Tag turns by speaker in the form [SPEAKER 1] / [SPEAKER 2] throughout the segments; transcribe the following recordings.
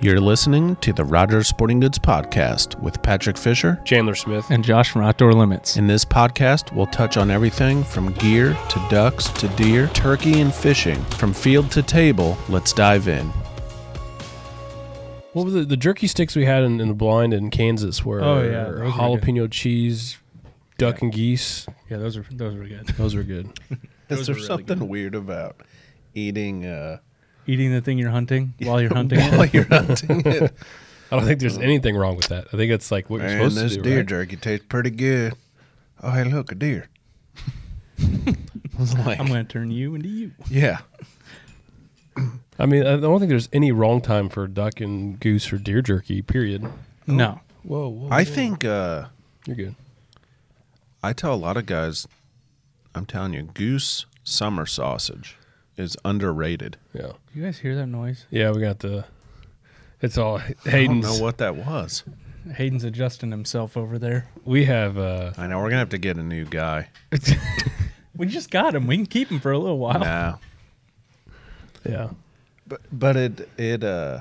[SPEAKER 1] You're listening to the Rogers Sporting Goods Podcast with Patrick Fisher.
[SPEAKER 2] Chandler Smith.
[SPEAKER 3] and Josh from Outdoor Limits.
[SPEAKER 1] In this podcast, we'll touch on everything from gear to ducks to deer, turkey and fishing. From field to table, let's dive in.
[SPEAKER 2] What were the, the jerky sticks we had in, in the blind in Kansas were
[SPEAKER 3] Oh, yeah, those were
[SPEAKER 2] jalapeno cheese, duck and geese.
[SPEAKER 3] Yeah, those are those were good.
[SPEAKER 2] Those were good.
[SPEAKER 1] Is there something weird about eating uh,
[SPEAKER 3] Eating the thing you're hunting while you're hunting.
[SPEAKER 1] while you're hunting it?
[SPEAKER 2] I don't think there's anything wrong with that. I think it's like what you're
[SPEAKER 1] Man,
[SPEAKER 2] supposed
[SPEAKER 1] this
[SPEAKER 2] to do.
[SPEAKER 1] deer
[SPEAKER 2] right?
[SPEAKER 1] jerky tastes pretty good. Oh, hey, look, a deer. I was like,
[SPEAKER 3] I'm going to turn you into you.
[SPEAKER 1] yeah.
[SPEAKER 2] I mean, I don't think there's any wrong time for duck and goose or deer jerky. Period.
[SPEAKER 3] No,
[SPEAKER 2] Whoa, whoa.
[SPEAKER 1] I think uh,
[SPEAKER 2] you're good.
[SPEAKER 1] I tell a lot of guys, I'm telling you, goose summer sausage is underrated.
[SPEAKER 2] Yeah,
[SPEAKER 3] you guys hear that noise?
[SPEAKER 2] yeah. We got the. It's all
[SPEAKER 1] I don't
[SPEAKER 2] Hayden's.
[SPEAKER 1] know what that was.
[SPEAKER 3] Hayden's adjusting himself over there.
[SPEAKER 2] We have. uh
[SPEAKER 1] I know we're gonna have to get a new guy.
[SPEAKER 3] We just got him. We can keep him for a little while.
[SPEAKER 1] Nah,
[SPEAKER 2] Yeah.
[SPEAKER 1] but but it it uh,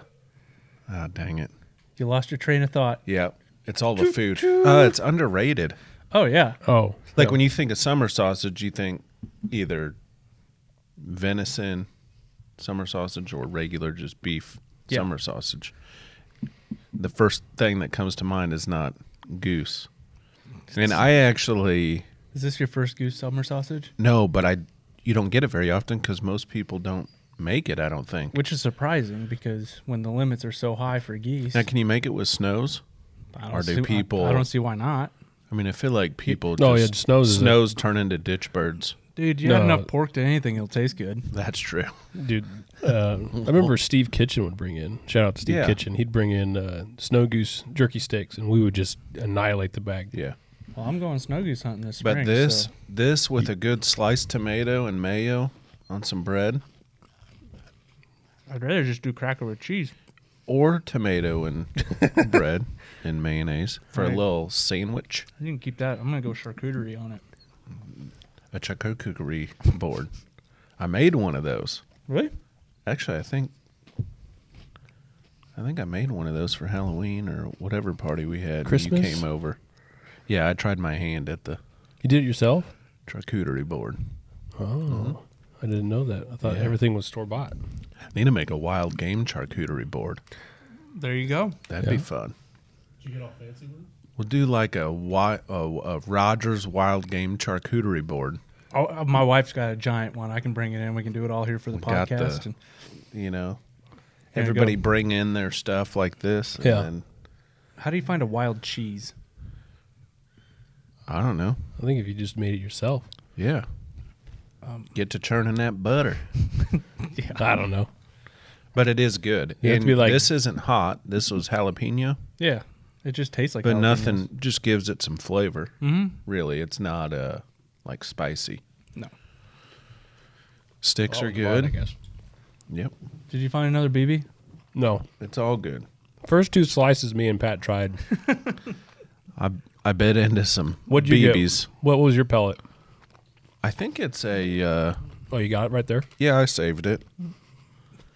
[SPEAKER 1] oh, dang it,
[SPEAKER 3] You lost your train of thought.
[SPEAKER 1] yeah, it's all the food. Uh, it's underrated.
[SPEAKER 3] Oh yeah,
[SPEAKER 2] Oh,
[SPEAKER 1] Like
[SPEAKER 2] yeah.
[SPEAKER 1] when you think of summer sausage, you think either venison summer sausage or regular just beef
[SPEAKER 3] Yeah.
[SPEAKER 1] summer sausage. The first thing that comes to mind is not goose. And I actually
[SPEAKER 3] is this your first goose summer sausage?
[SPEAKER 1] no, but I you don't get it very often because most people don't make it. I don't think.
[SPEAKER 3] Which is surprising because when the limits are so high for geese,
[SPEAKER 1] Now, can you make it with snows?
[SPEAKER 3] I don't
[SPEAKER 1] or do
[SPEAKER 3] see- I-
[SPEAKER 1] people-
[SPEAKER 3] I, don't see why not.
[SPEAKER 1] I mean, I feel like people.
[SPEAKER 2] Oh, yeah, just snows is it.
[SPEAKER 1] Snows turn into ditch birds.
[SPEAKER 3] Dude, you
[SPEAKER 2] No.
[SPEAKER 3] add enough pork to anything, it'll taste good.
[SPEAKER 1] That's true.
[SPEAKER 2] dude. Uh, I remember Steve Kitchen would bring in. Shout out to Steve
[SPEAKER 1] Yeah.
[SPEAKER 2] Kitchen. He'd bring in uh, snow goose jerky sticks, and we would just annihilate the bag.
[SPEAKER 1] Yeah.
[SPEAKER 3] Well, I'm going snow goose hunting this spring.
[SPEAKER 1] But this,
[SPEAKER 3] so-
[SPEAKER 1] this with a good sliced tomato and mayo on some bread,
[SPEAKER 3] I'd rather just do cracker with cheese.
[SPEAKER 1] or tomato and bread and mayonnaise for a
[SPEAKER 3] Right.
[SPEAKER 1] little sandwich,
[SPEAKER 3] You can keep that. I'm gonna go charcuterie on it.
[SPEAKER 1] a charcuterie board. I made one of those.
[SPEAKER 3] Really?
[SPEAKER 1] Actually, I think, I think I made one of those for Halloween or whatever party we had. when
[SPEAKER 2] Christmas?
[SPEAKER 1] you came over. Yeah, I tried my hand at the
[SPEAKER 2] You did it yourself?
[SPEAKER 1] charcuterie board.
[SPEAKER 2] Oh, I didn't know that. I thought
[SPEAKER 1] Yeah.
[SPEAKER 2] everything was store bought.
[SPEAKER 1] Need to make a wild game charcuterie board.
[SPEAKER 3] There you go.
[SPEAKER 1] That'd be
[SPEAKER 2] Yeah.
[SPEAKER 1] fun.
[SPEAKER 2] Did you get all fancy with
[SPEAKER 1] We'll do like a, wi- a, a Rogers wild game charcuterie board.
[SPEAKER 3] Oh, uh, my wife's got a giant one. I can bring it in. We can do it all here for the
[SPEAKER 1] got the-
[SPEAKER 3] podcast. and
[SPEAKER 1] You know,
[SPEAKER 3] There you
[SPEAKER 1] everybody
[SPEAKER 3] go.
[SPEAKER 1] bring in their stuff like this. And
[SPEAKER 2] Yeah.
[SPEAKER 1] Then,
[SPEAKER 3] how do you find a wild cheese?
[SPEAKER 1] I don't know.
[SPEAKER 2] I think if you just made it yourself.
[SPEAKER 1] Yeah.
[SPEAKER 3] Um,
[SPEAKER 1] Get to churning that butter.
[SPEAKER 3] Yeah.
[SPEAKER 2] I don't know.
[SPEAKER 1] But it is good.
[SPEAKER 2] You have to
[SPEAKER 1] And
[SPEAKER 2] be like-
[SPEAKER 1] this isn't hot. This was jalapeno,
[SPEAKER 3] Yeah. It just tastes like.
[SPEAKER 1] but nothing just gives it some flavor.
[SPEAKER 3] hmm
[SPEAKER 2] Mm-hmm.
[SPEAKER 1] Really, it's not uh like spicy.
[SPEAKER 3] No.
[SPEAKER 1] Sticks
[SPEAKER 2] Oh,
[SPEAKER 1] are
[SPEAKER 2] the bun, I
[SPEAKER 1] good.
[SPEAKER 2] guess.
[SPEAKER 1] Yep,
[SPEAKER 3] Did you find another BB?
[SPEAKER 2] No.
[SPEAKER 1] it's all good.
[SPEAKER 2] First two slices me and Pat tried.
[SPEAKER 1] I I bit into some
[SPEAKER 2] What'd you get?
[SPEAKER 1] BBs.
[SPEAKER 2] What was your pellet?
[SPEAKER 1] I think it's a. Uh,
[SPEAKER 2] Oh, you got it right there?
[SPEAKER 1] yeah, I saved it.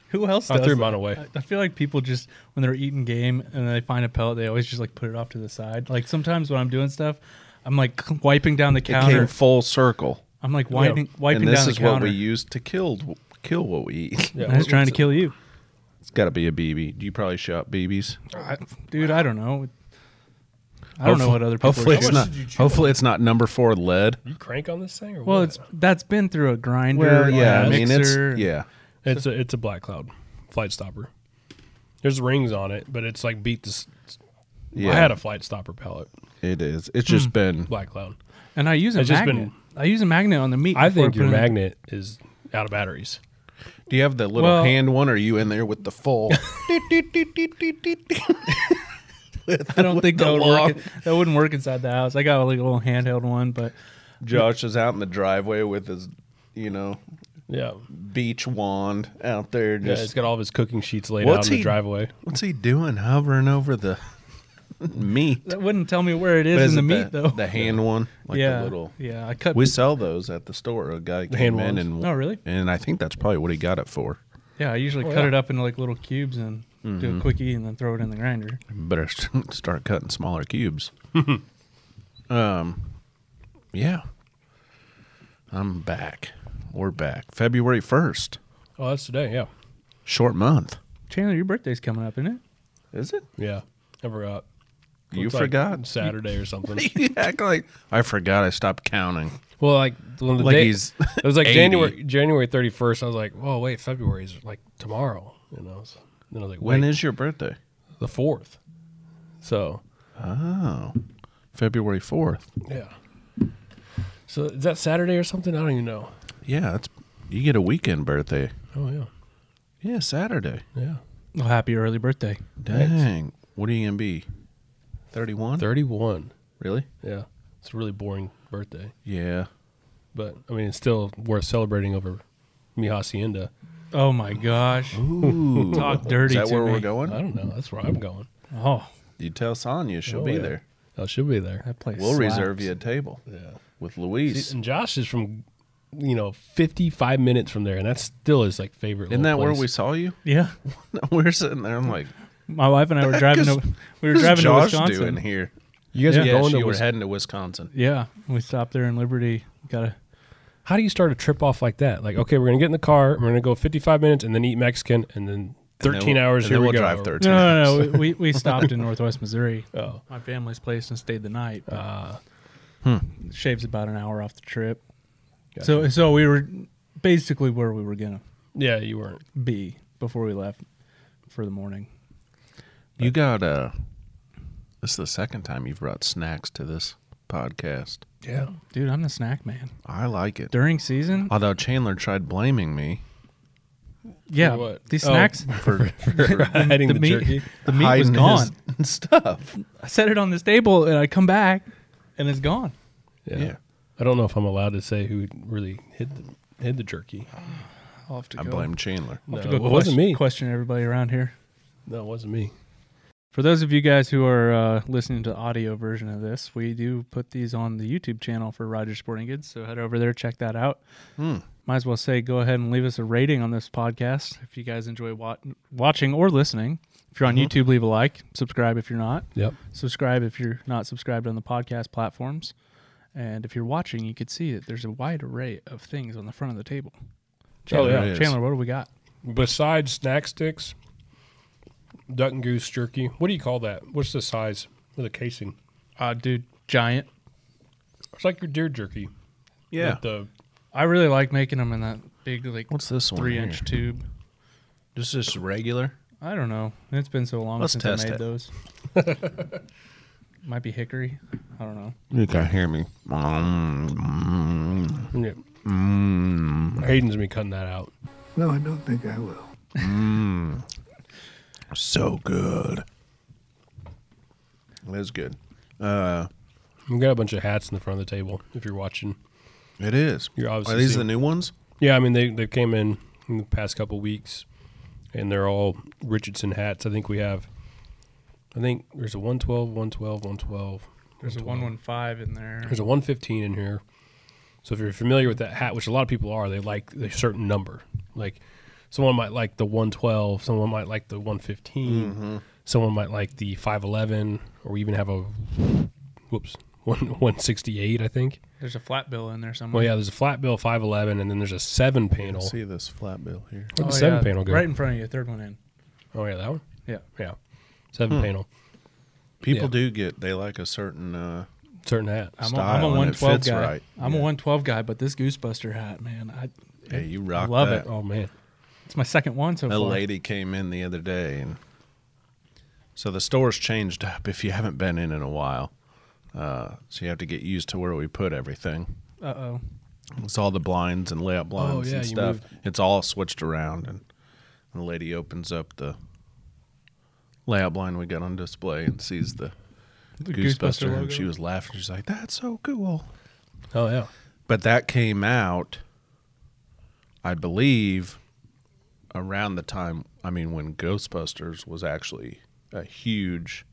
[SPEAKER 3] Who else?
[SPEAKER 2] I
[SPEAKER 3] does
[SPEAKER 2] threw
[SPEAKER 3] that?
[SPEAKER 2] mine away.
[SPEAKER 3] I- I feel like people just when they're eating game and they find a pellet, they always just like put it off to the side. Like sometimes when I'm doing stuff, I'm like wiping down the
[SPEAKER 1] It came
[SPEAKER 3] counter.
[SPEAKER 1] full circle.
[SPEAKER 3] I'm like wiping wiping
[SPEAKER 1] and this
[SPEAKER 3] down
[SPEAKER 1] is
[SPEAKER 3] the counter.
[SPEAKER 1] what we use to kill kill what we eat.
[SPEAKER 2] Yeah.
[SPEAKER 3] I was trying to kill you.
[SPEAKER 1] It's got to be a BB. You probably shot BBs.
[SPEAKER 3] I, dude, I don't know. I don't know
[SPEAKER 1] Hopefully-
[SPEAKER 3] what other people
[SPEAKER 1] Hopefully
[SPEAKER 3] are
[SPEAKER 1] it's
[SPEAKER 3] doing.
[SPEAKER 1] not.
[SPEAKER 2] did you chew
[SPEAKER 1] Hopefully it's not number four lead.
[SPEAKER 2] You crank on this thing or
[SPEAKER 3] Well,
[SPEAKER 2] what?
[SPEAKER 3] it's that's been through a grinder. and a
[SPEAKER 1] I mean it's
[SPEAKER 3] mixer.
[SPEAKER 1] yeah.
[SPEAKER 2] It's a it's a black cloud flight stopper. There's rings on it, but it's like beat this.
[SPEAKER 1] Yeah,
[SPEAKER 2] I had a flight stopper pellet,
[SPEAKER 1] it is. It's just been.
[SPEAKER 2] black cloud.
[SPEAKER 3] And I use a
[SPEAKER 2] It's just
[SPEAKER 3] magnet.
[SPEAKER 2] been-
[SPEAKER 3] I use a magnet on the meat.
[SPEAKER 2] I
[SPEAKER 3] before
[SPEAKER 2] think
[SPEAKER 3] put
[SPEAKER 2] your
[SPEAKER 3] it in.
[SPEAKER 2] magnet is out of batteries.
[SPEAKER 1] Do you have the little
[SPEAKER 3] Well-
[SPEAKER 1] hand one, or are you in there with the full?
[SPEAKER 3] I don't think
[SPEAKER 1] the
[SPEAKER 3] that would
[SPEAKER 1] long-
[SPEAKER 3] work. in- That wouldn't work inside the house. I got like a little handheld one, but
[SPEAKER 1] Josh is out in the driveway with his, you know,
[SPEAKER 2] Yeah,
[SPEAKER 1] beach wand out there.
[SPEAKER 2] yeah. It's
[SPEAKER 1] Just
[SPEAKER 2] got all of his cooking sheets laid out
[SPEAKER 1] What's
[SPEAKER 2] in the
[SPEAKER 1] he-
[SPEAKER 2] driveway.
[SPEAKER 1] what's he doing, hovering over the meat?
[SPEAKER 3] that wouldn't tell me where it
[SPEAKER 1] But
[SPEAKER 3] is in the
[SPEAKER 1] it
[SPEAKER 3] meat though.
[SPEAKER 1] The hand one, like
[SPEAKER 3] yeah,
[SPEAKER 1] the little.
[SPEAKER 3] yeah. I cut.
[SPEAKER 1] We sell those at the store. A guy came
[SPEAKER 2] hand
[SPEAKER 1] in
[SPEAKER 2] ones?
[SPEAKER 1] and
[SPEAKER 3] Oh, really?
[SPEAKER 1] And I think that's probably what he got it for.
[SPEAKER 3] yeah, I usually
[SPEAKER 2] Oh,
[SPEAKER 3] cut
[SPEAKER 2] yeah.
[SPEAKER 3] it up into like little cubes and
[SPEAKER 1] Mm-hmm.
[SPEAKER 3] do a quickie, and then throw it in the grinder.
[SPEAKER 1] Better st- start cutting smaller cubes. um, yeah. I'm back. We're back. February 1st.
[SPEAKER 2] Oh, that's today. Yeah.
[SPEAKER 1] Short month.
[SPEAKER 3] Chandler, your birthday's coming up, isn't it?
[SPEAKER 1] Is it?
[SPEAKER 2] Yeah. I forgot.
[SPEAKER 1] You
[SPEAKER 2] Looks like
[SPEAKER 1] forgot.
[SPEAKER 2] Saturday or something.
[SPEAKER 1] You act like I forgot I stopped counting.
[SPEAKER 2] well, like one of the
[SPEAKER 1] Like
[SPEAKER 2] day-
[SPEAKER 1] he's
[SPEAKER 2] It was like
[SPEAKER 1] 80.
[SPEAKER 2] January January thirty first. I was like, whoa, wait, February's like tomorrow. You know. So, then I was like,
[SPEAKER 1] When
[SPEAKER 2] wait,
[SPEAKER 1] is your birthday?
[SPEAKER 2] the fourth? So
[SPEAKER 1] Oh, February 4th.
[SPEAKER 2] yeah. So is that Saturday or something? I don't even know.
[SPEAKER 1] Yeah, that's you get a weekend birthday.
[SPEAKER 2] Oh yeah.
[SPEAKER 1] Yeah, Saturday.
[SPEAKER 2] Yeah.
[SPEAKER 3] Well, happy early birthday.
[SPEAKER 1] Dang. What are you going to be? 31?
[SPEAKER 2] Thirty one.
[SPEAKER 1] Really?
[SPEAKER 2] Yeah. It's a really boring birthday.
[SPEAKER 1] Yeah.
[SPEAKER 2] But I mean it's still worth celebrating over Mi Hacienda.
[SPEAKER 3] Oh my gosh.
[SPEAKER 1] Ooh.
[SPEAKER 3] Talk dirty
[SPEAKER 1] Is that
[SPEAKER 3] to
[SPEAKER 1] where we're
[SPEAKER 3] me.
[SPEAKER 1] going?
[SPEAKER 2] I don't know. That's where I'm going.
[SPEAKER 3] Oh,
[SPEAKER 1] You tell Sonya she'll
[SPEAKER 2] Oh,
[SPEAKER 1] be
[SPEAKER 2] yeah.
[SPEAKER 1] there.
[SPEAKER 2] I should be there.
[SPEAKER 3] that place.
[SPEAKER 1] We'll reserve
[SPEAKER 3] slaps.
[SPEAKER 1] you a table
[SPEAKER 2] Yeah.
[SPEAKER 1] with Luis.
[SPEAKER 2] And Josh is from you know, fifty five minutes from there and that's still his like favorite.
[SPEAKER 1] Isn't that
[SPEAKER 2] little
[SPEAKER 1] where
[SPEAKER 2] place.
[SPEAKER 1] we saw you?
[SPEAKER 3] Yeah,
[SPEAKER 1] we were sitting there. I'm like,
[SPEAKER 3] my wife and I were driving.
[SPEAKER 1] Because-
[SPEAKER 3] To, we were
[SPEAKER 1] what's
[SPEAKER 3] driving
[SPEAKER 1] Josh
[SPEAKER 3] to Wisconsin.
[SPEAKER 1] doing here?
[SPEAKER 2] You guys
[SPEAKER 3] Yeah.
[SPEAKER 2] are
[SPEAKER 1] Yes,
[SPEAKER 2] going
[SPEAKER 1] you
[SPEAKER 2] to
[SPEAKER 1] were
[SPEAKER 2] Wis-
[SPEAKER 1] heading to Wisconsin.
[SPEAKER 3] Yeah, we stopped there in Liberty. Got a
[SPEAKER 2] How do you start a trip off like that? Like, okay, we're gonna get in the car, we're gonna go 55 minutes, and then eat Mexican, and then 13
[SPEAKER 1] we'll-
[SPEAKER 2] hours.
[SPEAKER 1] and
[SPEAKER 2] here
[SPEAKER 1] then
[SPEAKER 2] we
[SPEAKER 1] we'll
[SPEAKER 2] go.
[SPEAKER 1] drive 13
[SPEAKER 3] no, no,
[SPEAKER 1] hours.
[SPEAKER 3] no. we we stopped in Northwest Missouri.
[SPEAKER 2] Oh,
[SPEAKER 3] My family's place and stayed the night. but
[SPEAKER 2] uh,
[SPEAKER 3] Shaves about an hour off the trip.
[SPEAKER 2] gotcha.
[SPEAKER 3] So so we were basically where we were gonna
[SPEAKER 2] yeah, you weren't.
[SPEAKER 3] be before we left for the morning.
[SPEAKER 1] You got uh this is the second time you've brought snacks to this podcast.
[SPEAKER 2] Yeah,
[SPEAKER 3] Dude, I'm the snack man.
[SPEAKER 1] I like it.
[SPEAKER 3] During season,
[SPEAKER 1] Although Chandler tried blaming me
[SPEAKER 3] yeah,
[SPEAKER 2] For what?
[SPEAKER 3] these
[SPEAKER 2] Oh.
[SPEAKER 3] snacks,
[SPEAKER 1] for
[SPEAKER 2] hiding the,
[SPEAKER 3] the meat-
[SPEAKER 2] jerky.
[SPEAKER 3] the meat was
[SPEAKER 1] hiding
[SPEAKER 3] gone.
[SPEAKER 1] his stuff.
[SPEAKER 3] I set it on this table and I come back and it's gone.
[SPEAKER 2] Yeah.
[SPEAKER 1] Yeah.
[SPEAKER 2] I don't know if I'm allowed to say who really hid the hid the jerky.
[SPEAKER 3] I'll have to
[SPEAKER 1] I
[SPEAKER 3] go.
[SPEAKER 1] blame Chandler.
[SPEAKER 3] I'll
[SPEAKER 2] No,
[SPEAKER 3] have
[SPEAKER 2] it
[SPEAKER 3] to go
[SPEAKER 2] wasn't
[SPEAKER 3] question-
[SPEAKER 2] me.
[SPEAKER 3] Question everybody around here.
[SPEAKER 2] No, it wasn't me.
[SPEAKER 3] For those of you guys who are uh, listening to the audio version of this, we do put these on the YouTube channel for Rogers Sporting Goods. So head over there, check that out.
[SPEAKER 1] Hmm.
[SPEAKER 3] Might as well say, go ahead and leave us a rating on this podcast if you guys enjoy wat- watching or listening. If
[SPEAKER 2] Mm-hmm.
[SPEAKER 3] you're on
[SPEAKER 1] Mhm.
[SPEAKER 3] YouTube, leave a like. Subscribe if you're not.
[SPEAKER 2] Yep.
[SPEAKER 3] Subscribe if you're not subscribed on the podcast platforms. And if you're watching, you could see that there's a wide array of things on the front of the table. Chandler,
[SPEAKER 2] Oh, yeah.
[SPEAKER 1] There it is.
[SPEAKER 3] Chandler, what do we got?
[SPEAKER 2] Besides snack sticks, duck and goose jerky. What do you call that? What's the size of the casing?
[SPEAKER 3] Uh, dude, giant.
[SPEAKER 2] It's like your deer jerky.
[SPEAKER 1] Yeah.
[SPEAKER 2] with The
[SPEAKER 3] I really like making them in that big, like,
[SPEAKER 1] What's this one?
[SPEAKER 3] three inch
[SPEAKER 1] here?
[SPEAKER 3] tube.
[SPEAKER 1] Just this regular.
[SPEAKER 3] I don't know. It's been so long
[SPEAKER 1] Let's
[SPEAKER 3] since
[SPEAKER 1] test
[SPEAKER 3] I made
[SPEAKER 1] it.
[SPEAKER 3] those. Might be hickory. I don't know.
[SPEAKER 1] You can hear me. Mm,
[SPEAKER 2] yeah.
[SPEAKER 1] mm,
[SPEAKER 2] Hayden's gonna be cutting that out.
[SPEAKER 4] No, I don't think I will.
[SPEAKER 1] mm. So good. That's good. Uh,
[SPEAKER 2] We got a bunch of hats in the front of the table. If you're watching,
[SPEAKER 1] it is.
[SPEAKER 2] You're obviously
[SPEAKER 1] Are these the
[SPEAKER 2] seeing-
[SPEAKER 1] new ones?
[SPEAKER 2] yeah, I mean they they came in in the past couple weeks, and they're all Richardson hats. I think we have, I think there's a 112, 112, 112.
[SPEAKER 3] There's a 115 in there.
[SPEAKER 2] There's a 115 in here. So if you're familiar with that hat, which a lot of people are, they like a certain number. Like someone might like the 112, someone might like the 115,
[SPEAKER 3] Mm-hmm.
[SPEAKER 2] someone might like the 511, or we even have a whoops one 168, I think.
[SPEAKER 3] There's a flat bill in there somewhere.
[SPEAKER 2] Well, yeah, there's a flat bill 511, and then there's a seven panel.
[SPEAKER 1] See this flat bill here.
[SPEAKER 2] Where'd the seven panel go?
[SPEAKER 3] Oh, Right in front of you, third one in.
[SPEAKER 2] Oh yeah, that one.
[SPEAKER 3] Yeah.
[SPEAKER 2] Yeah,
[SPEAKER 3] Hmm.
[SPEAKER 2] seven panel,
[SPEAKER 1] People
[SPEAKER 2] Yeah.
[SPEAKER 1] do get they like a certain uh
[SPEAKER 2] certain hat.
[SPEAKER 3] I'm, a,
[SPEAKER 1] Style
[SPEAKER 3] I'm
[SPEAKER 1] and
[SPEAKER 3] a
[SPEAKER 1] it
[SPEAKER 3] 112
[SPEAKER 1] fits
[SPEAKER 3] guy.
[SPEAKER 1] right.
[SPEAKER 3] I'm
[SPEAKER 1] Yeah.
[SPEAKER 3] a 112 guy, but this Goosebuster hat, man, I,
[SPEAKER 1] hey, you rock
[SPEAKER 3] love
[SPEAKER 1] that.
[SPEAKER 3] it.
[SPEAKER 2] Oh man,
[SPEAKER 3] it's my second one so
[SPEAKER 1] A
[SPEAKER 3] far.
[SPEAKER 1] lady came in the other day and so the store's changed up if you haven't been in in a while. Uh, so you have to get used to where we put everything.
[SPEAKER 3] Uh oh.
[SPEAKER 1] It's all the blinds and layout blinds
[SPEAKER 2] Oh, yeah,
[SPEAKER 1] and
[SPEAKER 2] you
[SPEAKER 1] stuff.
[SPEAKER 2] moved-
[SPEAKER 1] It's all switched around and the lady opens up the layout blind we got on display and sees the,
[SPEAKER 3] The
[SPEAKER 1] Goosebuster and she was laughing. She's like, That's so cool.
[SPEAKER 2] oh yeah,
[SPEAKER 1] But that came out, I believe, around the time. I mean, when Ghostbusters was actually a huge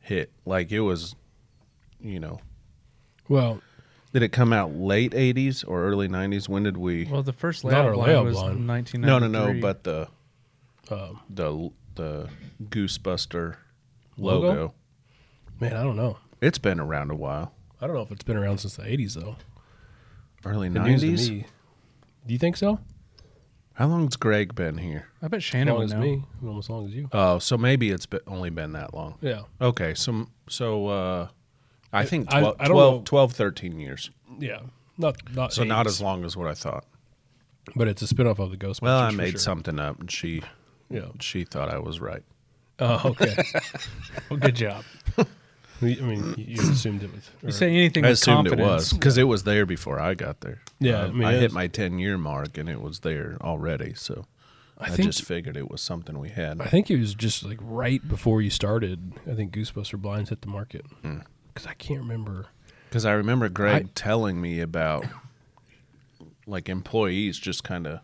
[SPEAKER 1] hit. Like it was, you know,
[SPEAKER 2] well
[SPEAKER 1] did it come out late '80s or early '90s? When did we?
[SPEAKER 3] Well, the first
[SPEAKER 2] Not
[SPEAKER 3] layout
[SPEAKER 2] our
[SPEAKER 3] blind
[SPEAKER 2] layout
[SPEAKER 3] was
[SPEAKER 2] blind.
[SPEAKER 1] no, no, no.
[SPEAKER 3] 1993.
[SPEAKER 1] But the
[SPEAKER 2] um,
[SPEAKER 1] the the Goosebuster
[SPEAKER 2] Logo?
[SPEAKER 1] logo.
[SPEAKER 2] man, I don't know.
[SPEAKER 1] It's been around a while.
[SPEAKER 2] I don't know if it's been around since the '80s though.
[SPEAKER 1] Early
[SPEAKER 2] The news to
[SPEAKER 1] nineties.
[SPEAKER 2] me- Do you think so?
[SPEAKER 1] How long's Greg been here?
[SPEAKER 3] I bet
[SPEAKER 2] As
[SPEAKER 3] Shannon
[SPEAKER 2] long
[SPEAKER 3] would
[SPEAKER 2] as
[SPEAKER 3] know.
[SPEAKER 2] me, well, as long as you.
[SPEAKER 1] Oh, so maybe it's be- only been that long.
[SPEAKER 2] Yeah,
[SPEAKER 1] Okay, so so uh, I think
[SPEAKER 2] I-
[SPEAKER 1] 12,
[SPEAKER 2] I don't
[SPEAKER 1] 12
[SPEAKER 2] know.
[SPEAKER 1] 12, 13 years.
[SPEAKER 2] yeah. Not not
[SPEAKER 1] So not
[SPEAKER 2] 80s,
[SPEAKER 1] as long as what I thought.
[SPEAKER 2] but it's a spinoff of the Ghostbusters.
[SPEAKER 1] Well, I
[SPEAKER 2] for
[SPEAKER 1] made
[SPEAKER 2] sure.
[SPEAKER 1] something up, and she
[SPEAKER 2] Yeah.
[SPEAKER 1] she thought I was right.
[SPEAKER 2] Oh, okay. well, good job. We- I mean, you you assumed it was. or-
[SPEAKER 3] You say anything
[SPEAKER 1] I
[SPEAKER 3] with
[SPEAKER 1] assumed
[SPEAKER 3] confidence.
[SPEAKER 1] it was because it was there before I got there.
[SPEAKER 2] Yeah,
[SPEAKER 1] Um,
[SPEAKER 2] I mean,
[SPEAKER 1] I
[SPEAKER 2] it
[SPEAKER 1] hit
[SPEAKER 2] is-
[SPEAKER 1] my ten year mark, and it was there already. So I,
[SPEAKER 2] think-
[SPEAKER 1] just figured it was something we had.
[SPEAKER 2] I think it was just like right before you started. I think Goosebuster Blinds hit the market
[SPEAKER 1] Hmm.
[SPEAKER 2] because I can't remember.
[SPEAKER 1] Because I remember Greg telling me about like employees just kind of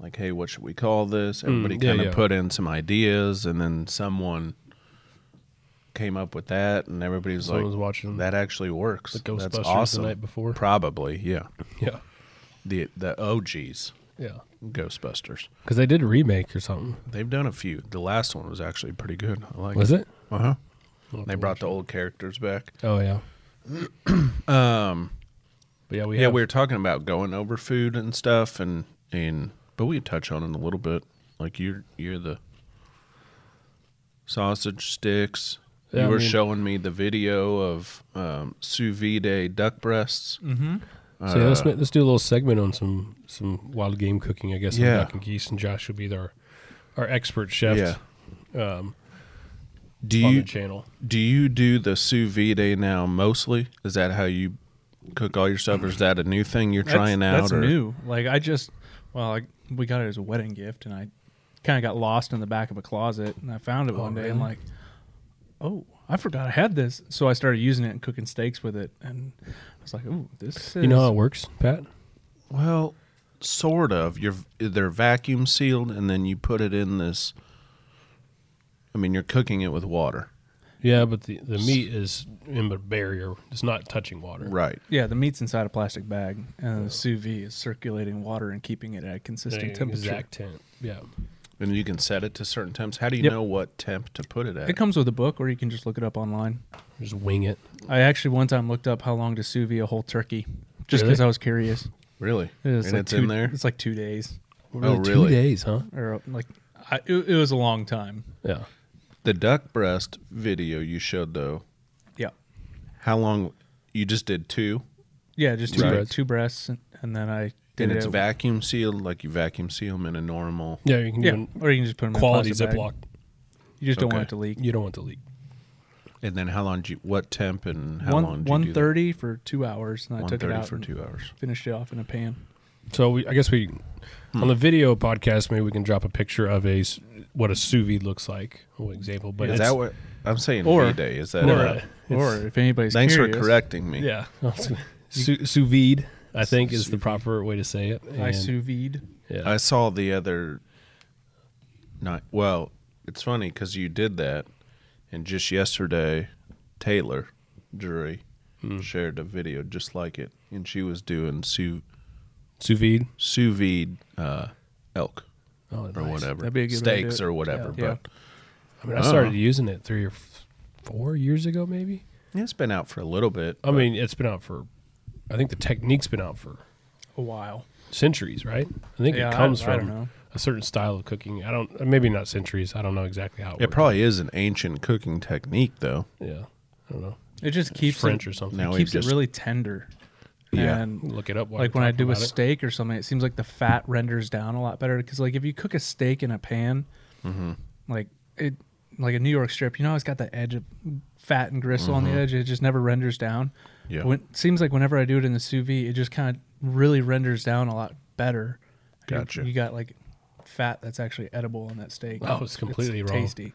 [SPEAKER 1] like, hey, what should we call this? Everybody
[SPEAKER 2] Mm, yeah,
[SPEAKER 1] kind of
[SPEAKER 2] yeah.
[SPEAKER 1] put in some ideas, and then someone came up with that, and everybody's
[SPEAKER 2] Someone
[SPEAKER 1] like,
[SPEAKER 2] was watching
[SPEAKER 1] that actually works.
[SPEAKER 2] the
[SPEAKER 1] That's
[SPEAKER 2] Ghostbusters the
[SPEAKER 1] awesome.
[SPEAKER 2] night before.
[SPEAKER 1] Probably, yeah.
[SPEAKER 2] Yeah,
[SPEAKER 1] The the OGs,
[SPEAKER 2] yeah.
[SPEAKER 1] Ghostbusters.
[SPEAKER 2] Because they did a remake or something.
[SPEAKER 1] They've done a few. The last one was actually pretty good. I like
[SPEAKER 2] Was it?
[SPEAKER 1] Uh huh.
[SPEAKER 2] I'll have
[SPEAKER 1] They
[SPEAKER 2] to
[SPEAKER 1] brought the
[SPEAKER 2] watch
[SPEAKER 1] old characters back.
[SPEAKER 2] it. Oh yeah.
[SPEAKER 1] Um,
[SPEAKER 2] But yeah, we
[SPEAKER 1] yeah,
[SPEAKER 2] have,
[SPEAKER 1] we were talking about going over food and stuff, and and but we touch on it a little bit. Like you're you're the sausage sticks.
[SPEAKER 2] Yeah, I
[SPEAKER 1] you were
[SPEAKER 2] mean-
[SPEAKER 1] showing me the video of um, sous vide duck breasts.
[SPEAKER 2] So yeah, let's ma- let's do a little segment on some some wild game cooking. I guess on
[SPEAKER 1] Yeah.
[SPEAKER 2] duck and geese, and Josh will be our our expert chef.
[SPEAKER 1] Yeah.
[SPEAKER 2] Um,
[SPEAKER 1] Do
[SPEAKER 2] on
[SPEAKER 1] you
[SPEAKER 2] the channel.
[SPEAKER 1] do you do the sous vide now mostly? Is that how you cook all your stuff, or is that a new thing you're
[SPEAKER 3] That's-
[SPEAKER 1] trying out?
[SPEAKER 3] That's
[SPEAKER 1] or-
[SPEAKER 3] new. Like I just, well, like, we got it as a wedding gift, and I kind of got lost in the back of a closet, and I found it one day. I'm
[SPEAKER 2] really?
[SPEAKER 3] like, oh, I forgot I had this, so I started using it and cooking steaks with it, and I was like, oh, this is
[SPEAKER 2] You know how it works, Pat?
[SPEAKER 1] Well, sort of. You're they're vacuum sealed, and then you put it in this. I mean, you're cooking it with water,
[SPEAKER 2] Yeah, but the, the meat is in a barrier. It's not touching water.
[SPEAKER 1] right?
[SPEAKER 3] yeah, the meat's inside a plastic bag, and the sous vide is circulating water and keeping it at a consistent
[SPEAKER 2] Exact
[SPEAKER 3] temperature.
[SPEAKER 2] temp. Yeah.
[SPEAKER 1] And you can set it to certain temps. How do you
[SPEAKER 3] Yep.
[SPEAKER 1] know what temp to put it at?
[SPEAKER 3] It comes with a book, or you can just look it up online.
[SPEAKER 2] Just wing it.
[SPEAKER 3] I actually one time looked up how long to sous vide a whole turkey, just because
[SPEAKER 2] Really?
[SPEAKER 3] I was curious.
[SPEAKER 1] really,
[SPEAKER 3] And
[SPEAKER 1] and
[SPEAKER 3] like
[SPEAKER 1] it's
[SPEAKER 3] two,
[SPEAKER 1] in there.
[SPEAKER 3] It's like two days.
[SPEAKER 1] Oh,
[SPEAKER 2] Two
[SPEAKER 1] really?
[SPEAKER 2] days, huh?
[SPEAKER 3] or like I, it, it was a long time.
[SPEAKER 2] Yeah.
[SPEAKER 1] The duck breast video you showed though.
[SPEAKER 3] Yeah,
[SPEAKER 1] How long? You just did two,
[SPEAKER 3] yeah, just two
[SPEAKER 1] Right.
[SPEAKER 3] breasts, two breasts, and, and then I did
[SPEAKER 1] and it's
[SPEAKER 3] it.
[SPEAKER 1] vacuum sealed, like you vacuum seal them in a normal.
[SPEAKER 2] Yeah, you can
[SPEAKER 3] yeah,
[SPEAKER 2] do
[SPEAKER 3] or you can just put them
[SPEAKER 2] a quality
[SPEAKER 3] in a plastic
[SPEAKER 2] Ziploc.
[SPEAKER 3] bag. You just don't
[SPEAKER 1] Okay.
[SPEAKER 3] want it to leak.
[SPEAKER 2] You don't want to leak.
[SPEAKER 1] And then how long? Do you, what temp and how long?
[SPEAKER 3] One
[SPEAKER 1] Did you
[SPEAKER 3] one
[SPEAKER 1] do that?
[SPEAKER 3] thirty for two hours, and I took it
[SPEAKER 1] 130
[SPEAKER 3] out
[SPEAKER 1] for
[SPEAKER 3] and
[SPEAKER 1] two hours.
[SPEAKER 3] Finished it off in a pan.
[SPEAKER 2] So we, I guess we, on the video podcast, maybe we can drop a picture of a s- what a sous vide looks like, an example. But
[SPEAKER 1] Is
[SPEAKER 2] it's-
[SPEAKER 1] that what I'm saying?
[SPEAKER 3] Or-
[SPEAKER 1] V day is that?
[SPEAKER 2] or,
[SPEAKER 1] uh,
[SPEAKER 2] uh,
[SPEAKER 3] Or if anybody's
[SPEAKER 1] Thanks
[SPEAKER 3] curious,
[SPEAKER 1] for correcting me.
[SPEAKER 2] yeah, sous, sous vide. I think is the proper way to say it.
[SPEAKER 3] I
[SPEAKER 2] And-
[SPEAKER 3] sous vide.
[SPEAKER 2] yeah.
[SPEAKER 1] I saw the other night. Well, it's funny because you did that, and just yesterday, Taylor Drury
[SPEAKER 3] Hmm.
[SPEAKER 1] shared a video just like it, and she was doing sous
[SPEAKER 2] sous vide.
[SPEAKER 1] sous vide uh, elk
[SPEAKER 2] Oh,
[SPEAKER 1] or
[SPEAKER 2] nice.
[SPEAKER 1] whatever
[SPEAKER 3] That'd be a good way to do
[SPEAKER 1] steaks
[SPEAKER 3] it.
[SPEAKER 1] or whatever.
[SPEAKER 3] Yeah.
[SPEAKER 1] But
[SPEAKER 2] I mean,
[SPEAKER 1] I
[SPEAKER 2] I
[SPEAKER 1] don't
[SPEAKER 2] started
[SPEAKER 1] know.
[SPEAKER 2] using it three or f- four years ago, maybe.
[SPEAKER 1] yeah, it's been out for a little bit.
[SPEAKER 2] I mean, it's been out for, I think the technique's been out for
[SPEAKER 3] A while.
[SPEAKER 2] centuries, right? I think
[SPEAKER 3] Yeah,
[SPEAKER 2] it
[SPEAKER 3] I-
[SPEAKER 2] comes
[SPEAKER 3] I
[SPEAKER 2] from
[SPEAKER 3] don't know.
[SPEAKER 2] a certain style of cooking. I don't, maybe not centuries. I don't know exactly how it,
[SPEAKER 1] it
[SPEAKER 2] works.
[SPEAKER 1] probably is an ancient cooking technique, though.
[SPEAKER 2] yeah, I don't know.
[SPEAKER 3] It just keeps
[SPEAKER 2] French
[SPEAKER 3] it,
[SPEAKER 2] or something.
[SPEAKER 1] Now
[SPEAKER 3] it
[SPEAKER 1] we've
[SPEAKER 3] keeps
[SPEAKER 1] just-
[SPEAKER 3] it really tender.
[SPEAKER 1] Yeah.
[SPEAKER 3] And
[SPEAKER 2] Look it up. while
[SPEAKER 3] like
[SPEAKER 2] we're
[SPEAKER 3] when I
[SPEAKER 2] talking
[SPEAKER 3] do a
[SPEAKER 2] about it.
[SPEAKER 3] steak or something, it seems like the fat renders down a lot better because like if you cook a steak in a pan, like it like a New York strip, you know, it's got that edge of fat and gristle on the edge. It just never renders down.
[SPEAKER 1] Yeah.
[SPEAKER 3] When, seems like whenever I do it in the sous vide, it just kind of really renders down a lot better. You-
[SPEAKER 1] Gotcha.
[SPEAKER 3] You, got like fat that's actually edible on that steak.
[SPEAKER 2] Oh, it's completely wrong.
[SPEAKER 3] Tasty.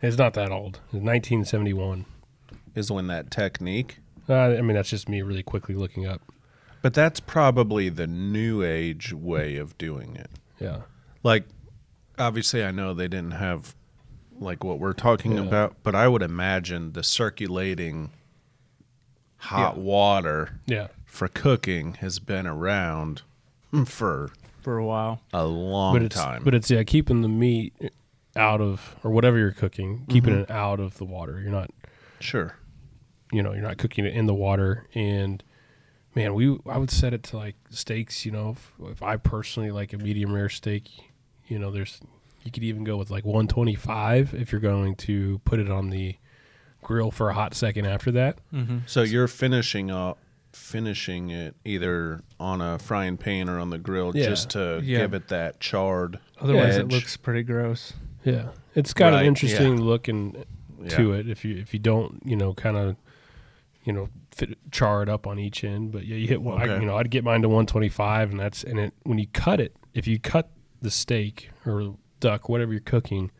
[SPEAKER 2] It's not that old. It's 1971.
[SPEAKER 1] Is when that technique
[SPEAKER 2] Uh, I mean, that's just me really quickly looking up.
[SPEAKER 1] But that's probably the new age way of doing it.
[SPEAKER 2] Yeah.
[SPEAKER 1] Like, obviously, I know they didn't have like what we're talking
[SPEAKER 2] Yeah.
[SPEAKER 1] about, but I would imagine the circulating hot water
[SPEAKER 2] Yeah.
[SPEAKER 1] for cooking has been around for
[SPEAKER 3] for a while.
[SPEAKER 1] a long
[SPEAKER 2] but it's
[SPEAKER 1] time.
[SPEAKER 2] but it's yeah keeping the meat out of or whatever you're cooking, keeping it out of the water. You're not
[SPEAKER 1] sure.
[SPEAKER 2] you know you're not cooking it in the water and man we i would set it to like steaks you know if, if i personally like a medium rare steak you know there's you could even go with like 125 if you're going to put it on the grill for a hot second after that
[SPEAKER 3] Mm-hmm.
[SPEAKER 1] So you're finishing up finishing it either on a frying pan or on the grill
[SPEAKER 2] Yeah.
[SPEAKER 1] just to
[SPEAKER 3] Yeah.
[SPEAKER 1] give it that charred
[SPEAKER 3] Otherwise, it
[SPEAKER 1] edge.
[SPEAKER 3] looks pretty gross.
[SPEAKER 2] yeah it's got
[SPEAKER 1] Right,
[SPEAKER 2] an interesting
[SPEAKER 1] yeah.
[SPEAKER 2] look and
[SPEAKER 1] yeah.
[SPEAKER 2] to it if you if you don't you know kind of you know fit, char it up on each end but yeah you hit one I,
[SPEAKER 1] Okay.
[SPEAKER 2] you know I'd get mine to 125 and that's and it when you cut it if you cut the steak or duck whatever you're cooking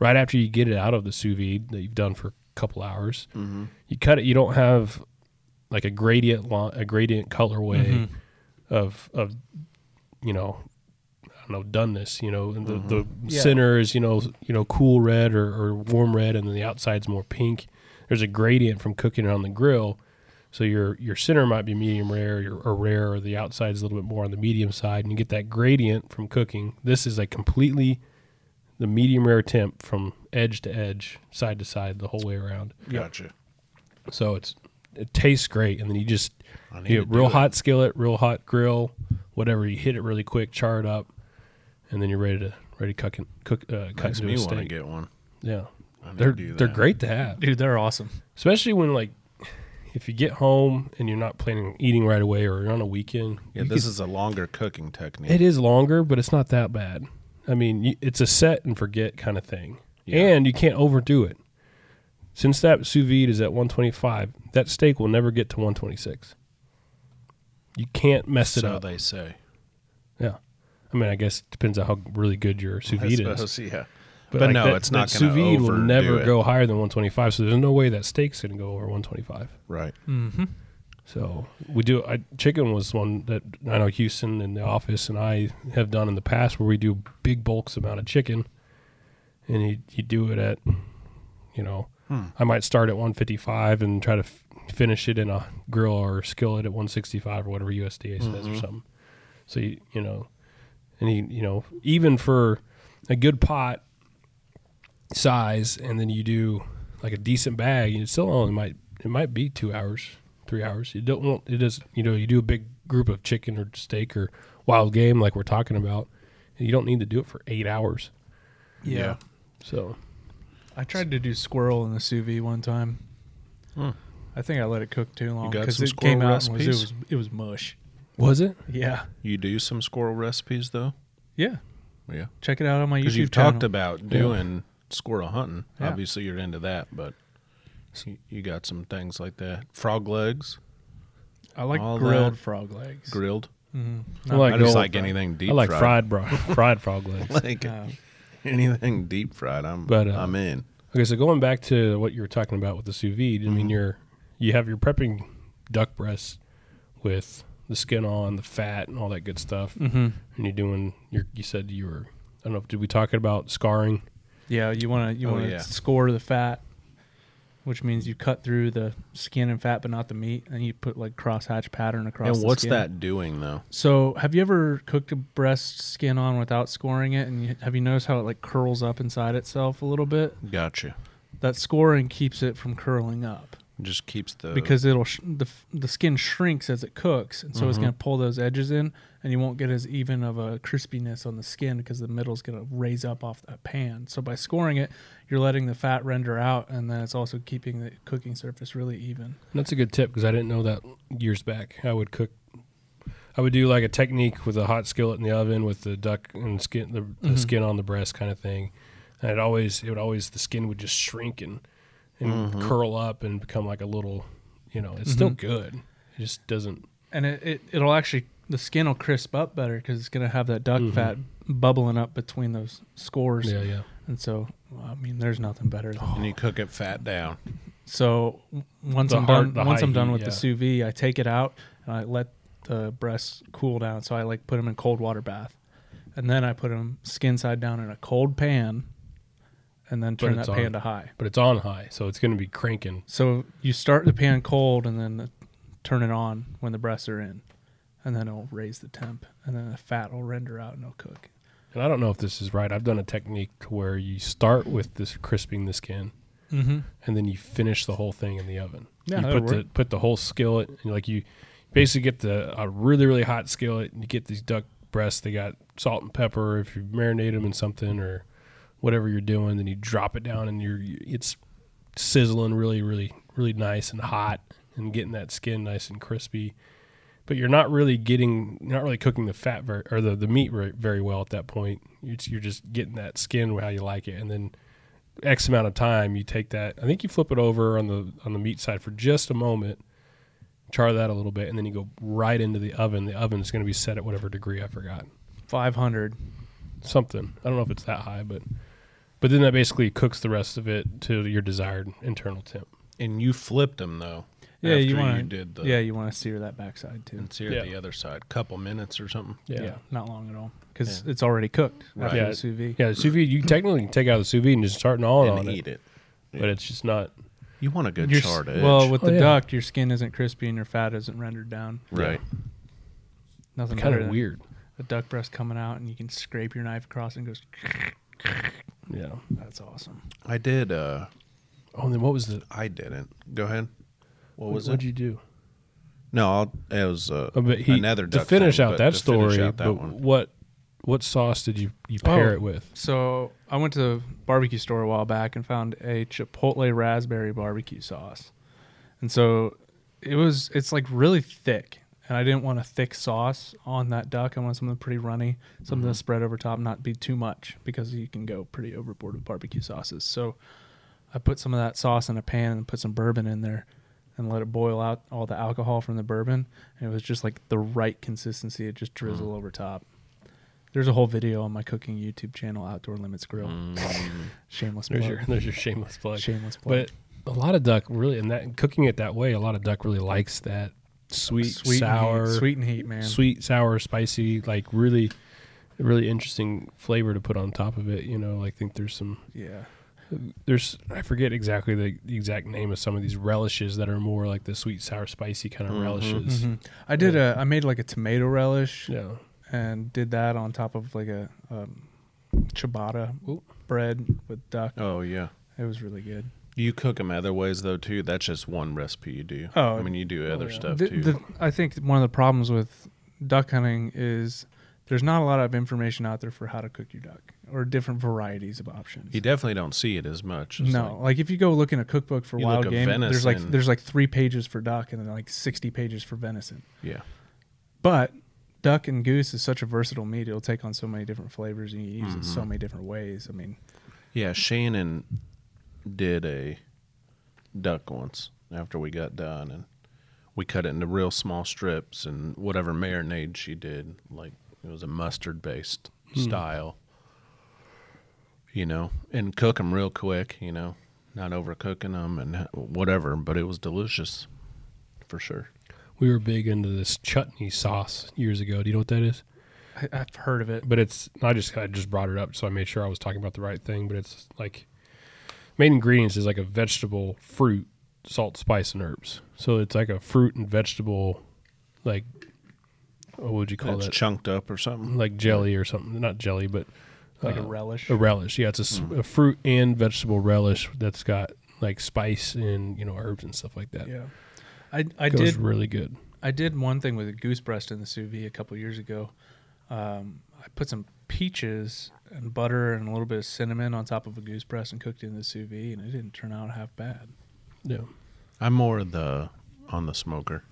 [SPEAKER 2] right after you get it out of the sous vide that you've done for a couple hours
[SPEAKER 1] Mhm.
[SPEAKER 2] you cut it you don't have like a gradient lo- a gradient colorway
[SPEAKER 3] Mhm.
[SPEAKER 1] Mm-hmm.
[SPEAKER 2] of of you know I don't know doneness. You know, and the the
[SPEAKER 3] Yeah.
[SPEAKER 2] center is you know you know cool red or, or warm red, and then the outside's more pink. There's a gradient from cooking it on the grill, so your your center might be medium rare, your or rare, or the outside's a little bit more on the medium side, and you get that gradient from cooking. This is like completely the medium rare temp from edge to edge, side to side, the whole way around.
[SPEAKER 1] Gotcha.
[SPEAKER 2] So it's it tastes great, and then you just
[SPEAKER 1] I need
[SPEAKER 2] you
[SPEAKER 1] to
[SPEAKER 2] get
[SPEAKER 1] do
[SPEAKER 2] real
[SPEAKER 1] it.
[SPEAKER 2] hot skillet, real hot grill, whatever. You hit it really quick, char it up, and then you're ready to ready to cook and cook uh,
[SPEAKER 1] Makes
[SPEAKER 2] cut into
[SPEAKER 1] me
[SPEAKER 2] a
[SPEAKER 1] want to
[SPEAKER 2] steak.
[SPEAKER 1] get one.
[SPEAKER 2] yeah,
[SPEAKER 1] I need
[SPEAKER 2] they're
[SPEAKER 1] to do
[SPEAKER 2] they're
[SPEAKER 1] that.
[SPEAKER 2] great to have,
[SPEAKER 3] Dude, they're awesome.
[SPEAKER 2] especially when like if you get home and you're not planning on eating right away or you're on a weekend.
[SPEAKER 1] Yeah,
[SPEAKER 2] you
[SPEAKER 1] this
[SPEAKER 2] could-
[SPEAKER 1] is a longer cooking technique.
[SPEAKER 2] it is longer, but it's not that bad. I mean, you, it's a set and forget kind of thing,
[SPEAKER 1] Yeah.
[SPEAKER 2] and you can't overdo it. Since that sous vide is at 125, that steak will never get to 126. You can't mess it
[SPEAKER 1] so
[SPEAKER 2] up.
[SPEAKER 1] they say.
[SPEAKER 2] Yeah. I mean, I guess it depends on how really good your sous
[SPEAKER 1] I
[SPEAKER 2] vide is.
[SPEAKER 1] suppose, yeah. But, no,
[SPEAKER 2] that-
[SPEAKER 1] it's not
[SPEAKER 2] that
[SPEAKER 1] going
[SPEAKER 2] Sous vide
[SPEAKER 1] to
[SPEAKER 2] will never go higher than 125, so there's no way that steak's going to go over 125.
[SPEAKER 1] Right.
[SPEAKER 3] Mm-hmm.
[SPEAKER 2] So we do. I, chicken was one that I know Houston and the office and I have done in the past, where we do big bulks amount of chicken, and you you do it at, you know,
[SPEAKER 1] Hmm.
[SPEAKER 2] I might start at 155 and try to f- finish it in a grill or skillet at 165 or whatever USDA says or something. So you you know, and you you know even for a good pot size, and then you do like a decent bag, and it still only might it might be two hours, three hours. You don't want it is you know you do a big group of chicken or steak or wild game like we're talking about, and you don't need to do it for eight hours.
[SPEAKER 3] Yeah.
[SPEAKER 1] Yeah.
[SPEAKER 2] So
[SPEAKER 3] I tried to do squirrel in the sous vide one time.
[SPEAKER 1] Hmm.
[SPEAKER 3] I think I let it cook too long
[SPEAKER 1] got
[SPEAKER 3] because
[SPEAKER 1] some
[SPEAKER 3] it came
[SPEAKER 1] squirrel
[SPEAKER 3] out and was, it
[SPEAKER 1] recipes?
[SPEAKER 3] was it was mush.
[SPEAKER 2] was it?
[SPEAKER 3] Yeah,
[SPEAKER 1] You do some squirrel recipes though?
[SPEAKER 3] yeah.
[SPEAKER 1] Yeah.
[SPEAKER 3] Check it out on my YouTube
[SPEAKER 1] Because you've
[SPEAKER 3] channel.
[SPEAKER 1] talked about doing squirrel hunting.
[SPEAKER 3] Yeah.
[SPEAKER 1] Obviously, you're into that, but you- you got some things like that. Frog legs,
[SPEAKER 3] I like
[SPEAKER 1] all
[SPEAKER 3] grilled
[SPEAKER 1] that.
[SPEAKER 3] frog legs.
[SPEAKER 1] grilled.
[SPEAKER 3] Mhm.
[SPEAKER 2] I like
[SPEAKER 1] I just
[SPEAKER 2] old
[SPEAKER 1] like
[SPEAKER 2] fried.
[SPEAKER 1] anything deep
[SPEAKER 2] I like
[SPEAKER 1] fried.
[SPEAKER 2] fried bro, fried frog legs.
[SPEAKER 1] Like
[SPEAKER 3] Uh,
[SPEAKER 1] anything deep fried, I'm,
[SPEAKER 2] But, uh,
[SPEAKER 1] I'm in.
[SPEAKER 2] Okay, so going back to what you were talking about with the sous vide, I mean, you're you have your prepping duck breasts with the skin on, the fat, and all that good stuff,
[SPEAKER 3] mhm.
[SPEAKER 2] and you're doing. You're, you said you were. I don't know. Did we talk about scarring?
[SPEAKER 3] Yeah, you want to you
[SPEAKER 1] Oh,
[SPEAKER 3] want to
[SPEAKER 1] yeah.
[SPEAKER 3] score the fat, which means you cut through the skin and fat, but not the meat, and you put like cross hatch pattern across.
[SPEAKER 1] And
[SPEAKER 3] the
[SPEAKER 1] what's
[SPEAKER 3] skin.
[SPEAKER 1] that doing though?
[SPEAKER 3] So, have you ever cooked a breast skin on without scoring it? And you, have you noticed how it like curls up inside itself a little bit?
[SPEAKER 1] Gotcha.
[SPEAKER 3] That scoring keeps it from curling up
[SPEAKER 1] Just keeps
[SPEAKER 2] Uh,
[SPEAKER 1] the
[SPEAKER 3] because it'll sh- the f- the skin shrinks as it cooks, and so
[SPEAKER 2] Mm-hmm.
[SPEAKER 3] it's
[SPEAKER 1] Mhm.
[SPEAKER 3] going to pull those edges in, and you won't get as even of a crispiness on the skin because the middle's going to raise up off that pan. So by scoring it, you're letting the fat render out, and then it's also keeping the cooking surface really even.
[SPEAKER 2] And that's a good tip because I didn't know that years back. I would cook. I would do like a technique with a hot skillet in the oven with the duck and skin, the, the
[SPEAKER 3] Mhm.
[SPEAKER 2] skin on the breast kind of thing, and it always, it would always, the skin would just shrink and and curl up and become like a little, you know, it's still
[SPEAKER 3] Mhm.
[SPEAKER 2] good. It just doesn't.
[SPEAKER 3] and it, it it'll actually the skin will crisp up better because it's gonna have that duck fat bubbling up between those scores,
[SPEAKER 2] Mm-hmm. Yeah, Oh, yeah.
[SPEAKER 3] and so I mean, there's nothing better. Than
[SPEAKER 1] and you cook it fat down.
[SPEAKER 3] So w- once
[SPEAKER 2] The
[SPEAKER 3] I'm
[SPEAKER 2] hard- the
[SPEAKER 3] done, once
[SPEAKER 2] high
[SPEAKER 3] I'm done
[SPEAKER 2] heat,
[SPEAKER 3] with
[SPEAKER 2] yeah.
[SPEAKER 3] the sous vide, I take it out and I let the breasts cool down. So I like put them in cold water bath, and then I put them skin side down in a cold pan, and then
[SPEAKER 2] But
[SPEAKER 3] turn
[SPEAKER 2] it's
[SPEAKER 3] that
[SPEAKER 2] on.
[SPEAKER 3] pan to high.
[SPEAKER 2] But it's on high, so it's going to be cranking.
[SPEAKER 3] So you start the pan cold and then turn it on when the breasts are in, and then it'll raise the temp, and then the fat will render out and it'll cook.
[SPEAKER 2] And I don't know if this is right. I've done a technique to where you start with this crisping the skin,
[SPEAKER 3] Mm-hmm.
[SPEAKER 2] and then you finish the whole thing in the oven.
[SPEAKER 3] Yeah,
[SPEAKER 2] you
[SPEAKER 3] that'll
[SPEAKER 2] put the
[SPEAKER 3] work.
[SPEAKER 2] put the whole skillet and like you basically get the a really really hot skillet and you get these duck breasts. They got salt and pepper. If you marinate them in something or whatever you're doing, then you drop it down and you're you- it's sizzling really really really nice and hot and getting that skin nice and crispy. But you're not really getting, you're not really cooking the fat very, or the, the meat very, very well at that point. You're, you're just getting that skin how you like it, and then X amount of time, you take that. I think you flip it over on the on the meat side for just a moment, char that a little bit, and then you go right into the oven. The oven's going to be set at whatever degree I forgot,
[SPEAKER 3] Five hundred.
[SPEAKER 2] something. I don't know if it's that high, but but then that basically cooks the rest of it to your desired internal temp.
[SPEAKER 1] And you flipped them though.
[SPEAKER 3] Yeah,
[SPEAKER 1] after
[SPEAKER 3] you want
[SPEAKER 1] you did the
[SPEAKER 3] yeah, you want to sear that backside too.
[SPEAKER 1] and sear
[SPEAKER 2] Yeah.
[SPEAKER 1] the other side, couple minutes or something.
[SPEAKER 2] Yeah.
[SPEAKER 3] Yeah,
[SPEAKER 2] yeah.
[SPEAKER 3] not long at all because
[SPEAKER 1] Yeah.
[SPEAKER 3] it's already cooked
[SPEAKER 1] Right.
[SPEAKER 3] after
[SPEAKER 2] Yeah.
[SPEAKER 3] the sous vide.
[SPEAKER 2] the sous vide. You technically can take out the sous vide and just start gnawing
[SPEAKER 1] and
[SPEAKER 2] on it,
[SPEAKER 1] eat it.
[SPEAKER 2] but it's just not.
[SPEAKER 1] You want a good
[SPEAKER 3] Your s-
[SPEAKER 1] charred edge.
[SPEAKER 3] Well, with
[SPEAKER 2] Oh,
[SPEAKER 3] the
[SPEAKER 2] yeah.
[SPEAKER 3] duck, your skin isn't crispy and your fat isn't rendered down.
[SPEAKER 1] right.
[SPEAKER 3] Nothing
[SPEAKER 2] Kind
[SPEAKER 3] better
[SPEAKER 2] of
[SPEAKER 3] than
[SPEAKER 2] weird.
[SPEAKER 3] A duck breast coming out and you can scrape your knife across and it goes.
[SPEAKER 2] Yeah.
[SPEAKER 3] That's awesome.
[SPEAKER 1] I did. uh
[SPEAKER 2] Oh, and then what was the?
[SPEAKER 1] I didn't. Go ahead. What was
[SPEAKER 2] what'd
[SPEAKER 1] it?
[SPEAKER 2] you do?
[SPEAKER 1] no, I'll, it was uh,
[SPEAKER 2] Uh, but he,
[SPEAKER 1] another
[SPEAKER 2] to
[SPEAKER 1] duck
[SPEAKER 2] finish
[SPEAKER 1] thing,
[SPEAKER 2] out
[SPEAKER 1] but
[SPEAKER 2] that
[SPEAKER 1] to
[SPEAKER 2] story.
[SPEAKER 1] finish out that
[SPEAKER 2] but
[SPEAKER 1] one.
[SPEAKER 2] what what sauce did you you pair
[SPEAKER 3] Oh.
[SPEAKER 2] it with?
[SPEAKER 3] So I went to the barbecue store a while back and found a chipotle raspberry barbecue sauce, and so it was it's like really thick, and I didn't want a thick sauce on that duck. I wanted something pretty runny, something to spread over top, not be too much because you can go pretty overboard with barbecue sauces. So I put some of that sauce in a pan and put some bourbon in there. And let it boil out all the alcohol from the bourbon, and it was just like the right consistency. It just drizzle over top. There's a whole video on my cooking YouTube channel, Outdoor Limits Grill. Shameless plug.
[SPEAKER 2] There's your there's your shameless plug.
[SPEAKER 3] Shameless plug.
[SPEAKER 2] But a lot of duck really, and that cooking it that way, a lot of duck really likes that sweet, sour,
[SPEAKER 3] and heat, sweet and heat, man.
[SPEAKER 2] sweet, sour, spicy, like really, really interesting flavor to put on top of it. You know, like think there's some
[SPEAKER 3] Yeah,
[SPEAKER 2] there's I forget exactly the, the exact name of some of these relishes that are more like the sweet, sour, spicy kind
[SPEAKER 1] Mm-hmm.
[SPEAKER 2] of relishes.
[SPEAKER 3] Mhm. I did a. I made like a tomato relish
[SPEAKER 2] Yeah,
[SPEAKER 3] and did that on top of like a um, ciabatta
[SPEAKER 2] Ooh.
[SPEAKER 3] bread with duck.
[SPEAKER 1] Oh yeah.
[SPEAKER 3] It was really good.
[SPEAKER 1] You cook them other ways though too. That's just one recipe you do.
[SPEAKER 3] Oh,
[SPEAKER 1] I mean you do other
[SPEAKER 2] yeah.
[SPEAKER 1] stuff
[SPEAKER 3] The-
[SPEAKER 1] too.
[SPEAKER 3] the- I think one of the problems with duck hunting is there's not a lot of information out there for how to cook your duck or different varieties of options.
[SPEAKER 1] you definitely don't see it as much. It's
[SPEAKER 3] No, like, if you go look in a cookbook for
[SPEAKER 1] You
[SPEAKER 3] wild
[SPEAKER 1] look at
[SPEAKER 3] game, there's like
[SPEAKER 1] venison.
[SPEAKER 3] there's like three pages for duck and then like sixty pages for venison.
[SPEAKER 1] like- yeah.
[SPEAKER 3] But duck and goose is such a versatile meat; it'll take on so many different flavors and you can use it
[SPEAKER 1] Mm-hmm.
[SPEAKER 3] so many different ways. I mean,
[SPEAKER 1] Yeah, Shannon did a duck once after we got done, and we cut it into real small strips and whatever marinade she did, like it was a mustard based style, you know, and cook them real quick, you know, not overcooking them and whatever, but it was delicious for sure.
[SPEAKER 2] we were big into this chutney sauce years ago. Do you know what that is?
[SPEAKER 3] I, I've heard of it.
[SPEAKER 2] but it's I just I just brought it up, so I made sure I was talking about the right thing. But it's like main ingredients is like a vegetable, fruit, salt, spice, and herbs. So it's like a fruit and vegetable, like what would you call
[SPEAKER 1] It's
[SPEAKER 2] that?
[SPEAKER 1] chunked up or something.
[SPEAKER 2] like jelly or something? Not jelly, but
[SPEAKER 3] Like a
[SPEAKER 2] uh,
[SPEAKER 3] relish. Mm.
[SPEAKER 2] a relish. Yeah, it's a, s- a fruit and vegetable relish that's got like spice and you know herbs and stuff like that.
[SPEAKER 3] yeah, I I
[SPEAKER 2] Goes
[SPEAKER 3] did
[SPEAKER 2] really good.
[SPEAKER 3] I did one thing with a goose breast in the sous vide a couple years ago. Um, I put some peaches and butter and a little bit of cinnamon on top of a goose breast and cooked it in the sous vide, and it didn't turn out half bad.
[SPEAKER 2] Yeah,
[SPEAKER 1] I'm more the on the smoker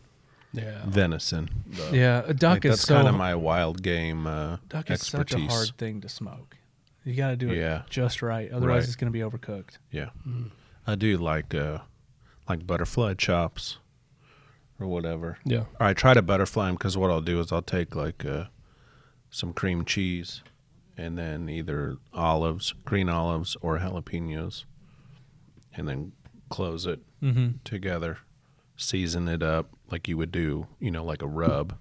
[SPEAKER 2] yeah.
[SPEAKER 1] venison. The-
[SPEAKER 3] Yeah, a duck
[SPEAKER 1] Oh. like,
[SPEAKER 3] is
[SPEAKER 1] that's
[SPEAKER 3] so
[SPEAKER 1] kind of my wild game uh,
[SPEAKER 3] duck is
[SPEAKER 1] expertise.
[SPEAKER 3] such a hard thing to smoke. You got to do it
[SPEAKER 1] Yeah.
[SPEAKER 3] just right, otherwise
[SPEAKER 1] Right.
[SPEAKER 3] it's going to be overcooked.
[SPEAKER 1] Yeah,
[SPEAKER 3] Mm.
[SPEAKER 1] I do like uh, like butterfly chops or whatever.
[SPEAKER 2] yeah.
[SPEAKER 1] Or I try to butterfly them because what I'll do is I'll take like uh, some cream cheese and then either olives, green olives, or jalapenos, and then close it
[SPEAKER 3] Mm-hmm.
[SPEAKER 1] together, season it up like you would do, you know, like a rub,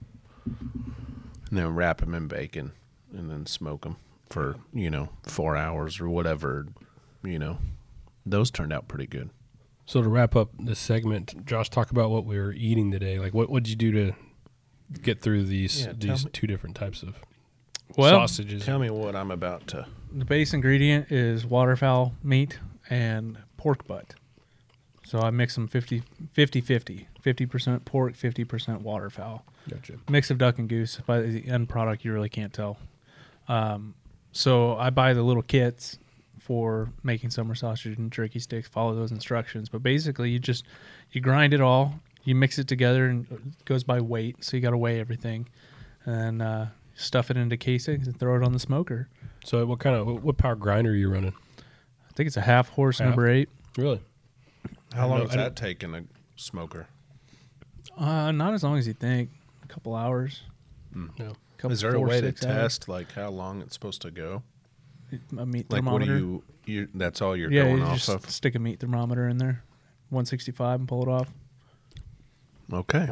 [SPEAKER 1] and then wrap them in bacon and then smoke them for, you know, four hours or whatever, you know. Those turned out pretty good.
[SPEAKER 2] So to wrap up this segment, Josh, talk about what we were eating today. Like, what would you do to get through these
[SPEAKER 1] Yeah, tell
[SPEAKER 2] these
[SPEAKER 1] me-
[SPEAKER 2] two different types of
[SPEAKER 3] Well,
[SPEAKER 2] sausages.
[SPEAKER 1] Tell me what I'm about to.
[SPEAKER 3] the base ingredient is waterfowl meat and pork butt. So I mix them 50 50 50 percent pork, 50% waterfowl.
[SPEAKER 2] Gotcha.
[SPEAKER 3] Mix of duck and goose. By the end product, you really can't tell. Um, so I buy the little kits for making summer sausage and turkey sticks. Follow those instructions. But basically, you just you grind it all, you mix it together, and it goes by weight. So you got to weigh everything, and uh, stuff it into casings and throw it on the smoker.
[SPEAKER 2] So what kind of what, what power grinder are you running?
[SPEAKER 3] I think it's a half horse
[SPEAKER 2] Half.
[SPEAKER 3] number eight.
[SPEAKER 2] Really?
[SPEAKER 1] How
[SPEAKER 2] don't
[SPEAKER 1] long
[SPEAKER 2] know.
[SPEAKER 1] does
[SPEAKER 2] I
[SPEAKER 1] that take in a smoker?
[SPEAKER 3] Uh, not as long as you think. A couple hours.
[SPEAKER 2] No.
[SPEAKER 3] Couple,
[SPEAKER 1] Is there a
[SPEAKER 3] four,
[SPEAKER 1] way to
[SPEAKER 3] six hours.
[SPEAKER 1] test like how long it's supposed to go?
[SPEAKER 3] a meat
[SPEAKER 1] Like
[SPEAKER 3] thermometer?
[SPEAKER 1] what do you? You that's all you're
[SPEAKER 3] yeah,
[SPEAKER 1] going
[SPEAKER 3] you
[SPEAKER 1] off
[SPEAKER 3] just
[SPEAKER 1] of.
[SPEAKER 3] stick a meat thermometer in there, 165, and pull it off.
[SPEAKER 1] Okay.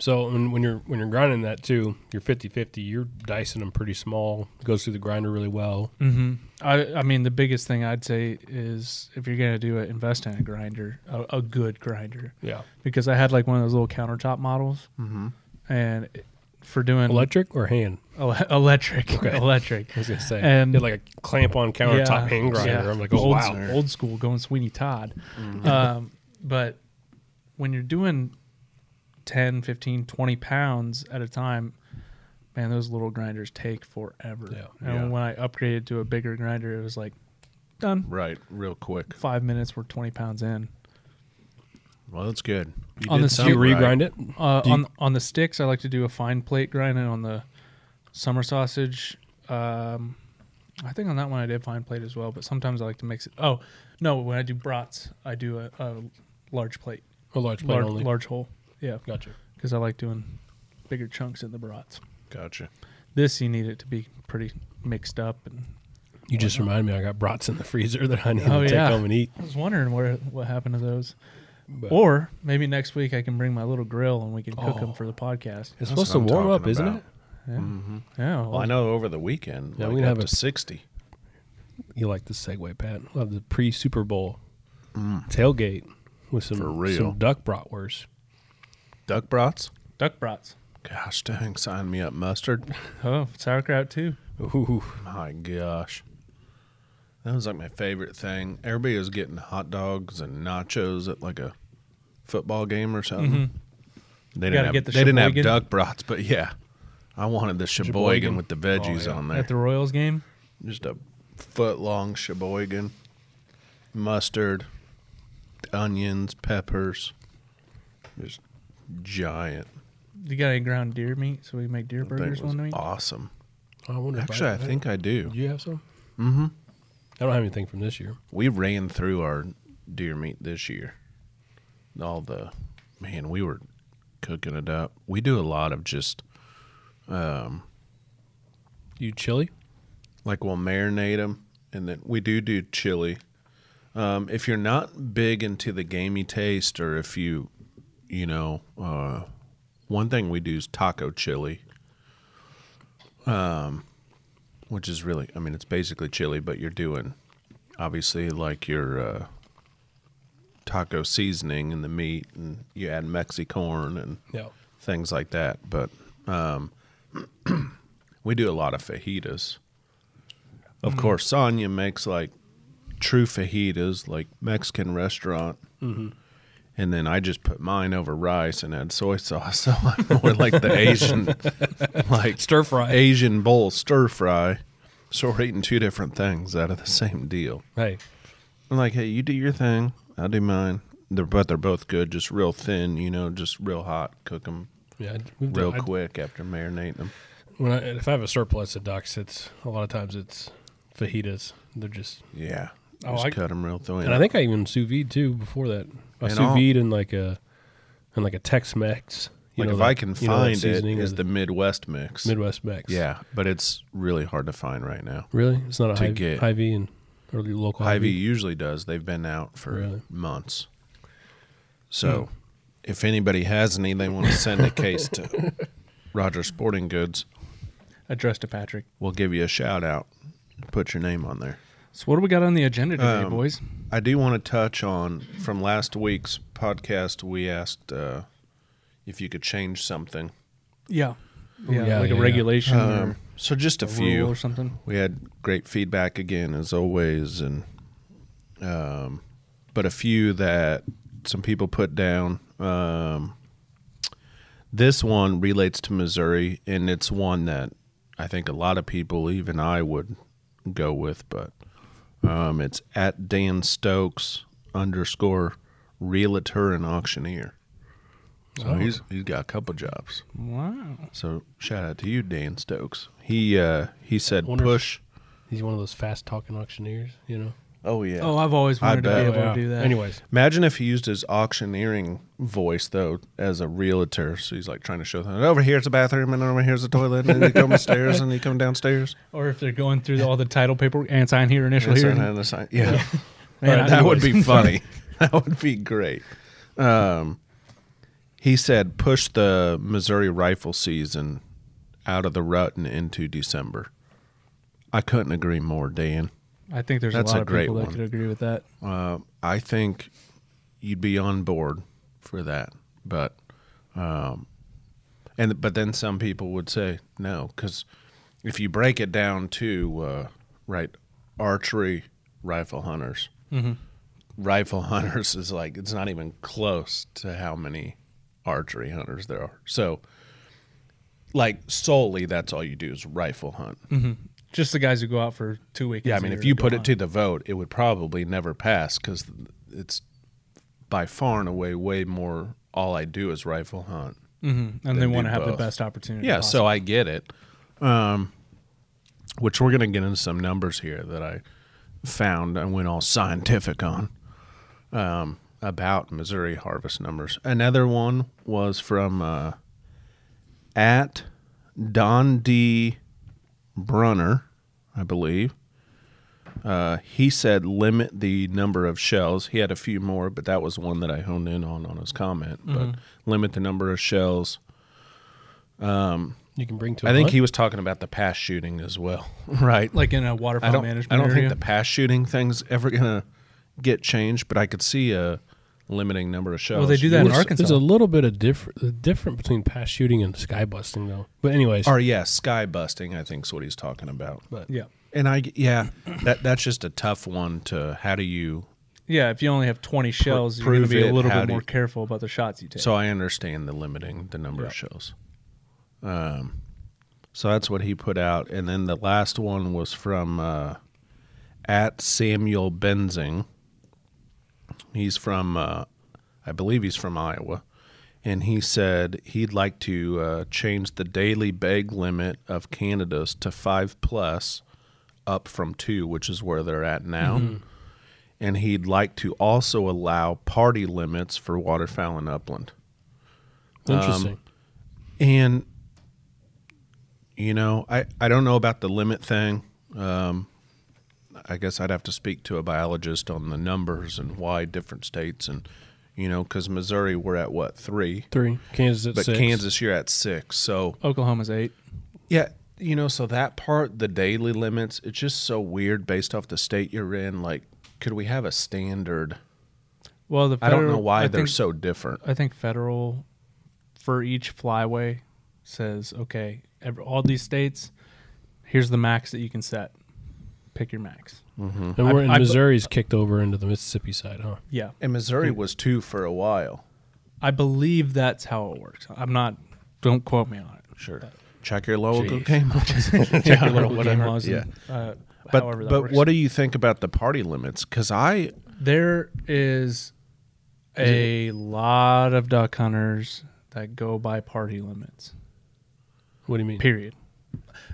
[SPEAKER 2] So when, when you're when you're grinding that too, you're 50-50, You're dicing them pretty small. Goes through the grinder really well.
[SPEAKER 3] Mm-hmm. I, I mean, the biggest thing I'd say is if you're gonna do it, invest in a grinder, a, a good grinder,
[SPEAKER 2] Yeah.
[SPEAKER 3] because I had like one of those little countertop models,
[SPEAKER 1] Mhm.
[SPEAKER 3] and it- for doing
[SPEAKER 2] Electric or hand?
[SPEAKER 3] ele- electric,
[SPEAKER 2] Okay.
[SPEAKER 3] electric.
[SPEAKER 2] I was gonna say.
[SPEAKER 3] And-
[SPEAKER 2] you had like a clamp on countertop
[SPEAKER 3] Yeah.
[SPEAKER 2] hand grinder.
[SPEAKER 3] Yeah.
[SPEAKER 2] I'm like, oh
[SPEAKER 3] old,
[SPEAKER 2] wow. Mm-hmm.
[SPEAKER 3] old school going Sweeney Todd. Um, but when you're doing 10, 15, 20 pounds at a time, man, those little grinders take forever.
[SPEAKER 2] Yeah.
[SPEAKER 3] And
[SPEAKER 1] Yeah.
[SPEAKER 3] when I upgraded to a bigger grinder, it was like done.
[SPEAKER 1] Right. Real quick.
[SPEAKER 3] Five minutes, we're 20 pounds in.
[SPEAKER 1] Well, that's good. You
[SPEAKER 3] On the
[SPEAKER 2] Do you
[SPEAKER 1] something right.
[SPEAKER 2] regrind it?
[SPEAKER 3] Uh,
[SPEAKER 2] Do you-
[SPEAKER 3] on on the sticks, I like to do a fine plate grind, and on the summer sausage, um, I think on that one I did fine plate as well. But sometimes I like to mix it. Oh no, when I do brats, I do a, a large plate,
[SPEAKER 2] A large plate
[SPEAKER 3] large
[SPEAKER 2] only.
[SPEAKER 3] large hole. Yeah,
[SPEAKER 2] Gotcha.
[SPEAKER 3] because I like doing bigger chunks in the brats.
[SPEAKER 1] Gotcha.
[SPEAKER 3] This you need it to be pretty mixed up, and
[SPEAKER 2] You just reminded me. I got brats in the freezer that I need
[SPEAKER 3] Oh,
[SPEAKER 2] to take
[SPEAKER 3] yeah.
[SPEAKER 2] home and eat.
[SPEAKER 3] I was wondering where what happened to those.
[SPEAKER 2] But
[SPEAKER 3] Or maybe next week I can bring my little grill and we can cook them
[SPEAKER 2] Oh.
[SPEAKER 3] for the podcast.
[SPEAKER 2] it's
[SPEAKER 1] That's
[SPEAKER 2] supposed to
[SPEAKER 1] what I'm
[SPEAKER 2] warm up,
[SPEAKER 1] talking
[SPEAKER 2] isn't
[SPEAKER 1] about.
[SPEAKER 2] it?
[SPEAKER 3] Yeah, yeah.
[SPEAKER 1] Well, I know over the weekend,
[SPEAKER 2] Yeah,
[SPEAKER 1] like
[SPEAKER 2] we can
[SPEAKER 1] up
[SPEAKER 2] have
[SPEAKER 1] to
[SPEAKER 2] a-
[SPEAKER 1] sixty.
[SPEAKER 2] You like the segue, Pat? We'll have the pre Super Bowl tailgate with some
[SPEAKER 1] Mm. For real.
[SPEAKER 2] some duck bratwurst.
[SPEAKER 1] Duck brats.
[SPEAKER 3] duck brats.
[SPEAKER 1] Gosh dang! Sign me up, mustard.
[SPEAKER 3] Oh, sauerkraut too.
[SPEAKER 2] Ooh,
[SPEAKER 1] My gosh. That was like my favorite thing. Everybody was getting hot dogs and nachos at like a football game or something. They didn't
[SPEAKER 3] gotta
[SPEAKER 1] have
[SPEAKER 3] get the
[SPEAKER 1] they didn't have
[SPEAKER 3] Sheboygan.
[SPEAKER 1] duck brats, but yeah. I wanted the
[SPEAKER 2] Sheboygan.
[SPEAKER 1] Sheboygan with the veggies
[SPEAKER 2] Oh, yeah.
[SPEAKER 1] on there.
[SPEAKER 3] At the Royals game,
[SPEAKER 1] Just a foot long Sheboygan. Mustard, onions, peppers. Just giant.
[SPEAKER 3] you got any ground deer meat? So we can make deer
[SPEAKER 1] That thing
[SPEAKER 3] burgers
[SPEAKER 1] was
[SPEAKER 3] one week.
[SPEAKER 1] awesome.
[SPEAKER 2] Oh, I wonder. if
[SPEAKER 1] Actually, I think I do.
[SPEAKER 2] Do you have some? Mm-hmm. I don't have anything from this year.
[SPEAKER 1] we ran through our deer meat this year. All the man, we were cooking it up. We do a lot of just
[SPEAKER 2] You chili?
[SPEAKER 1] like we'll marinate them, and then we do do chili. Um, if you're not big into the gamey taste, or if you, you know, uh, one thing we do is taco chili, um, which is really, I mean, it's basically chili, but you're doing obviously like your uh, taco seasoning and the meat, and you add mexicorn and
[SPEAKER 2] Yeah.
[SPEAKER 1] things like that. But um, we do a lot of fajitas. Of course, Sonia makes like true fajitas, like Mexican restaurant. And then I just put mine over rice and add soy sauce, so I'm more like the Asian, like
[SPEAKER 2] Stir fry.
[SPEAKER 1] Asian bowl stir fry. So we're eating two different things out of the same deal.
[SPEAKER 2] Hey,
[SPEAKER 1] I'm like, hey, you do your thing, I'll do mine. They're but they're both good, just real thin, you know, just real hot. Cook them
[SPEAKER 2] yeah. I- We've
[SPEAKER 1] real
[SPEAKER 2] done, I-
[SPEAKER 1] quick after marinating them.
[SPEAKER 2] when I, if I have a surplus of ducks, it's a lot of times it's fajitas. They're just
[SPEAKER 1] Yeah.
[SPEAKER 2] Oh,
[SPEAKER 1] Just
[SPEAKER 2] I-
[SPEAKER 1] cut them real thin.
[SPEAKER 2] and I think I even sous vide too before that. I
[SPEAKER 1] And
[SPEAKER 2] sous
[SPEAKER 1] I'll-
[SPEAKER 2] vide in like a in like a Tex Mex.
[SPEAKER 1] like if I can find it is the Midwest mix.
[SPEAKER 2] Midwest Mex.
[SPEAKER 1] Yeah, but it's really hard to find right now.
[SPEAKER 2] Really? It's not a
[SPEAKER 1] To
[SPEAKER 2] hy
[SPEAKER 1] get-
[SPEAKER 2] Hy-Vee and or the local
[SPEAKER 1] Ivy
[SPEAKER 2] Hy-Vee.
[SPEAKER 1] usually does. They've been out for
[SPEAKER 2] Really? Hmm.
[SPEAKER 1] months. So, if anybody has any, they want to send a case to Roger Sporting Goods.
[SPEAKER 3] Addressed to Patrick.
[SPEAKER 1] We'll give you a shout out. Put your name on there.
[SPEAKER 3] So what do we got on the agenda today,
[SPEAKER 1] Um,
[SPEAKER 3] boys?
[SPEAKER 1] I do want to touch on from last week's podcast. We asked uh, if you could change something
[SPEAKER 3] Yeah. Yeah,
[SPEAKER 2] yeah,
[SPEAKER 3] like
[SPEAKER 2] yeah,
[SPEAKER 3] a
[SPEAKER 2] yeah.
[SPEAKER 3] regulation
[SPEAKER 1] Um, so just a,
[SPEAKER 3] or a
[SPEAKER 1] few.
[SPEAKER 3] rule or something.
[SPEAKER 1] we had great feedback again as always and um but a few that some people put down um this one relates to Missouri and it's one that I think a lot of people even I would go with but um it's at Dan Stokes underscore realtor and auctioneer so
[SPEAKER 2] Oh.
[SPEAKER 1] he's he's got a couple jobs
[SPEAKER 3] Wow.
[SPEAKER 1] so shout out to you Dan Stokes he uh he said
[SPEAKER 2] Wonder if-
[SPEAKER 1] push
[SPEAKER 2] He's one of those fast talking auctioneers, you know.
[SPEAKER 1] Oh yeah.
[SPEAKER 3] Oh, I've always
[SPEAKER 1] I
[SPEAKER 3] wanted to be
[SPEAKER 1] bet.
[SPEAKER 3] able to do that.
[SPEAKER 2] Anyways,
[SPEAKER 1] Imagine if he used his auctioneering voice though as a realtor. So he's like trying to show them over here's a bathroom and over here's a toilet and you come upstairs and you come downstairs.
[SPEAKER 3] Or if they're going through all the title paperwork and sign here, initial
[SPEAKER 1] And
[SPEAKER 3] here.
[SPEAKER 1] sign- and sign- Yeah.
[SPEAKER 3] Man,
[SPEAKER 1] that
[SPEAKER 3] I-
[SPEAKER 1] would be funny. that would be great. Um, he said push the Missouri rifle season out of the rut and into December. I couldn't agree more, Dan.
[SPEAKER 3] I think there's
[SPEAKER 1] That's
[SPEAKER 3] a lot
[SPEAKER 1] a
[SPEAKER 3] of
[SPEAKER 1] great
[SPEAKER 3] people
[SPEAKER 1] one.
[SPEAKER 3] that could agree with that.
[SPEAKER 1] Uh, I think you'd be on board for that, but um, and but then some people would say no because if you break it down to uh, right archery rifle hunters, rifle hunters is like it's not even close to how many archery hunters there are. So like solely that's all you do is rifle hunt.
[SPEAKER 3] Just the guys who go out for two weekends.
[SPEAKER 1] Yeah, I
[SPEAKER 3] a
[SPEAKER 1] mean,
[SPEAKER 3] year
[SPEAKER 1] if you
[SPEAKER 3] go
[SPEAKER 1] put it
[SPEAKER 3] hunt.
[SPEAKER 1] to the vote, it would probably never pass because it's by far and away way more. All I do is rifle hunt.
[SPEAKER 3] and they
[SPEAKER 1] then
[SPEAKER 3] want to
[SPEAKER 1] do
[SPEAKER 3] have the
[SPEAKER 1] both.
[SPEAKER 3] best opportunity.
[SPEAKER 1] Yeah, so I get it. Um, which we're gonna get into some numbers here that I found and went all scientific on um, about Missouri harvest numbers. Another one was from uh, at Don D. Brunner, I believe. Uh, he said limit the number of shells. He had a few more, but that was one that I honed in on on his comment. But limit the number of shells.
[SPEAKER 2] you can bring to.
[SPEAKER 1] I
[SPEAKER 2] a
[SPEAKER 1] think
[SPEAKER 2] hunt.
[SPEAKER 1] he was talking about the pass shooting as well, right?
[SPEAKER 3] like in a waterfall
[SPEAKER 1] I don't,
[SPEAKER 3] management.
[SPEAKER 1] I don't
[SPEAKER 3] area.
[SPEAKER 1] think the pass shooting thing's ever gonna get changed, but I could see a limiting number of shows.
[SPEAKER 3] Well, they do that in
[SPEAKER 1] Yours-
[SPEAKER 3] Arkansas.
[SPEAKER 2] There's a little bit of different different between pass shooting and sky busting though. But anyways,
[SPEAKER 1] Or yeah, sky busting. I think's what he's talking about.
[SPEAKER 2] but
[SPEAKER 3] Yeah.
[SPEAKER 1] And I yeah, that that's just a tough one to how do you
[SPEAKER 3] Yeah, if you only have 20 shells, you're
[SPEAKER 1] prove
[SPEAKER 3] going to be
[SPEAKER 1] it,
[SPEAKER 3] a little
[SPEAKER 1] how
[SPEAKER 3] bit
[SPEAKER 1] do
[SPEAKER 3] more
[SPEAKER 1] you-
[SPEAKER 3] careful about the shots you take.
[SPEAKER 1] So I understand the limiting the number of shows. Um, so that's what he put out, and then the last one was from uh, at Samuel Benzing. He's from, uh, I believe he's from Iowa, and he said he'd like to uh, change the daily bag limit of Canada's to five plus, up from two, which is where they're at now and he'd like to also allow party limits for waterfowl and upland. um,
[SPEAKER 2] interesting.
[SPEAKER 1] And you know, I I don't know about the limit thing. Um, I guess I'd have to speak to a biologist on the numbers and why different states and you know, because Missouri we're at what three,
[SPEAKER 2] Three Kansas at
[SPEAKER 1] but
[SPEAKER 2] six.
[SPEAKER 1] Kansas you're at six. So
[SPEAKER 3] Oklahoma's eight.
[SPEAKER 1] yeah, you know, so that part, the daily limits, it's just so weird based off the state you're in. Like, could we have a standard?
[SPEAKER 3] Well, the
[SPEAKER 1] I don't
[SPEAKER 3] federal-
[SPEAKER 1] know why
[SPEAKER 3] I
[SPEAKER 1] they're
[SPEAKER 3] think-
[SPEAKER 1] so different.
[SPEAKER 3] I think federal for each flyway says, okay, every, all these states, here's the max that you can set. Pick your max.
[SPEAKER 2] and we're
[SPEAKER 3] I-
[SPEAKER 2] in
[SPEAKER 3] I-
[SPEAKER 2] Missouri's kicked over into the Mississippi side, huh?
[SPEAKER 3] Yeah.
[SPEAKER 1] And Missouri was two for a while.
[SPEAKER 3] I believe that's how it works. I'm not, don't quote me on it.
[SPEAKER 1] Sure. Check your local
[SPEAKER 2] Jeez.
[SPEAKER 1] game laws. Check your local
[SPEAKER 3] Game
[SPEAKER 1] whatever.
[SPEAKER 3] laws
[SPEAKER 1] Yeah.
[SPEAKER 3] and, uh, however
[SPEAKER 1] But
[SPEAKER 3] that
[SPEAKER 1] but
[SPEAKER 3] works.
[SPEAKER 1] what do you think about the party limits? Because I
[SPEAKER 3] There is a lot of duck hunters that go by party limits.
[SPEAKER 2] What do you mean?
[SPEAKER 3] Period.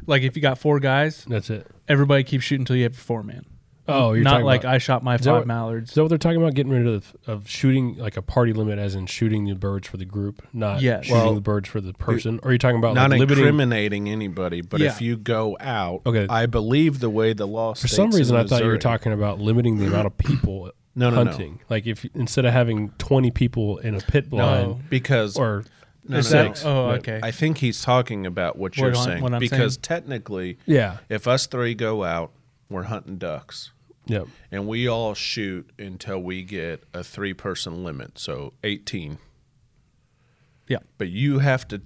[SPEAKER 3] Like if you got four guys,
[SPEAKER 2] That's it.
[SPEAKER 3] everybody keeps shooting until you have four man.
[SPEAKER 2] Oh, you're
[SPEAKER 3] not
[SPEAKER 2] talking
[SPEAKER 3] like
[SPEAKER 2] about,
[SPEAKER 3] I shot my
[SPEAKER 2] Is that
[SPEAKER 3] five
[SPEAKER 2] what- Is
[SPEAKER 3] mallards.
[SPEAKER 2] that what they're talking about? Getting rid of of shooting like a party limit, as in shooting the birds for the group, not
[SPEAKER 3] Yes.
[SPEAKER 2] shooting
[SPEAKER 1] Well,
[SPEAKER 2] the birds for the person. or are you talking about
[SPEAKER 1] not
[SPEAKER 2] Oh, like limiting?
[SPEAKER 1] incriminating anybody, but if
[SPEAKER 3] Yeah.
[SPEAKER 1] you go out,
[SPEAKER 2] Okay.
[SPEAKER 1] I believe the way the law.
[SPEAKER 2] For some reason, I thought you were talking about limiting the amount of people
[SPEAKER 1] No, no, no.
[SPEAKER 2] hunting. Like if instead of having twenty people in a pit
[SPEAKER 1] No,
[SPEAKER 2] blind
[SPEAKER 1] because
[SPEAKER 2] or
[SPEAKER 1] no,
[SPEAKER 3] Oh. Is
[SPEAKER 1] no,
[SPEAKER 3] that-
[SPEAKER 1] no.
[SPEAKER 3] Oh,
[SPEAKER 2] Right.
[SPEAKER 3] okay.
[SPEAKER 1] I think he's talking about what you're
[SPEAKER 3] What I'm-
[SPEAKER 1] saying
[SPEAKER 3] what I'm
[SPEAKER 1] because
[SPEAKER 3] saying?
[SPEAKER 1] technically,
[SPEAKER 2] yeah,
[SPEAKER 1] if us three go out, we're hunting ducks.
[SPEAKER 2] yeah,
[SPEAKER 1] and we all shoot until we get a three person limit, so 18.
[SPEAKER 3] Yeah.
[SPEAKER 1] But you have to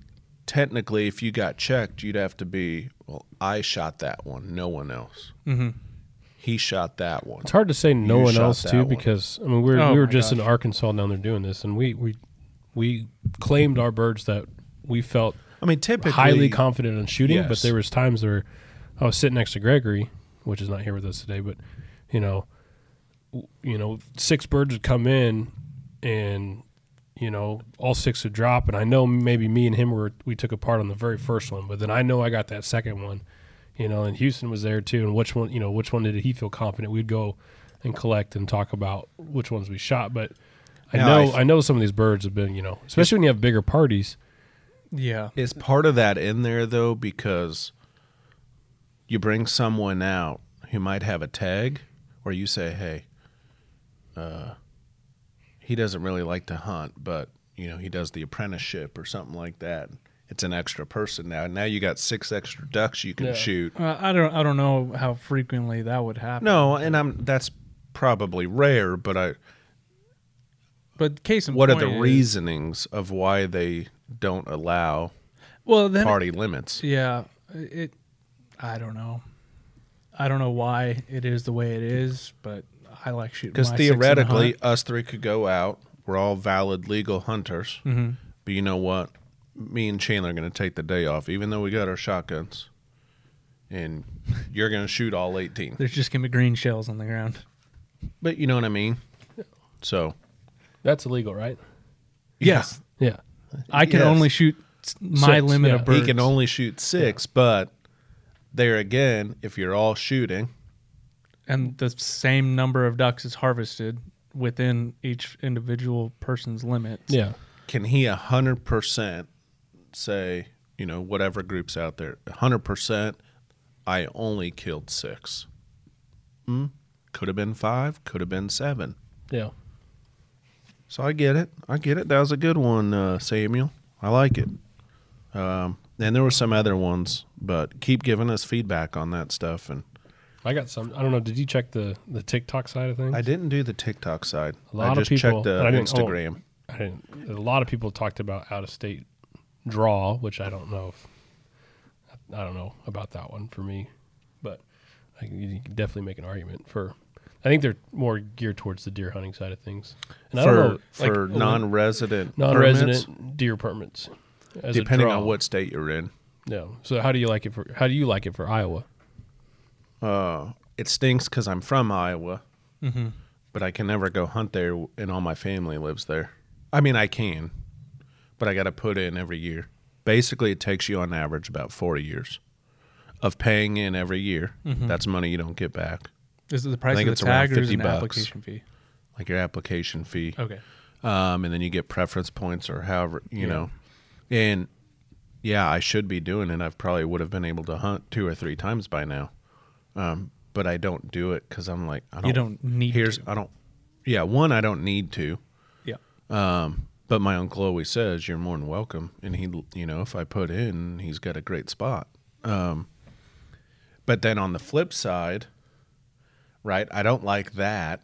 [SPEAKER 1] technically, if you got checked, you'd have to be, well, I shot that one, no one else. He shot that one.
[SPEAKER 2] It's hard to say no
[SPEAKER 1] You
[SPEAKER 2] one
[SPEAKER 1] shot
[SPEAKER 2] else
[SPEAKER 1] that
[SPEAKER 2] too
[SPEAKER 1] one.
[SPEAKER 2] because I mean we were,
[SPEAKER 3] Oh
[SPEAKER 2] we were
[SPEAKER 3] my
[SPEAKER 2] just in
[SPEAKER 3] gosh.
[SPEAKER 2] Arkansas down there doing this and we we we claimed our birds that we felt
[SPEAKER 1] I mean, typically,
[SPEAKER 2] highly confident on shooting, but
[SPEAKER 1] Yes.
[SPEAKER 2] there was times where I was sitting next to Gregory, which is not here with us today, but you know, w- you know, six birds would come in, and you know, all six would drop, and I know maybe me and him were we took apart on the very first one, but then I know I got that second one, you know, and Houston was there too, and which one, you know, which one did he feel confident? We'd go and collect and talk about which ones we shot, but. I
[SPEAKER 1] Now,
[SPEAKER 2] know,
[SPEAKER 1] I th-
[SPEAKER 2] I know some of these birds have been, you know, especially when you have bigger parties.
[SPEAKER 3] Yeah.
[SPEAKER 1] Is part of that in there though because you bring someone out who might have a tag, or you say, "Hey, uh, he doesn't really like to hunt, but you know he does the apprenticeship or something like that." It's an extra person now. Now you got six extra ducks you can
[SPEAKER 2] Yeah.
[SPEAKER 1] shoot.
[SPEAKER 3] Uh, I don't. I don't know how frequently that would happen.
[SPEAKER 1] No, and I'm that's probably rare, but I
[SPEAKER 3] But case in
[SPEAKER 1] what are
[SPEAKER 3] point
[SPEAKER 1] the
[SPEAKER 3] is-
[SPEAKER 1] reasonings of why they don't allow
[SPEAKER 3] Well, then
[SPEAKER 1] party limits?
[SPEAKER 3] Yeah, it. I don't know. I don't know why it is the way it is, but I like shooting.
[SPEAKER 1] Because
[SPEAKER 3] my six in a hunt.
[SPEAKER 1] theoretically, us three could go out. We're all valid legal hunters. Mm-hmm. But you know what? Me and Chandler are going to take the day off, even though we got our shotguns. And you're going to shoot all 18.
[SPEAKER 3] there's just gonna be green shells on the ground.
[SPEAKER 1] But you know what I mean? So,
[SPEAKER 2] That's illegal, right?
[SPEAKER 1] yes.
[SPEAKER 2] Yeah.
[SPEAKER 3] I can
[SPEAKER 1] Yes.
[SPEAKER 3] only shoot s- my
[SPEAKER 2] Six,
[SPEAKER 3] limit
[SPEAKER 2] yeah.
[SPEAKER 3] of birds.
[SPEAKER 1] He can only shoot six, but there again, if you're all shooting,
[SPEAKER 3] and the same number of ducks is harvested within each individual person's limit.
[SPEAKER 2] Yeah.
[SPEAKER 1] can he 100% say, you know, whatever group's out there, 100%, I only killed six? Hmm? Could have been five, could have been seven.
[SPEAKER 2] Yeah.
[SPEAKER 1] So I get it. I get it. That was a good one, uh, Samuel. I like it. Um, and there were some other ones, but keep giving us feedback on that stuff. And
[SPEAKER 2] I got some. I don't know. Did you check the the TikTok side of things?
[SPEAKER 1] I didn't do the TikTok side.
[SPEAKER 2] A lot
[SPEAKER 1] I
[SPEAKER 2] of
[SPEAKER 1] just
[SPEAKER 2] people-
[SPEAKER 1] checked the
[SPEAKER 2] but I didn't- oh.
[SPEAKER 1] Instagram.
[SPEAKER 2] I didn't, a lot of people talked about out of state draw, which I don't know if I don't know about that one for me, but I can, you can definitely make an argument for. I think they're more geared towards the deer hunting side of things. And I
[SPEAKER 1] for
[SPEAKER 2] don't know, like,
[SPEAKER 1] for non-resident,
[SPEAKER 2] non-resident
[SPEAKER 1] permits,
[SPEAKER 2] deer permits, as a
[SPEAKER 1] depending
[SPEAKER 2] draw.
[SPEAKER 1] on what state you're in.
[SPEAKER 2] No. So how do you like it for? How do you like it for Iowa?
[SPEAKER 1] uh, it stinks because I'm from Iowa, but I can never go hunt there, and all my family lives there. I mean, I can, but I got to put in every year. Basically, it takes you on average about 40 years of paying in every year. That's money you don't get back,
[SPEAKER 3] Is it the price of
[SPEAKER 1] think
[SPEAKER 3] the
[SPEAKER 1] it's around
[SPEAKER 3] tag or is
[SPEAKER 1] 50
[SPEAKER 3] it an
[SPEAKER 1] bucks.
[SPEAKER 3] application fee?
[SPEAKER 1] like your application fee.
[SPEAKER 3] Okay.
[SPEAKER 1] um, and then you get preference points or however you know. And yeah, I should be doing it. I probably would have been able to hunt two or three times by now, um, but I don't do it because I'm like, I don't,
[SPEAKER 3] You don't need
[SPEAKER 1] Here's
[SPEAKER 3] to.
[SPEAKER 1] I don't. Yeah, one I don't need to.
[SPEAKER 3] Yeah.
[SPEAKER 1] Um, but my uncle always says you're more than welcome, and he, you know, if I put in, he's got a great spot. Um, but then on the flip side, right? I don't like that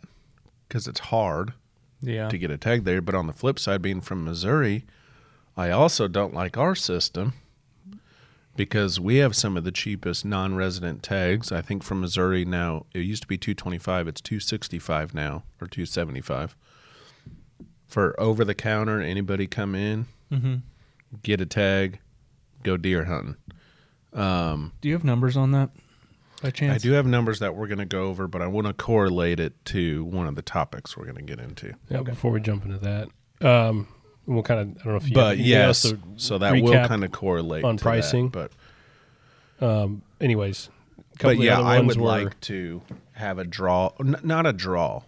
[SPEAKER 1] because it's hard
[SPEAKER 3] Yeah.
[SPEAKER 1] to get a tag there. But on the flip side, being from Missouri, I also don't like our system because we have some of the cheapest non-resident tags. I think from Missouri now it used to be 225, it's 265 now or 275 for over the counter. Anybody come in, get a tag, go deer hunting.
[SPEAKER 3] Do you have numbers on that? By
[SPEAKER 1] I
[SPEAKER 3] chance?
[SPEAKER 1] do have numbers that we're going to go over, but I want to correlate it to one of the topics we're going to get into.
[SPEAKER 2] Yeah, before we jump into that, um, we'll kind of I don't know if you
[SPEAKER 1] but
[SPEAKER 2] you
[SPEAKER 1] yes,
[SPEAKER 2] also
[SPEAKER 1] so that
[SPEAKER 2] recap-
[SPEAKER 1] will kind of correlate
[SPEAKER 2] on
[SPEAKER 1] to that,
[SPEAKER 2] pricing.
[SPEAKER 1] but
[SPEAKER 2] Anyways, a couple
[SPEAKER 1] but
[SPEAKER 2] of the
[SPEAKER 1] yeah,
[SPEAKER 2] other
[SPEAKER 1] I
[SPEAKER 2] ones
[SPEAKER 1] would
[SPEAKER 2] were-
[SPEAKER 1] like to have a draw, n- not a draw,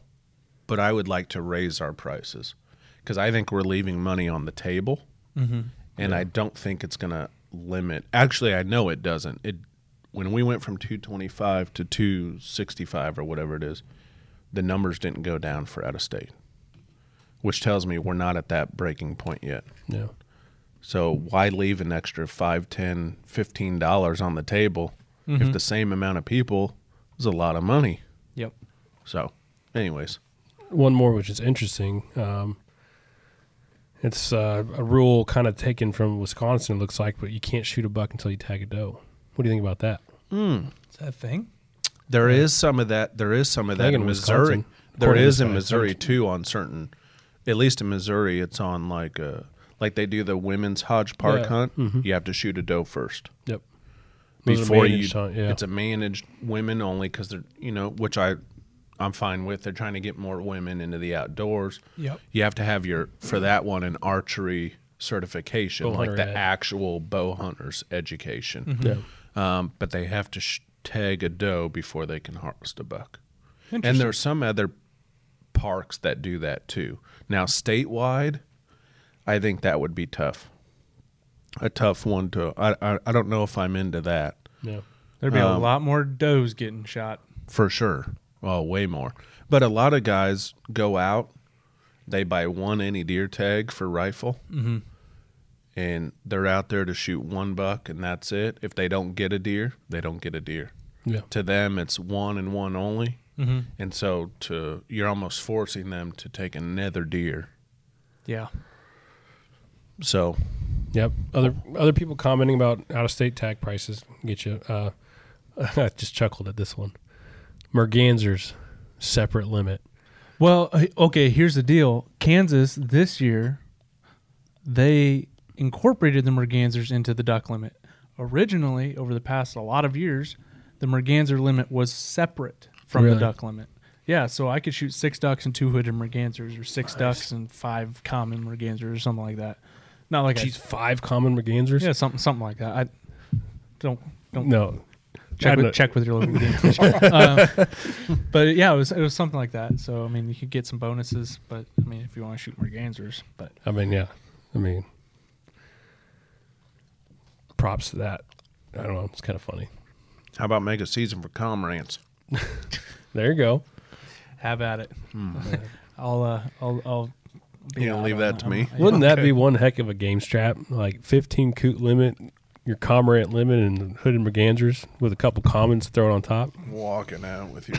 [SPEAKER 1] but I would like to raise our prices because I think we're leaving money on the table, and I don't think it's going to limit. Actually, I know it doesn't. It when we went from two twenty five to two sixty five or whatever it is, the numbers didn't go down for out of state, which tells me we're not at that breaking point yet.
[SPEAKER 2] yeah,
[SPEAKER 1] So why leave an extra five, ten, fifteen dollars on the table if the same amount of people is a lot of money?
[SPEAKER 3] Yep.
[SPEAKER 1] So, anyways,
[SPEAKER 2] one more which is interesting. Um, It's uh, a rule kind of taken from Wisconsin, it looks like, but you can't shoot a buck until you tag a doe. What do you think about that?
[SPEAKER 3] Is that a thing?
[SPEAKER 1] There is some of that. There is some of
[SPEAKER 2] I
[SPEAKER 1] that
[SPEAKER 2] think
[SPEAKER 1] in
[SPEAKER 2] in
[SPEAKER 1] Missouri.
[SPEAKER 2] Wisconsin,
[SPEAKER 1] There
[SPEAKER 2] according to
[SPEAKER 1] is
[SPEAKER 2] this
[SPEAKER 1] in
[SPEAKER 2] guy,
[SPEAKER 1] Missouri
[SPEAKER 2] it's-
[SPEAKER 1] too on certain. At least in Missouri, it's on like a like they do the women's Hodge Park
[SPEAKER 2] Yeah.
[SPEAKER 1] hunt. You have to shoot a doe first
[SPEAKER 2] Yep. Those are
[SPEAKER 1] before you.
[SPEAKER 2] managed hunt, yeah.
[SPEAKER 1] It's a managed women only because they're you know which I I'm fine with. They're trying to get more women into the outdoors.
[SPEAKER 3] Yep.
[SPEAKER 1] You have to have your for that one an archery certification,
[SPEAKER 2] Bow
[SPEAKER 1] like
[SPEAKER 2] hunter Mm-hmm.
[SPEAKER 1] the
[SPEAKER 2] ed.
[SPEAKER 1] actual bow hunters education.
[SPEAKER 2] Yeah.
[SPEAKER 1] Um, but they have to sh- tag a doe before they can harvest a buck. And
[SPEAKER 3] Interesting.
[SPEAKER 1] there's some other parks that do that too. Now, statewide, I think that would be tough. A tough one to. I I, I don't know if I'm into that
[SPEAKER 2] Yeah.
[SPEAKER 3] There'd be
[SPEAKER 1] um,
[SPEAKER 3] a lot more does getting shot.
[SPEAKER 1] for sure. Well, way more. But a lot of guys go out, they buy one any deer tag for rifle,
[SPEAKER 2] Mm-hmm.
[SPEAKER 1] and they're out there to shoot one buck, and that's it. If they don't get a deer, they don't get a deer
[SPEAKER 2] Yeah.
[SPEAKER 1] to them it's one and one only
[SPEAKER 2] Mm-hmm.
[SPEAKER 1] and so to you're almost forcing them to take another deer
[SPEAKER 3] Yeah.
[SPEAKER 1] so
[SPEAKER 2] Yep. Other other people commenting about out of state tag prices get you. Uh, I just chuckled at this one. Merganser's separate limit.
[SPEAKER 3] Well, uh, okay, here's the deal. Kansas this year they incorporated the mergansers into the duck limit. Originally, over the past a lot of years, the merganser limit was separate from
[SPEAKER 2] Really?
[SPEAKER 3] the duck limit. Yeah, so I could shoot six ducks and two hooded mergansers or six ducks and five common mergansers or something like that. Not like I,
[SPEAKER 2] She's five common mergansers.
[SPEAKER 3] yeah, something something like that. I don't don't
[SPEAKER 2] No.
[SPEAKER 3] check
[SPEAKER 2] I'd
[SPEAKER 3] with,
[SPEAKER 2] not-
[SPEAKER 3] check with your local game commission. uh, but yeah, it was it was something like that. So I mean, you could get some bonuses, but I mean, if you want to shoot more Gansers, but
[SPEAKER 2] I mean, yeah. I mean, props to that. I don't know. It's kind of funny.
[SPEAKER 1] how about make a season for comrades
[SPEAKER 2] There you go.
[SPEAKER 3] have at it. I'll uh, I'll I'll. be
[SPEAKER 1] Hmm. You gonna
[SPEAKER 3] out
[SPEAKER 1] leave
[SPEAKER 3] on
[SPEAKER 1] that to
[SPEAKER 3] on-
[SPEAKER 1] me?
[SPEAKER 3] yeah.
[SPEAKER 2] Wouldn't that be one heck of a game strap? Like 15 coot limit, your comrade limit, and hooded mergansers with a couple commons thrown on top.
[SPEAKER 1] walking out with your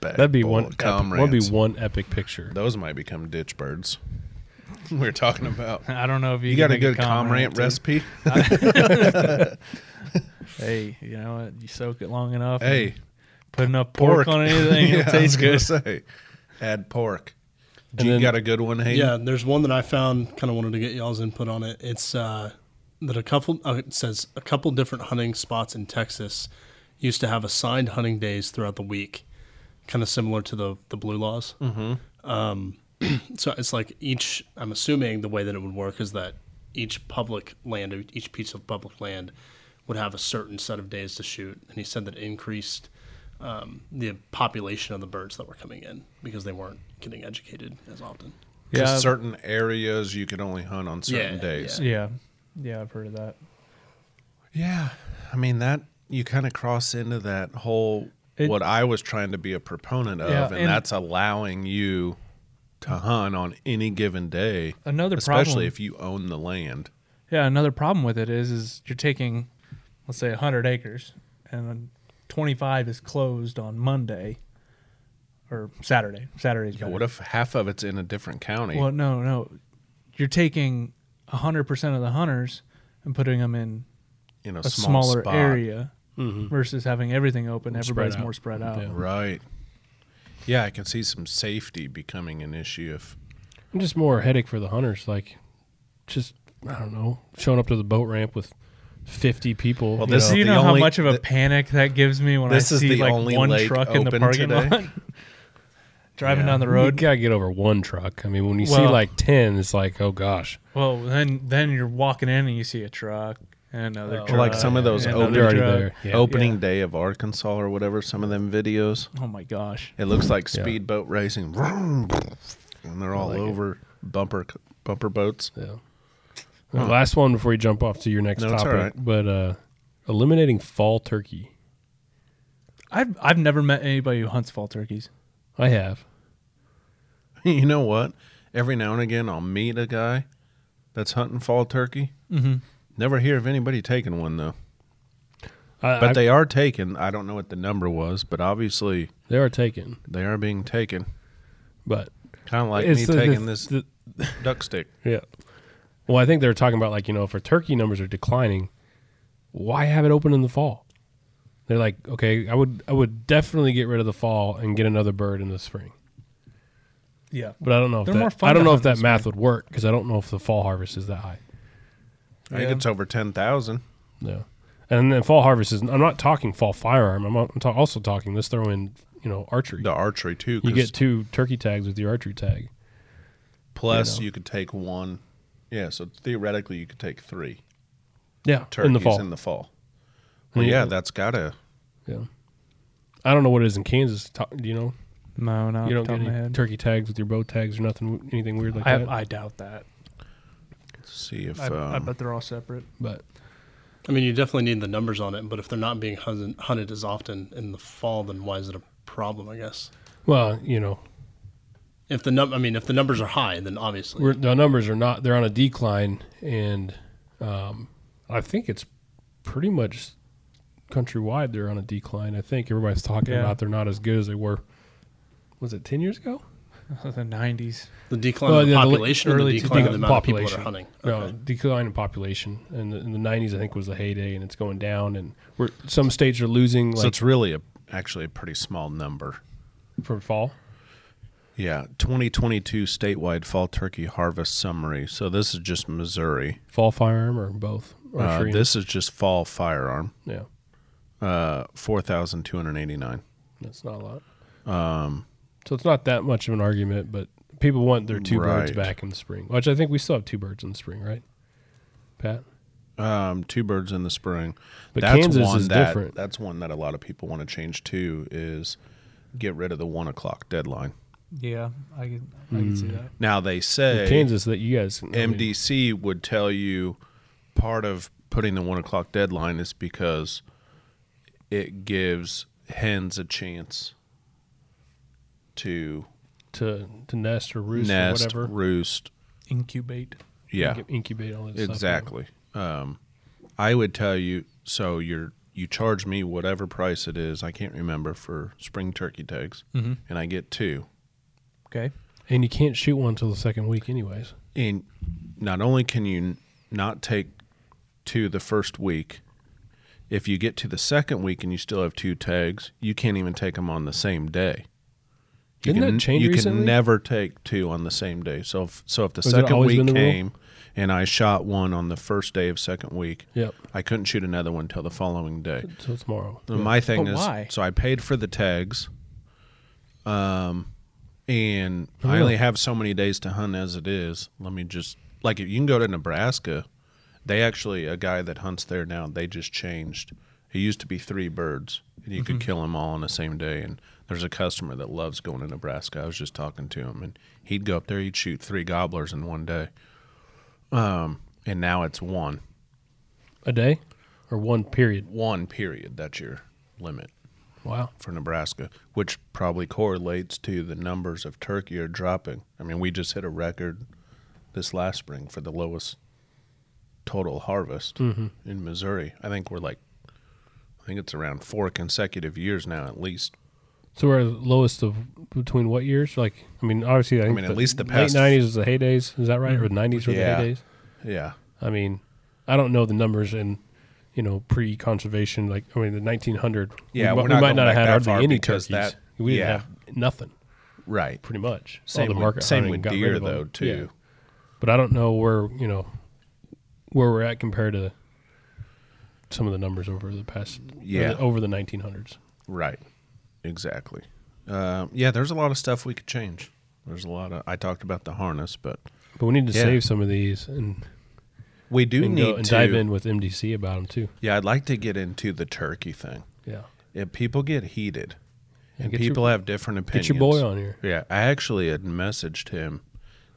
[SPEAKER 1] bag
[SPEAKER 2] That'd be
[SPEAKER 1] full
[SPEAKER 2] one.
[SPEAKER 1] of
[SPEAKER 2] Epic, that'd be
[SPEAKER 1] comrades.
[SPEAKER 2] one epic picture.
[SPEAKER 1] those might become ditch birds we were talking about
[SPEAKER 3] I don't know if you,
[SPEAKER 1] you got
[SPEAKER 3] can
[SPEAKER 1] a
[SPEAKER 3] make
[SPEAKER 1] good
[SPEAKER 3] comrade
[SPEAKER 1] comrade
[SPEAKER 3] too.
[SPEAKER 1] recipe
[SPEAKER 3] Hey, you know what? You soak it long enough. and
[SPEAKER 1] hey
[SPEAKER 3] put enough pork,
[SPEAKER 1] pork
[SPEAKER 3] on anything,
[SPEAKER 1] Yeah,
[SPEAKER 3] it'll
[SPEAKER 1] I was
[SPEAKER 3] taste
[SPEAKER 1] gonna say,
[SPEAKER 3] good.
[SPEAKER 1] add pork Do
[SPEAKER 2] And
[SPEAKER 1] you
[SPEAKER 2] then-
[SPEAKER 1] got a good one Hayden?
[SPEAKER 5] Yeah, there's one that I found. Kind of wanted to get y'all's input on it. It's uh, that a couple uh, it says a couple different hunting spots in Texas used to have assigned hunting days throughout the week, kind of similar to the the blue laws. Mm-hmm. Um, so it's like each. I'm assuming the way that it would work is that each public land, each piece of public land, would have a certain set of days to shoot. And he said that it increased. Um, the population of the birds that were coming in because they weren't getting educated as often.
[SPEAKER 1] 'Cause
[SPEAKER 3] Yeah.
[SPEAKER 1] certain areas you could only hunt on certain
[SPEAKER 5] Yeah,
[SPEAKER 1] days
[SPEAKER 3] Yeah, yeah, I've heard of that.
[SPEAKER 1] Yeah. I mean that you kind of cross into that whole
[SPEAKER 3] It-
[SPEAKER 1] what I was trying to be a proponent of
[SPEAKER 3] Yeah,
[SPEAKER 1] and,
[SPEAKER 3] and-
[SPEAKER 1] that's allowing you to hunt on any given day.
[SPEAKER 3] Another
[SPEAKER 1] especially
[SPEAKER 3] problem-
[SPEAKER 1] if you own the land.
[SPEAKER 3] Yeah, another problem with it is is you're taking, let's say, 100 acres, and then 25 is closed on Monday or Saturday. Saturday's
[SPEAKER 1] Yeah,
[SPEAKER 3] better.
[SPEAKER 1] what if half of it's in a different county?
[SPEAKER 3] Well, no, no. You're taking 100% of the hunters and putting them in
[SPEAKER 1] in a,
[SPEAKER 3] a
[SPEAKER 1] small
[SPEAKER 3] smaller
[SPEAKER 1] spot. Mm-hmm.
[SPEAKER 3] area versus having everything open. Everybody's
[SPEAKER 2] out.
[SPEAKER 3] more spread out.
[SPEAKER 2] Yeah.
[SPEAKER 1] Right. Yeah, I can see some safety becoming an issue if
[SPEAKER 2] I'm just more a headache for the hunters. Like, just I don't know, showing up to the boat ramp with 50 people.
[SPEAKER 1] Well,
[SPEAKER 2] you
[SPEAKER 1] this
[SPEAKER 2] know.
[SPEAKER 1] is
[SPEAKER 3] Do you
[SPEAKER 1] the
[SPEAKER 3] know how
[SPEAKER 1] only-
[SPEAKER 3] much of a
[SPEAKER 1] th-
[SPEAKER 3] panic that gives me when I
[SPEAKER 1] this is
[SPEAKER 3] see
[SPEAKER 1] the
[SPEAKER 3] like
[SPEAKER 1] only
[SPEAKER 3] one
[SPEAKER 1] lake
[SPEAKER 3] truck in the
[SPEAKER 1] open
[SPEAKER 3] parking
[SPEAKER 1] today?
[SPEAKER 3] lot driving
[SPEAKER 1] Yeah.
[SPEAKER 3] down the
[SPEAKER 2] You
[SPEAKER 3] road?
[SPEAKER 2] gotta get over one truck. I mean, when you see
[SPEAKER 3] Well-
[SPEAKER 2] like ten, it's like, oh gosh,
[SPEAKER 3] Well, then then you're walking in and you see a truck and another
[SPEAKER 2] Oh,
[SPEAKER 3] truck.
[SPEAKER 1] like some of those
[SPEAKER 3] and
[SPEAKER 1] open-
[SPEAKER 3] another
[SPEAKER 2] they're already
[SPEAKER 3] truck.
[SPEAKER 2] there. Yeah.
[SPEAKER 1] opening
[SPEAKER 3] Yeah.
[SPEAKER 1] day of Arkansas or whatever, some of them videos.
[SPEAKER 3] Oh my gosh.
[SPEAKER 1] It looks like
[SPEAKER 2] Yeah.
[SPEAKER 1] speedboat racing. Vroom, And they're all
[SPEAKER 2] like it.
[SPEAKER 1] over bumper bumper boats.
[SPEAKER 2] Yeah. Uh, Last one before you jump off to your next
[SPEAKER 1] No, it's
[SPEAKER 2] topic,
[SPEAKER 1] all right.
[SPEAKER 2] but uh, eliminating fall turkey.
[SPEAKER 3] I've I've never met anybody who hunts fall turkeys.
[SPEAKER 2] I have.
[SPEAKER 1] you know what? Every now and again, I'll meet a guy that's hunting fall turkey. Mm-hmm. Never hear of anybody taking one though.
[SPEAKER 2] I,
[SPEAKER 1] But
[SPEAKER 2] I-
[SPEAKER 1] they are taken. I don't know what the number was, but obviously
[SPEAKER 2] they are taken,
[SPEAKER 1] they are being taken.
[SPEAKER 2] but
[SPEAKER 1] Kind of like
[SPEAKER 2] it's
[SPEAKER 1] me
[SPEAKER 2] the-
[SPEAKER 1] taking
[SPEAKER 2] the-
[SPEAKER 1] this
[SPEAKER 2] the-
[SPEAKER 1] duck stick.
[SPEAKER 2] Yeah. Well, I think they're talking about like you know if our turkey numbers are declining, why have it open in the fall? They're like, okay, I would I would definitely get rid of the fall and get another bird in the spring.
[SPEAKER 3] Yeah.
[SPEAKER 2] But I don't know if
[SPEAKER 3] They're
[SPEAKER 2] that,
[SPEAKER 3] more fun
[SPEAKER 2] I don't
[SPEAKER 3] to
[SPEAKER 2] know
[SPEAKER 3] hunt
[SPEAKER 2] if
[SPEAKER 3] in
[SPEAKER 2] that
[SPEAKER 3] the
[SPEAKER 2] math would work because I don't know if the fall harvest is that high.
[SPEAKER 1] I think
[SPEAKER 3] Yeah.
[SPEAKER 1] it's over ten thousand.
[SPEAKER 2] Yeah. And then fall harvest is. I'm not talking fall firearm. I'm, I'm ta- also talking. Let's throw in you know archery.
[SPEAKER 1] The archery too.
[SPEAKER 2] you
[SPEAKER 1] 'cause
[SPEAKER 2] get two turkey tags with your archery tag.
[SPEAKER 1] plus you,
[SPEAKER 2] you know.
[SPEAKER 1] could take one. Yeah, so theoretically you could take three
[SPEAKER 2] Yeah.
[SPEAKER 1] turkeys
[SPEAKER 2] in the fall.
[SPEAKER 1] In the fall. Well,
[SPEAKER 2] Yeah.
[SPEAKER 1] yeah, that's gotta.
[SPEAKER 2] yeah. I don't know what it is in Kansas. Ta- Do you know?
[SPEAKER 3] No, not
[SPEAKER 2] you
[SPEAKER 3] off
[SPEAKER 2] don't
[SPEAKER 3] the top
[SPEAKER 2] get
[SPEAKER 3] of my
[SPEAKER 2] any
[SPEAKER 3] head.
[SPEAKER 2] turkey tags with your bow tags or nothing, anything weird like
[SPEAKER 3] I,
[SPEAKER 2] that.
[SPEAKER 3] I doubt that.
[SPEAKER 1] See if
[SPEAKER 3] I, I
[SPEAKER 1] um,
[SPEAKER 3] bet they're all separate.
[SPEAKER 2] but
[SPEAKER 5] I mean, you definitely need the numbers on it, but if they're not being hunted, hunted as often in the fall, then why is it a problem? I guess
[SPEAKER 2] well, you know,
[SPEAKER 5] if the num- I mean, if the numbers are high, then obviously
[SPEAKER 2] we're, the numbers are not. They're on a decline, and um, I think it's pretty much countrywide. They're on a decline. I think everybody's talking
[SPEAKER 3] Yeah.
[SPEAKER 2] about they're not as good as they were. Was it ten years ago?
[SPEAKER 3] the nineties.
[SPEAKER 5] the decline
[SPEAKER 2] Well,
[SPEAKER 5] of the
[SPEAKER 2] yeah, the
[SPEAKER 5] population or
[SPEAKER 2] early
[SPEAKER 5] the
[SPEAKER 2] to
[SPEAKER 5] decline of
[SPEAKER 2] decline
[SPEAKER 5] the amount of people that are
[SPEAKER 2] population.
[SPEAKER 5] hunting.
[SPEAKER 2] No, decline in population. And the, in the '90s, I think was the heyday, and it's going down. And we're some states are losing
[SPEAKER 1] so
[SPEAKER 2] like
[SPEAKER 1] it's really a actually a pretty small number.
[SPEAKER 2] for fall.
[SPEAKER 1] Yeah, 2022 statewide fall turkey harvest summary. So this is just Missouri.
[SPEAKER 2] Fall firearm or both? Or
[SPEAKER 1] Uh,
[SPEAKER 2] shooting?
[SPEAKER 1] this is just fall firearm.
[SPEAKER 2] yeah,
[SPEAKER 1] Uh, four thousand two hundred eighty nine.
[SPEAKER 2] that's not a lot. Um, so it's not that much of an argument, but people want their two birds
[SPEAKER 1] Right.
[SPEAKER 2] back in the spring, which I think we still have two birds in the spring, right? Pat,
[SPEAKER 1] Um, two birds in the spring.
[SPEAKER 2] But
[SPEAKER 1] that's
[SPEAKER 2] Kansas
[SPEAKER 1] one
[SPEAKER 2] is
[SPEAKER 1] that,
[SPEAKER 2] different.
[SPEAKER 1] That's one that a lot of people want to change to is get rid of the one o'clock deadline.
[SPEAKER 3] Yeah, I could I could see that.
[SPEAKER 1] Now they
[SPEAKER 2] In
[SPEAKER 1] say
[SPEAKER 2] Kansas that you guys I mean,
[SPEAKER 1] MDC would tell you part of putting the one o'clock deadline is because it gives hens a chance to
[SPEAKER 2] to to nest or roost
[SPEAKER 1] nest,
[SPEAKER 2] or whatever.
[SPEAKER 1] roost.
[SPEAKER 3] Incubate.
[SPEAKER 1] Yeah,
[SPEAKER 2] incubate all that stuff.
[SPEAKER 1] exactly. Um, I would tell you so. You're you charge me whatever price it is. I can't remember for spring turkey tags,
[SPEAKER 3] Mhm.
[SPEAKER 1] and I get two.
[SPEAKER 3] Okay.
[SPEAKER 2] And you can't shoot one until the second week, anyways.
[SPEAKER 1] And not only can you n- not take two the first week, if you get to the second week and you still have two tags, you can't even take them on the same day. You
[SPEAKER 2] Didn't that
[SPEAKER 1] can,
[SPEAKER 2] change
[SPEAKER 1] You
[SPEAKER 2] recently?
[SPEAKER 1] can never take two on the same day. So if, so if the
[SPEAKER 2] Has that
[SPEAKER 1] second
[SPEAKER 2] always
[SPEAKER 1] week
[SPEAKER 2] been the rule?
[SPEAKER 1] came and I shot one on the first day of second week,
[SPEAKER 2] Yep.
[SPEAKER 1] I couldn't shoot another one till the following day.
[SPEAKER 2] Till tomorrow.
[SPEAKER 1] Well, My thing
[SPEAKER 3] But
[SPEAKER 1] is,
[SPEAKER 3] why?
[SPEAKER 1] so I paid for the tags, um, and I
[SPEAKER 2] Really?
[SPEAKER 1] only have so many days to hunt as it is. Let me just like if you can go to Nebraska, they actually a guy that hunts there now. They just changed. It used to be three birds, and you
[SPEAKER 3] Mm-hmm.
[SPEAKER 1] could kill them all on the same day. And there's a customer that loves going to Nebraska. I was just talking to him, and he'd go up there, he'd shoot three gobblers in one day. Um, and now it's one,
[SPEAKER 2] A day or one period.
[SPEAKER 1] one period. That's your limit.
[SPEAKER 2] Wow.
[SPEAKER 1] for Nebraska, which probably correlates to the numbers of turkey are dropping. I mean, we just hit a record this last spring for the lowest total harvest
[SPEAKER 2] Mm-hmm.
[SPEAKER 1] in Missouri. I think we're like, I think it's around four consecutive years now, at least.
[SPEAKER 2] So we're at the lowest of between what years? Like, I mean, obviously, I, think
[SPEAKER 1] mean, at least the past-
[SPEAKER 2] late '90s was the heydays. Is that right? Or the '90s were
[SPEAKER 1] Yeah.
[SPEAKER 2] the heydays?
[SPEAKER 1] Yeah.
[SPEAKER 2] I mean, I don't know the numbers in, you know, pre-conservation. Like, I mean, the 1900.
[SPEAKER 1] Yeah, we're
[SPEAKER 2] we, mi- we
[SPEAKER 1] not
[SPEAKER 2] might
[SPEAKER 1] going
[SPEAKER 2] not have
[SPEAKER 1] back
[SPEAKER 2] had
[SPEAKER 1] that
[SPEAKER 2] hardly
[SPEAKER 1] far
[SPEAKER 2] any
[SPEAKER 1] because
[SPEAKER 2] turkeys.
[SPEAKER 1] that-
[SPEAKER 2] we didn't
[SPEAKER 1] yeah.
[SPEAKER 2] have nothing,
[SPEAKER 1] Right.
[SPEAKER 2] pretty much. All
[SPEAKER 1] Same
[SPEAKER 2] the
[SPEAKER 1] with-
[SPEAKER 2] market
[SPEAKER 1] same
[SPEAKER 2] hunting
[SPEAKER 1] with
[SPEAKER 2] got rid
[SPEAKER 1] deer,
[SPEAKER 2] of them.
[SPEAKER 1] though, too.
[SPEAKER 2] Yeah. But I don't know where you know where we're at compared to some of the numbers over the past uh,
[SPEAKER 1] Yeah.
[SPEAKER 2] over the 1900s.
[SPEAKER 1] Right. Exactly. Um, yeah, there's a lot of stuff we could change. There's a lot of, I talked about the harness, but
[SPEAKER 2] But we need to
[SPEAKER 1] Yeah.
[SPEAKER 2] save some of these and,
[SPEAKER 1] we do
[SPEAKER 2] and,
[SPEAKER 1] need
[SPEAKER 2] go, and
[SPEAKER 1] to
[SPEAKER 2] dive in with MDC about them too.
[SPEAKER 1] Yeah, I'd like to get into the turkey thing.
[SPEAKER 2] Yeah.
[SPEAKER 1] if people get heated and
[SPEAKER 2] get your-
[SPEAKER 1] people have different opinions.
[SPEAKER 2] Get your boy on here.
[SPEAKER 1] Yeah, I actually had messaged him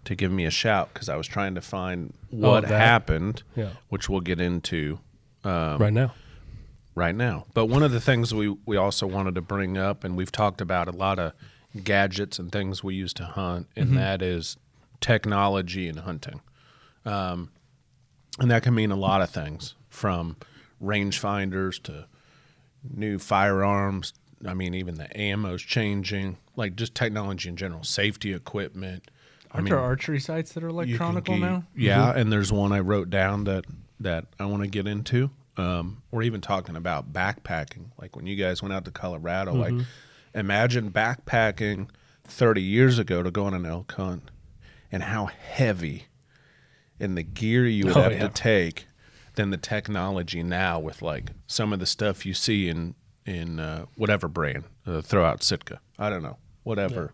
[SPEAKER 1] to give me a shout because I was trying to find what
[SPEAKER 2] Oh, that.
[SPEAKER 1] happened,
[SPEAKER 2] Yeah.
[SPEAKER 1] which we'll get into Um,
[SPEAKER 2] right now.
[SPEAKER 1] right now. But one of the things we, we also wanted to bring up, and we've talked about a lot of gadgets and things we use to hunt, and
[SPEAKER 3] Mm-hmm.
[SPEAKER 1] that is technology and hunting. Um, and that can mean a lot of things from rangefinders to new firearms. I mean, even the ammo's changing, like just technology in general, safety equipment,
[SPEAKER 3] Aren't there archery sites that are
[SPEAKER 1] you can
[SPEAKER 3] electronical
[SPEAKER 1] ge-
[SPEAKER 3] now?
[SPEAKER 1] Yeah, and there's one I wrote down that that I want to get into. Um, or even talking about backpacking, like when you guys went out to Colorado. Like, imagine backpacking 30 years ago to go on an elk hunt, and how heavy and the gear you would
[SPEAKER 2] Oh,
[SPEAKER 1] have
[SPEAKER 2] yeah.
[SPEAKER 1] to take than the technology now with like some of the stuff you see in in uh, whatever brand. Uh, throw out Sitka, I don't know, whatever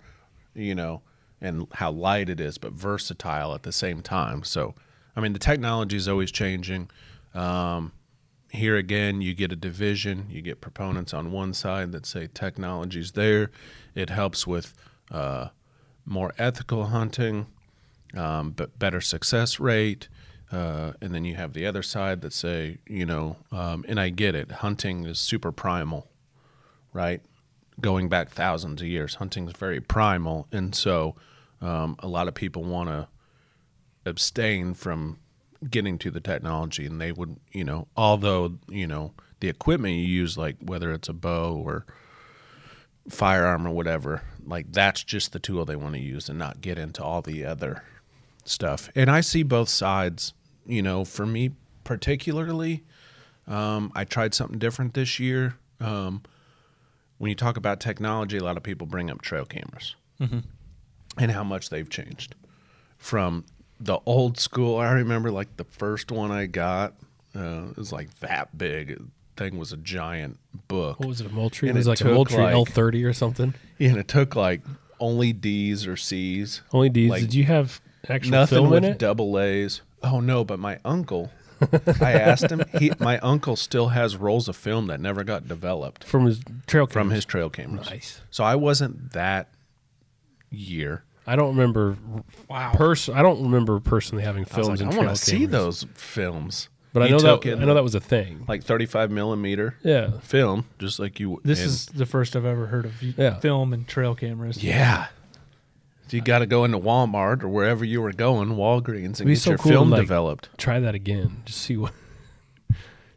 [SPEAKER 1] you know, and how light it is, but versatile at the same time. So, I mean, the technology is always changing. Um, here again, you get a division. You get proponents on one side that say technology's there. It helps with uh, more ethical hunting, um, but better success rate. Uh, and then you have the other side that say, you know, um, and I get it. Hunting is super primal right? Going back thousands of years, hunting is very primal, and so um, a lot of people want to abstain from getting to the technology, and they would, you know, although you know the equipment you use, like whether it's a bow or firearm or whatever, like that's just the tool they want to use and not get into all the other stuff. And I see both sides, you know, for me particularly. Um, I tried something different this year. Um, when you talk about technology, a lot of people bring up trail cameras
[SPEAKER 2] Mm-hmm.
[SPEAKER 1] and how much they've changed from the old school. I remember like the first one I got, uh, it was like that big. Thing was a giant book.
[SPEAKER 2] What was it, a Moultrie?
[SPEAKER 1] And
[SPEAKER 2] it was
[SPEAKER 1] it
[SPEAKER 2] like a
[SPEAKER 1] took,
[SPEAKER 2] Moultrie
[SPEAKER 1] like-
[SPEAKER 2] L30 or something.
[SPEAKER 1] And it took like only D's or C's.
[SPEAKER 2] Only D's.
[SPEAKER 1] Like,
[SPEAKER 2] Did you have actual
[SPEAKER 1] nothing
[SPEAKER 2] film in
[SPEAKER 1] with
[SPEAKER 2] it?
[SPEAKER 1] double A's. Oh no, but my uncle, I asked him. He, my uncle still has rolls of film that never got developed
[SPEAKER 2] from his trail
[SPEAKER 1] from
[SPEAKER 2] cameras.
[SPEAKER 1] his trail cameras.
[SPEAKER 2] Nice.
[SPEAKER 1] So I wasn't that year.
[SPEAKER 2] I don't remember. Wow. Pers- I don't remember personally having
[SPEAKER 1] I was
[SPEAKER 2] films
[SPEAKER 1] like,
[SPEAKER 2] in
[SPEAKER 1] I
[SPEAKER 2] trail
[SPEAKER 1] want to see
[SPEAKER 2] cameras.
[SPEAKER 1] those films.
[SPEAKER 2] But I
[SPEAKER 1] He
[SPEAKER 2] know
[SPEAKER 1] took
[SPEAKER 2] that
[SPEAKER 1] in
[SPEAKER 2] I know that was a thing.
[SPEAKER 1] like 35 millimeter
[SPEAKER 2] Yeah.
[SPEAKER 1] film, just like you.
[SPEAKER 3] This
[SPEAKER 1] and-
[SPEAKER 3] is the first I've ever heard of y-
[SPEAKER 2] Yeah.
[SPEAKER 3] film and trail cameras.
[SPEAKER 1] yeah. So you got to go into Walmart or wherever you were going, Walgreens, and
[SPEAKER 2] be
[SPEAKER 1] get
[SPEAKER 2] so
[SPEAKER 1] your
[SPEAKER 2] cool to,
[SPEAKER 1] film
[SPEAKER 2] like-
[SPEAKER 1] developed.
[SPEAKER 2] Try that again. Just see what.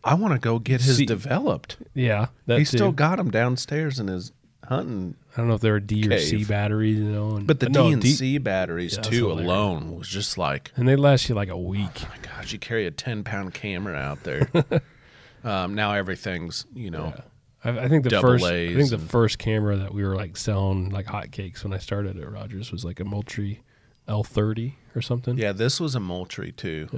[SPEAKER 1] I want to go get his
[SPEAKER 2] See- uh,
[SPEAKER 1] developed.
[SPEAKER 2] Yeah. That
[SPEAKER 1] he
[SPEAKER 2] too.
[SPEAKER 1] still got him downstairs in his hunting
[SPEAKER 2] I don't know if there were D or C
[SPEAKER 1] Cave.
[SPEAKER 2] batteries, you know. And,
[SPEAKER 1] But the
[SPEAKER 2] Uh, no,
[SPEAKER 1] D and C batteries
[SPEAKER 2] Yeah, that's
[SPEAKER 1] too
[SPEAKER 2] hilarious.
[SPEAKER 1] alone was just like,
[SPEAKER 2] and they last you like a week.
[SPEAKER 1] Oh my gosh, you carry a ten pound camera out there. um, now everything's you know
[SPEAKER 2] I, I think the
[SPEAKER 1] Double
[SPEAKER 2] first,
[SPEAKER 1] A's
[SPEAKER 2] I think the
[SPEAKER 1] and-
[SPEAKER 2] first camera that we were like selling like hotcakes when I started at Rogers was like a Moultrie L30 or something.
[SPEAKER 1] yeah. This was a Moultrie too,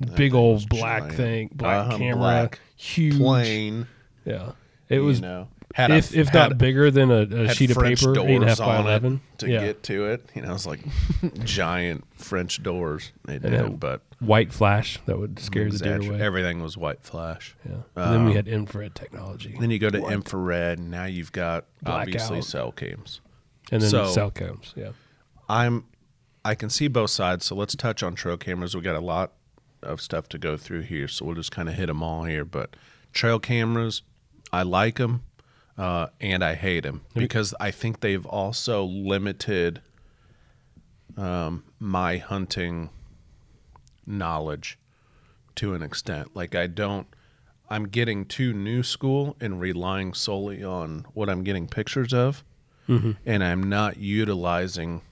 [SPEAKER 2] The big old
[SPEAKER 1] was
[SPEAKER 2] black
[SPEAKER 1] giant.
[SPEAKER 2] thing, black
[SPEAKER 1] Uh-huh,
[SPEAKER 2] camera,
[SPEAKER 1] black,
[SPEAKER 2] huge.
[SPEAKER 1] plain.
[SPEAKER 2] Yeah, it was.
[SPEAKER 1] you know, had
[SPEAKER 2] if
[SPEAKER 1] a,
[SPEAKER 2] if
[SPEAKER 1] had,
[SPEAKER 2] not bigger than a, a
[SPEAKER 1] had
[SPEAKER 2] sheet of
[SPEAKER 1] French
[SPEAKER 2] paper, eight and a half
[SPEAKER 1] doors
[SPEAKER 2] by
[SPEAKER 1] on it
[SPEAKER 2] eleven.
[SPEAKER 1] to
[SPEAKER 2] yeah.
[SPEAKER 1] get to it. You know, it's like giant French doors. They did,
[SPEAKER 2] Yeah.
[SPEAKER 1] but
[SPEAKER 2] white flash that would scare the deer
[SPEAKER 1] exagger-
[SPEAKER 2] away.
[SPEAKER 1] everything was white flash.
[SPEAKER 2] yeah. And then we had infrared technology,
[SPEAKER 1] Then you go to infrared, and now you've got obviously
[SPEAKER 2] Blackout.
[SPEAKER 1] cell cams.
[SPEAKER 2] and then
[SPEAKER 1] so-
[SPEAKER 2] cell cams. Yeah,
[SPEAKER 1] I'm I can see both sides, so let's touch on trail cameras. We got a lot of stuff to go through here, so we'll just kind of hit them all here. But trail cameras, I like them uh, and I hate them because I think they've also limited um, my hunting knowledge to an extent. Like I don't, I'm getting too new school and relying solely on what I'm getting pictures of, and I'm not utilizing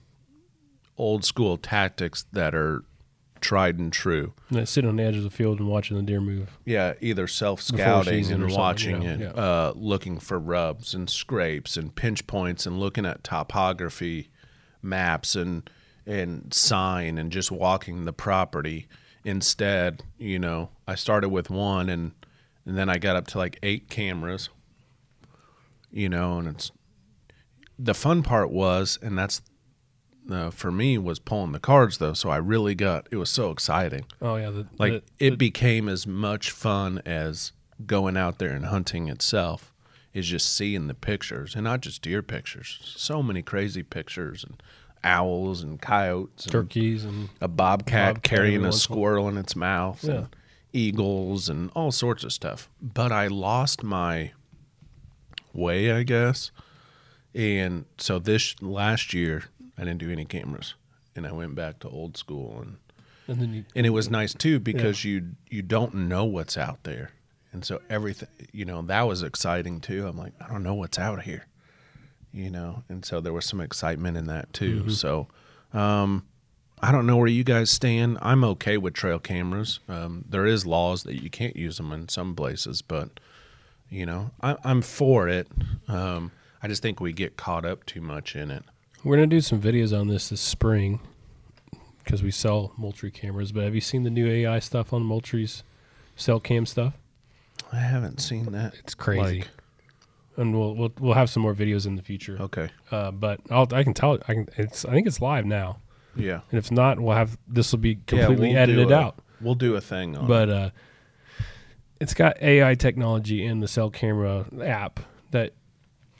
[SPEAKER 1] old school tactics that are tried and true.
[SPEAKER 2] and I sit on the edge of the field and watching the deer move.
[SPEAKER 1] Yeah, either self
[SPEAKER 2] season
[SPEAKER 1] scouting
[SPEAKER 2] or
[SPEAKER 1] and
[SPEAKER 2] something,
[SPEAKER 1] watching
[SPEAKER 2] you know,
[SPEAKER 1] and
[SPEAKER 2] yeah.
[SPEAKER 1] uh, looking for rubs and scrapes and pinch points and looking at topography maps and and sign and just walking the property. Instead, you know, I started with one and and then I got up to like eight cameras. You know, and it's the fun part was, and that's uh, for me was pulling the cards though. So I really got it was so exciting
[SPEAKER 2] Oh yeah, the,
[SPEAKER 1] like
[SPEAKER 2] the-
[SPEAKER 1] it became as much fun as going out there and hunting itself is just seeing the pictures and not just deer pictures so many crazy pictures and owls and coyotes and
[SPEAKER 2] turkeys and
[SPEAKER 1] a bobcat,
[SPEAKER 2] Bobcat
[SPEAKER 1] carrying
[SPEAKER 2] every
[SPEAKER 1] a
[SPEAKER 2] once in a
[SPEAKER 1] squirrel in its mouth
[SPEAKER 2] Yeah.
[SPEAKER 1] and eagles and all sorts of stuff but i lost my way i guess and so this last year i didn't do any cameras and i went back to old school and
[SPEAKER 2] and then you
[SPEAKER 1] and it was nice too because you you don't know what's out there and so everything you know that was exciting too i'm like i don't know what's out Mm-hmm. here you know and so there was some excitement in that too so um I don't know where you guys stand. I'm okay with trail cameras. Um, there is laws that you can't use them in some places, but you know, I, I'm for it. Um, I just think we get caught up too much in it.
[SPEAKER 2] We're gonna do some videos on this this spring because we sell Moultrie cameras. But have you seen the new AI stuff on Moultrie's cell cam stuff?
[SPEAKER 1] I haven't seen that.
[SPEAKER 2] It's crazy.
[SPEAKER 1] Like-
[SPEAKER 2] and we'll, we'll we'll have some more videos in the future.
[SPEAKER 1] Okay.
[SPEAKER 2] Uh, but I'll, I can tell. I can. It's. I think it's live now.
[SPEAKER 1] Yeah.
[SPEAKER 2] And if not, we'll have this will be
[SPEAKER 1] Yeah,
[SPEAKER 2] completely
[SPEAKER 1] we'll do
[SPEAKER 2] edited
[SPEAKER 1] a-
[SPEAKER 2] out.
[SPEAKER 1] We'll do a thing on it.
[SPEAKER 2] But uh, it's got AI technology in the cell camera app that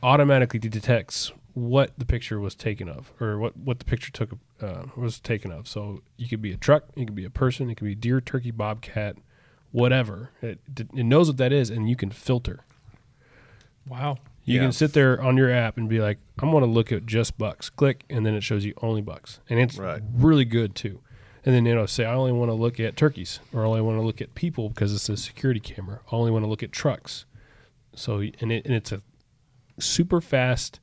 [SPEAKER 2] automatically detects what the picture was taken of or what, what the picture took uh, was taken of. So you could be a truck, it could be a person, it could be deer, turkey, bobcat, whatever. It, it knows what that is, and you can filter.
[SPEAKER 3] Wow.
[SPEAKER 2] You
[SPEAKER 1] Yeah.
[SPEAKER 2] can sit there on your app and be like, I want to look at just bucks. Click, and then it shows you only bucks, and it's
[SPEAKER 1] Right.
[SPEAKER 2] really good too. And then it'll say, I only want to look at turkeys, or I only want to look at people because it's a security camera. I only want to look at trucks. So and it and it's a super fast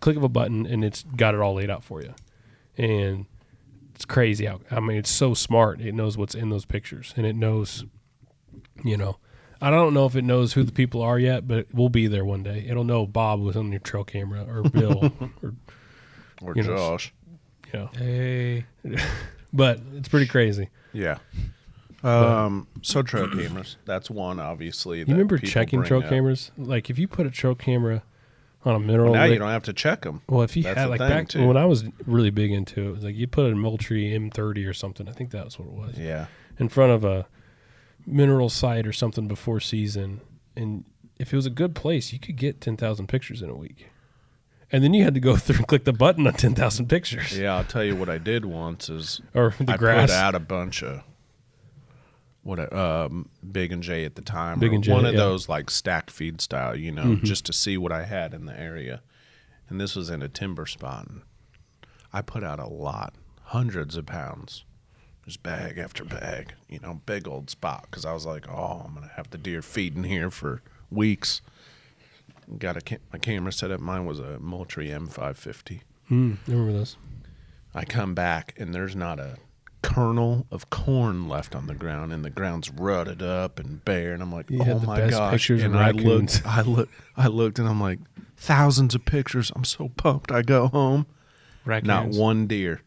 [SPEAKER 2] click of a button, and it's got it all laid out for you. And it's crazy how I mean, it's so smart. It knows what's in those pictures, and it knows, you know, I don't know if it knows who the people are yet, but we'll be there one day. It'll know Bob was on your trail camera or Bill or
[SPEAKER 1] or
[SPEAKER 2] you know,
[SPEAKER 1] Josh.
[SPEAKER 2] you know.
[SPEAKER 3] Hey.
[SPEAKER 2] But it's pretty crazy.
[SPEAKER 1] yeah. Um, so trail cameras. That's one obviously.
[SPEAKER 2] You remember checking trail cameras? Like if you put a trail camera on a mineral
[SPEAKER 1] Now you
[SPEAKER 2] lick-
[SPEAKER 1] don't have to check them.
[SPEAKER 2] well, if you
[SPEAKER 1] that's
[SPEAKER 2] had
[SPEAKER 1] the
[SPEAKER 2] like
[SPEAKER 1] thing,
[SPEAKER 2] back
[SPEAKER 1] too.
[SPEAKER 2] when I was really big into it, it was like you put a Moultrie M30 or something. I think that's what it was.
[SPEAKER 1] Yeah.
[SPEAKER 2] in front of a mineral site or something before season, and if it was a good place, you could get ten thousand pictures in a week. And then you had to go through and click the button on ten thousand pictures,
[SPEAKER 1] Yeah, I'll tell you what I did once is
[SPEAKER 2] or the
[SPEAKER 1] I
[SPEAKER 2] grass.
[SPEAKER 1] put out a bunch of what a, um, Big and J at the time.
[SPEAKER 2] Big
[SPEAKER 1] or
[SPEAKER 2] and J,
[SPEAKER 1] one of
[SPEAKER 2] yeah. Mm-hmm.
[SPEAKER 1] those like stack feed style, you know, just to see what I had in the area. And this was in a timber spot. And I put out a lot, hundreds of pounds, just bag after bag, you know, big old spot. Because I was like, oh, I'm gonna have the deer feeding here for weeks. Got a ca- my camera set up. Mine was a Moultrie M550.
[SPEAKER 2] Mm, I remember those?
[SPEAKER 1] I come back and there's not a kernel of corn left on the ground, and the ground's rutted up and bare. And I'm like,
[SPEAKER 2] You
[SPEAKER 1] oh
[SPEAKER 2] had the
[SPEAKER 1] my
[SPEAKER 2] best
[SPEAKER 1] gosh!
[SPEAKER 2] pictures of
[SPEAKER 1] and I
[SPEAKER 2] raccoons.
[SPEAKER 1] looked, I looked, I looked, and I'm like, thousands of pictures. I'm so pumped. I go home, not
[SPEAKER 3] Raccoons.
[SPEAKER 1] one deer.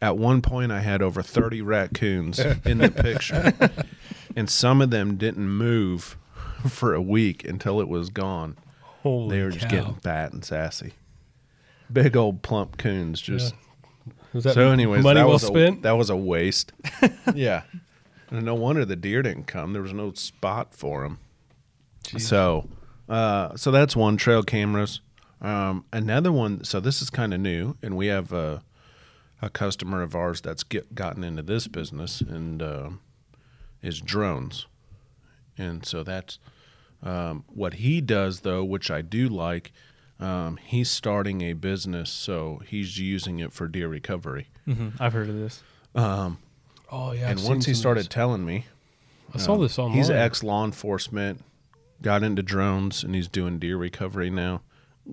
[SPEAKER 1] At one point, I had over 30 raccoons in the picture, and some of them didn't move for a week until it was gone.
[SPEAKER 2] Holy
[SPEAKER 1] they were just getting fat and sassy. Big old plump coons just
[SPEAKER 2] Was that
[SPEAKER 1] so, anyways,
[SPEAKER 2] money
[SPEAKER 1] that
[SPEAKER 2] well
[SPEAKER 1] was A,
[SPEAKER 2] spent.
[SPEAKER 1] that was a waste. yeah, and no wonder the deer didn't come. There was no spot for them. So, uh, so that's one trail cameras. Um, another one. So this is kind of new, and we have a, a customer of ours that's get, gotten into this business and um is drones, and so that's um, what he does though, which I do like. Um, he's starting a business, so he's using it for deer recovery.
[SPEAKER 3] Mhm. I've heard of this.
[SPEAKER 2] oh yeah.
[SPEAKER 1] and once he started telling me,
[SPEAKER 2] I saw this online.
[SPEAKER 1] he's ex law enforcement, got into drones, and he's doing deer recovery now.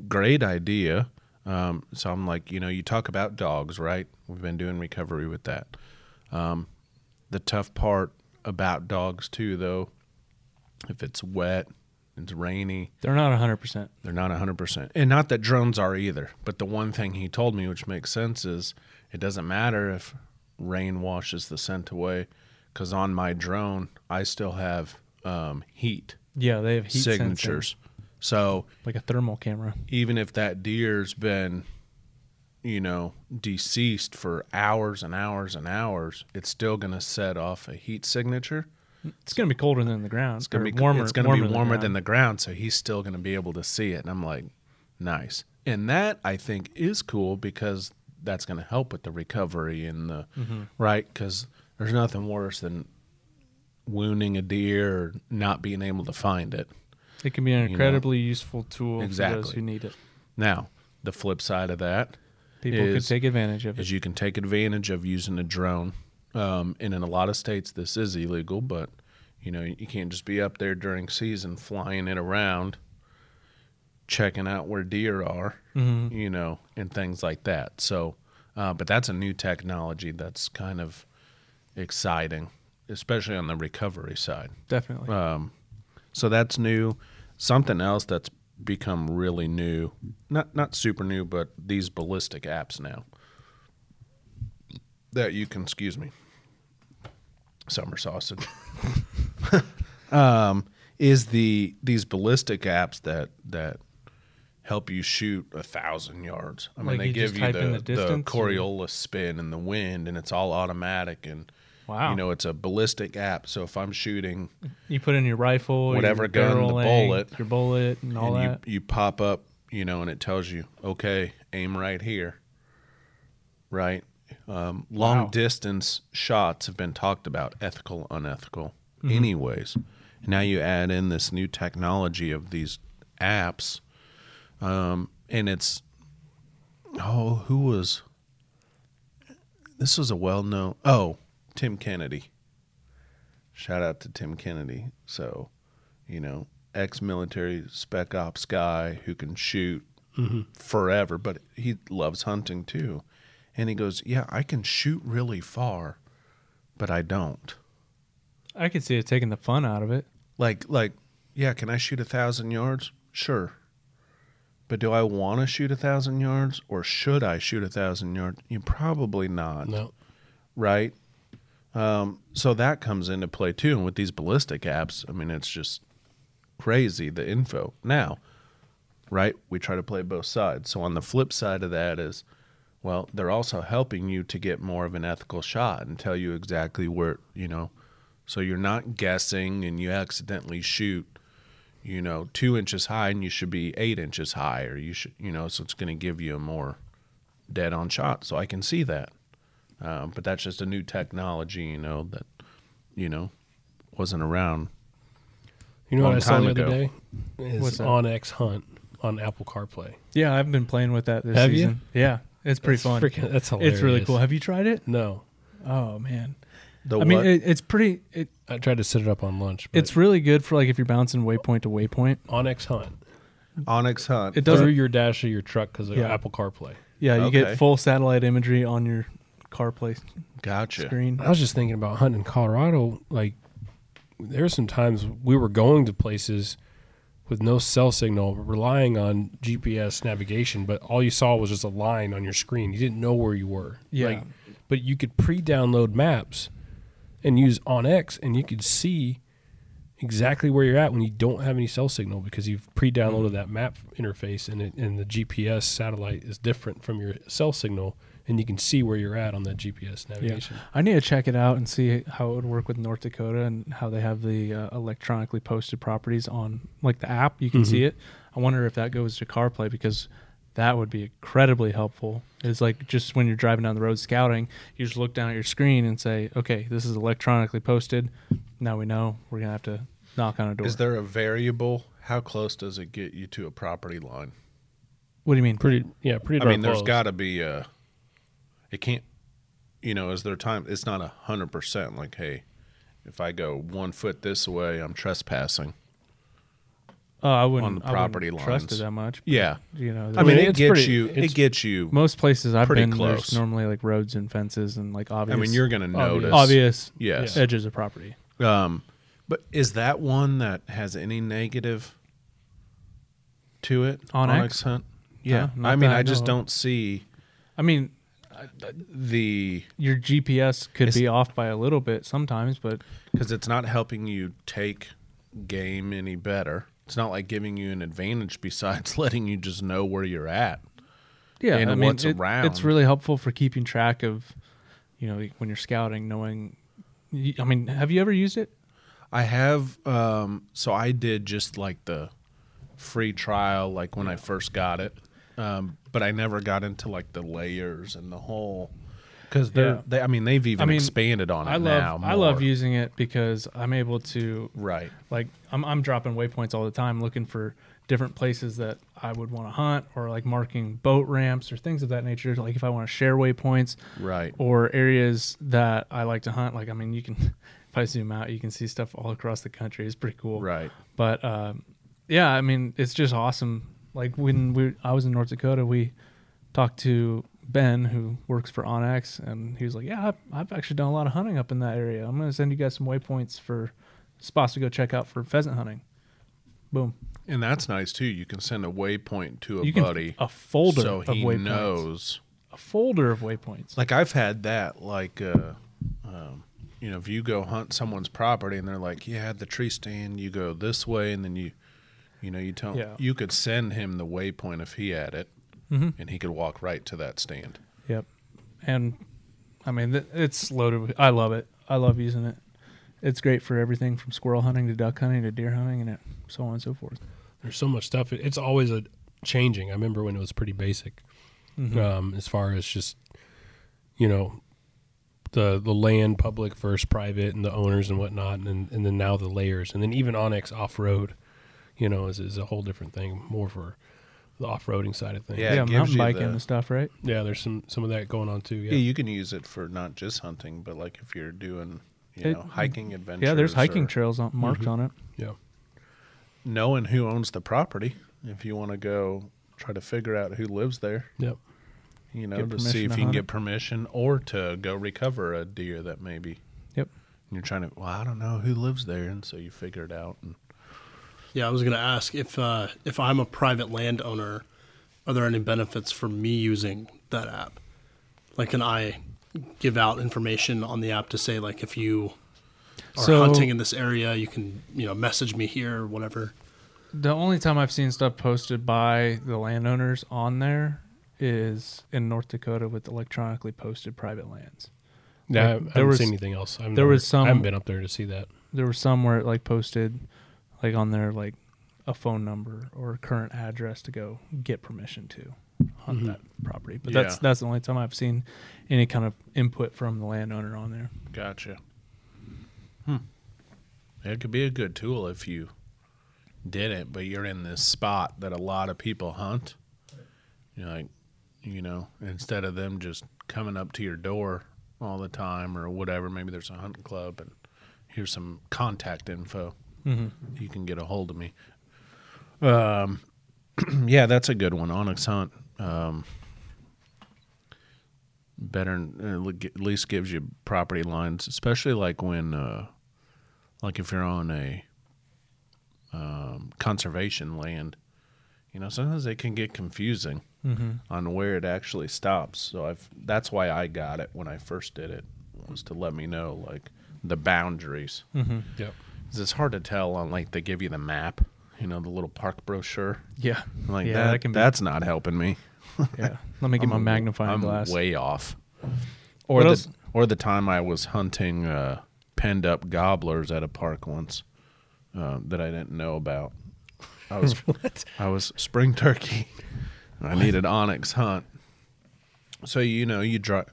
[SPEAKER 1] Great idea. Um, so I'm like, you know, you talk about dogs, right? We've been doing recovery with that. Um, the tough part about dogs, too, though, if it's wet, it's rainy,
[SPEAKER 3] They're not 100%.
[SPEAKER 1] they're not 100%. And not that drones are either. But the one thing he told me, which makes sense, is it doesn't matter if rain washes the scent away because on my drone, I still have um, heat,
[SPEAKER 3] Yeah, they have heat sensing,
[SPEAKER 1] signatures. So
[SPEAKER 3] like a thermal camera.
[SPEAKER 1] even if that deer's been, you know, deceased for hours and hours and hours, it's still going to set off a heat signature.
[SPEAKER 3] It's going to be colder than the ground.
[SPEAKER 1] It's gonna
[SPEAKER 3] or
[SPEAKER 1] be
[SPEAKER 3] warmer.
[SPEAKER 1] It's gonna warmer be
[SPEAKER 3] than
[SPEAKER 1] warmer
[SPEAKER 3] ground.
[SPEAKER 1] than the ground, so he's still gonna be able to see it. And I'm like, nice. And that I think is cool because that's gonna help with the recovery and the right because there's nothing worse than wounding a deer or not being able to find it.
[SPEAKER 3] It can be an
[SPEAKER 1] know.
[SPEAKER 3] incredibly useful tool for those
[SPEAKER 1] Exactly.
[SPEAKER 3] who need it.
[SPEAKER 1] Now, the flip side of that
[SPEAKER 3] People could
[SPEAKER 1] Is-
[SPEAKER 3] take advantage of it.
[SPEAKER 1] is you can take advantage of using a drone. Um, and in a lot of states, this is illegal, but you know you can't just be up there during season flying it around,
[SPEAKER 3] Mm-hmm.
[SPEAKER 1] checking out where deer are, you know, and things like that. So Uh, but that's a new technology that's kind of exciting, especially on the recovery side.
[SPEAKER 3] Definitely.
[SPEAKER 1] uh, Um, So that's new. Something else that's become really new, not not super new, but these ballistic apps now that you can, excuse me, summer sausage, um, is the these ballistic apps that that help you shoot a thousand yards. I mean,
[SPEAKER 3] Like
[SPEAKER 1] they
[SPEAKER 3] you just
[SPEAKER 1] give you
[SPEAKER 3] type in
[SPEAKER 1] the,
[SPEAKER 3] the
[SPEAKER 1] the,
[SPEAKER 3] distance and-
[SPEAKER 1] Coriolis spin and the wind, and it's all automatic and.
[SPEAKER 3] Wow.
[SPEAKER 1] You know, it's a ballistic app. So if I'm shooting
[SPEAKER 3] you put in your rifle,
[SPEAKER 1] Whatever
[SPEAKER 3] your
[SPEAKER 1] gun,
[SPEAKER 3] barrel
[SPEAKER 1] the
[SPEAKER 3] length,
[SPEAKER 1] bullet,
[SPEAKER 3] your bullet, and all
[SPEAKER 1] and
[SPEAKER 3] that.
[SPEAKER 1] You, you pop up, you know, and it tells you, okay, aim right here. Right? Um, long
[SPEAKER 3] Wow.
[SPEAKER 1] distance shots have been talked about, ethical, unethical,
[SPEAKER 3] Mm-hmm.
[SPEAKER 1] anyways. Now you add in this new technology of these apps, um, and it's, oh, who was, this was a well known, oh, Tim Kennedy. Shout out to Tim Kennedy. So, you know, ex military spec ops guy who can shoot forever, but he loves hunting too. And he goes, Yeah, I can shoot really far, but I don't.
[SPEAKER 3] I could see it taking the fun out of it.
[SPEAKER 1] Like, like, yeah, can I shoot a thousand yards? Sure. But do I want to shoot a thousand yards or should I shoot a thousand yards? You probably not
[SPEAKER 2] No.
[SPEAKER 1] right? Um, so that comes into play too. And with these ballistic apps, I mean, it's just crazy the info now, right? We try to play both sides. So on the flip side of that is, well, they're also helping you to get more of an ethical shot and tell you exactly where you know. So you're not guessing and you accidentally shoot, you know, two inches high and you should be eight inches high, or you should, you know, so it's going to give you a more dead on shot. So I can see that. Um, but that's just a new technology, you know, that, you know, wasn't around.
[SPEAKER 2] You know what
[SPEAKER 1] Long
[SPEAKER 2] I saw
[SPEAKER 1] time
[SPEAKER 2] the
[SPEAKER 1] ago.
[SPEAKER 2] other day? Is
[SPEAKER 3] What's that?
[SPEAKER 2] Onyx Hunt on Apple CarPlay.
[SPEAKER 3] Yeah, I've been playing with that this
[SPEAKER 2] Have you?
[SPEAKER 3] season. Yeah, it's pretty
[SPEAKER 2] That's
[SPEAKER 3] fun.
[SPEAKER 2] freaking- that's
[SPEAKER 3] It's really
[SPEAKER 2] hilarious.
[SPEAKER 3] cool. Have you tried it?
[SPEAKER 2] No.
[SPEAKER 3] Oh man,
[SPEAKER 1] The
[SPEAKER 3] I mean,
[SPEAKER 1] what?
[SPEAKER 3] it, it's pretty. It,
[SPEAKER 2] I tried to set it up on lunch. But
[SPEAKER 3] it's really good for like if you're bouncing waypoint to waypoint.
[SPEAKER 2] Onyx Hunt.
[SPEAKER 1] Onyx Hunt.
[SPEAKER 3] It
[SPEAKER 2] Through
[SPEAKER 3] doesn't.
[SPEAKER 2] your dash of your truck because of
[SPEAKER 3] Yeah.
[SPEAKER 2] Apple CarPlay.
[SPEAKER 3] Yeah, you get
[SPEAKER 1] Okay.
[SPEAKER 3] full satellite imagery on your CarPlay
[SPEAKER 1] gotcha.
[SPEAKER 3] screen.
[SPEAKER 2] I was just thinking about hunting in Colorado. Like, there are some times we were going to places with no cell signal, relying on GPS navigation, but all you saw was just a line on your screen. You didn't know where you were.
[SPEAKER 3] Yeah.
[SPEAKER 2] Like, but you could pre-download maps and use OnX, and you could see exactly where you're at when you don't have any cell signal because you've pre-downloaded that map interface, and it, and the GPS satellite is different from your cell signal, and you can see where you're at on that GPS navigation.
[SPEAKER 3] I need to check it out and see how it would work with North Dakota and how they have the uh, electronically posted properties on like the app. You can see it. I wonder if that goes to CarPlay because that would be incredibly helpful. It's like just when you're driving down the road scouting, you just look down at your screen and say, "Okay, this is electronically posted." Now we know we're gonna have to knock on a door.
[SPEAKER 1] Is there a variable? How close does it get you to a property line?
[SPEAKER 3] what do you mean?
[SPEAKER 2] Pretty, yeah, pretty.
[SPEAKER 1] I mean,
[SPEAKER 2] darn
[SPEAKER 1] there's
[SPEAKER 2] close.
[SPEAKER 1] got to be a. It can't. You know, is there time? It's not a hundred percent. Like, hey, if I go one foot this way, I'm trespassing.
[SPEAKER 3] Oh, I wouldn't
[SPEAKER 1] on the
[SPEAKER 3] I wouldn't
[SPEAKER 1] property
[SPEAKER 3] trust it
[SPEAKER 1] lines.
[SPEAKER 3] that much.
[SPEAKER 1] Yeah,
[SPEAKER 3] You know,
[SPEAKER 1] I mean,
[SPEAKER 2] mean,
[SPEAKER 1] it
[SPEAKER 2] it's
[SPEAKER 1] gets
[SPEAKER 2] pretty-
[SPEAKER 1] you. It
[SPEAKER 2] it's-
[SPEAKER 1] gets you.
[SPEAKER 3] most places I've
[SPEAKER 1] pretty
[SPEAKER 3] been
[SPEAKER 1] close.
[SPEAKER 3] there's normally like roads and fences and like
[SPEAKER 1] I
[SPEAKER 3] obvious.
[SPEAKER 1] mean, you're gonna
[SPEAKER 2] Obvious.
[SPEAKER 1] notice.
[SPEAKER 3] obvious
[SPEAKER 1] Yes.
[SPEAKER 3] edges of property.
[SPEAKER 1] Um, but is that one that has any negative to it?
[SPEAKER 3] Onyx?
[SPEAKER 1] Hunt. Yeah,
[SPEAKER 3] No, not
[SPEAKER 1] I mean,
[SPEAKER 3] that I
[SPEAKER 1] I just
[SPEAKER 3] know of.
[SPEAKER 1] don't see
[SPEAKER 3] I mean,
[SPEAKER 1] the
[SPEAKER 3] your GPS could
[SPEAKER 1] It's-
[SPEAKER 3] be off by a little bit sometimes, but
[SPEAKER 1] because it's not helping you take game any better. It's not like giving you an advantage besides letting you just know where you're at.
[SPEAKER 3] yeah,
[SPEAKER 1] And
[SPEAKER 3] I mean,
[SPEAKER 1] what's
[SPEAKER 3] it-
[SPEAKER 1] around.
[SPEAKER 3] it's really helpful for keeping track of, you know, like, when you're scouting, knowing. y- I mean, have you ever used it?
[SPEAKER 1] I have um so I did just like the free trial like when I first got it. Um but I never got into like the layers and the whole cuz they're
[SPEAKER 3] Yeah.
[SPEAKER 1] they I mean they've even
[SPEAKER 3] mean,
[SPEAKER 1] expanded on it
[SPEAKER 3] I
[SPEAKER 1] now.
[SPEAKER 3] love I love
[SPEAKER 1] more.
[SPEAKER 3] using it because I'm able to
[SPEAKER 1] Right.
[SPEAKER 3] like I'm I'm dropping waypoints all the time looking for different places that I would want to hunt or like marking boat ramps or things of that nature like if I want to share waypoints
[SPEAKER 1] Right.
[SPEAKER 3] or areas that I like to hunt like I mean you can if I zoom out you can see stuff all across the country it's pretty cool
[SPEAKER 1] Right.
[SPEAKER 3] but um, yeah I mean it's just awesome like when we I was in North Dakota we talked to Ben, who works for Onyx, and he was like, "Yeah, I've, I've actually done a lot of hunting up in that area. I'm going to send you guys some waypoints for spots to go check out for pheasant hunting." Boom.
[SPEAKER 1] And that's nice too. You can send a waypoint to a
[SPEAKER 3] you can
[SPEAKER 1] buddy
[SPEAKER 3] a folder
[SPEAKER 1] so
[SPEAKER 3] of
[SPEAKER 1] he
[SPEAKER 3] waypoints.
[SPEAKER 1] knows.
[SPEAKER 3] A folder of waypoints.
[SPEAKER 1] Like I've had that. Like, uh, um, you know, if you go hunt someone's property and they're like, "Yeah, the tree stand," you go this way, and then you, you know, you tell
[SPEAKER 3] Yeah.
[SPEAKER 1] you could send him the waypoint if he had it,
[SPEAKER 3] Mm-hmm.
[SPEAKER 1] and he could walk right to that stand.
[SPEAKER 3] Yep. And I mean, th- it's loaded. With, I love it. I love using it. It's great for everything from squirrel hunting to duck hunting to deer hunting and it, so on and so forth.
[SPEAKER 2] There's so much stuff. It- It's always a changing. I remember when it was pretty basic,
[SPEAKER 3] Mm-hmm.
[SPEAKER 1] Mm-hmm.
[SPEAKER 2] um, as far as just you know the the land, public versus private, and the owners and whatnot, and then, and then now the layers, and then even Onyx off road, you know, is, is a whole different thing, more for the off roading side of things.
[SPEAKER 1] Yeah, it gives
[SPEAKER 3] mountain
[SPEAKER 1] you
[SPEAKER 3] biking
[SPEAKER 1] the-
[SPEAKER 3] and stuff, right?
[SPEAKER 2] yeah. There's some some of that going on too.
[SPEAKER 1] Yeah. you can use it for not just hunting, but like if you're doing, you
[SPEAKER 3] It-
[SPEAKER 1] know, hiking adventures.
[SPEAKER 3] Yeah, there's hiking
[SPEAKER 1] or Mm-hmm.
[SPEAKER 3] trails on, marked on it.
[SPEAKER 2] yeah.
[SPEAKER 1] Knowing who owns the property, if you want to go try to figure out who lives there,
[SPEAKER 2] Yep.
[SPEAKER 1] you know,
[SPEAKER 3] Get
[SPEAKER 1] to see
[SPEAKER 3] permission
[SPEAKER 1] if you
[SPEAKER 3] to
[SPEAKER 1] can
[SPEAKER 3] hunt
[SPEAKER 1] get
[SPEAKER 3] it.
[SPEAKER 1] permission or to go recover a deer that maybe
[SPEAKER 3] Yep.
[SPEAKER 1] you're trying to. Well, I don't know who lives there, and so you figure it out. And
[SPEAKER 5] Yeah, I was going to ask if uh, if I'm a private landowner, are there any benefits for me using that app? Like, can I give out information on the app to say like if you are
[SPEAKER 3] So-
[SPEAKER 5] hunting in this area, you can you know message me here or whatever.
[SPEAKER 3] The only time I've seen stuff posted by the landowners on there is in North Dakota with electronically posted private lands.
[SPEAKER 2] Yeah, I- I,
[SPEAKER 3] there
[SPEAKER 2] haven't
[SPEAKER 3] was-
[SPEAKER 2] seen anything else. I've
[SPEAKER 3] there
[SPEAKER 2] never-
[SPEAKER 3] was some-
[SPEAKER 2] I haven't been up there to see that.
[SPEAKER 3] There were some where it like posted like on their like a phone number or current address to go get permission to hunt that property. But that's
[SPEAKER 1] Mm-hmm. Yeah.
[SPEAKER 3] that's the only time I've seen any kind of input from the landowner on there.
[SPEAKER 1] gotcha. Hmm. It could be a good tool if you did it, but you're in this spot that a lot of people hunt. You're like, you know, instead of them just coming up to your door all the time or whatever, maybe there's a hunting club and here's some contact info. You can get a hold of me. Um, yeah, that's a good one. Onyx Hunt. Um, better uh, at least gives you property lines, especially like when, uh, like if you're on a um, conservation land. You know, sometimes it can get confusing
[SPEAKER 3] Mm-hmm.
[SPEAKER 1] on where it actually stops. So I've that's why I got it when I first did it was to let me know like the boundaries.
[SPEAKER 3] Hmm.
[SPEAKER 2] Yep.
[SPEAKER 1] 'Cause It's hard to tell on like they give you the map, you know, the little park brochure.
[SPEAKER 3] Yeah.
[SPEAKER 1] I'm like
[SPEAKER 3] yeah,
[SPEAKER 1] that, that's not helping me.
[SPEAKER 3] be yeah. Let me get my
[SPEAKER 1] I'm-
[SPEAKER 3] magnifying
[SPEAKER 1] I'm
[SPEAKER 3] glass.
[SPEAKER 1] way off. Or
[SPEAKER 3] What
[SPEAKER 1] the,
[SPEAKER 3] else?
[SPEAKER 1] or the time I was hunting uh, penned up gobblers at a park once uh, that I didn't know about. I was I was spring turkey. and I needed onyx hunt. So you know you drive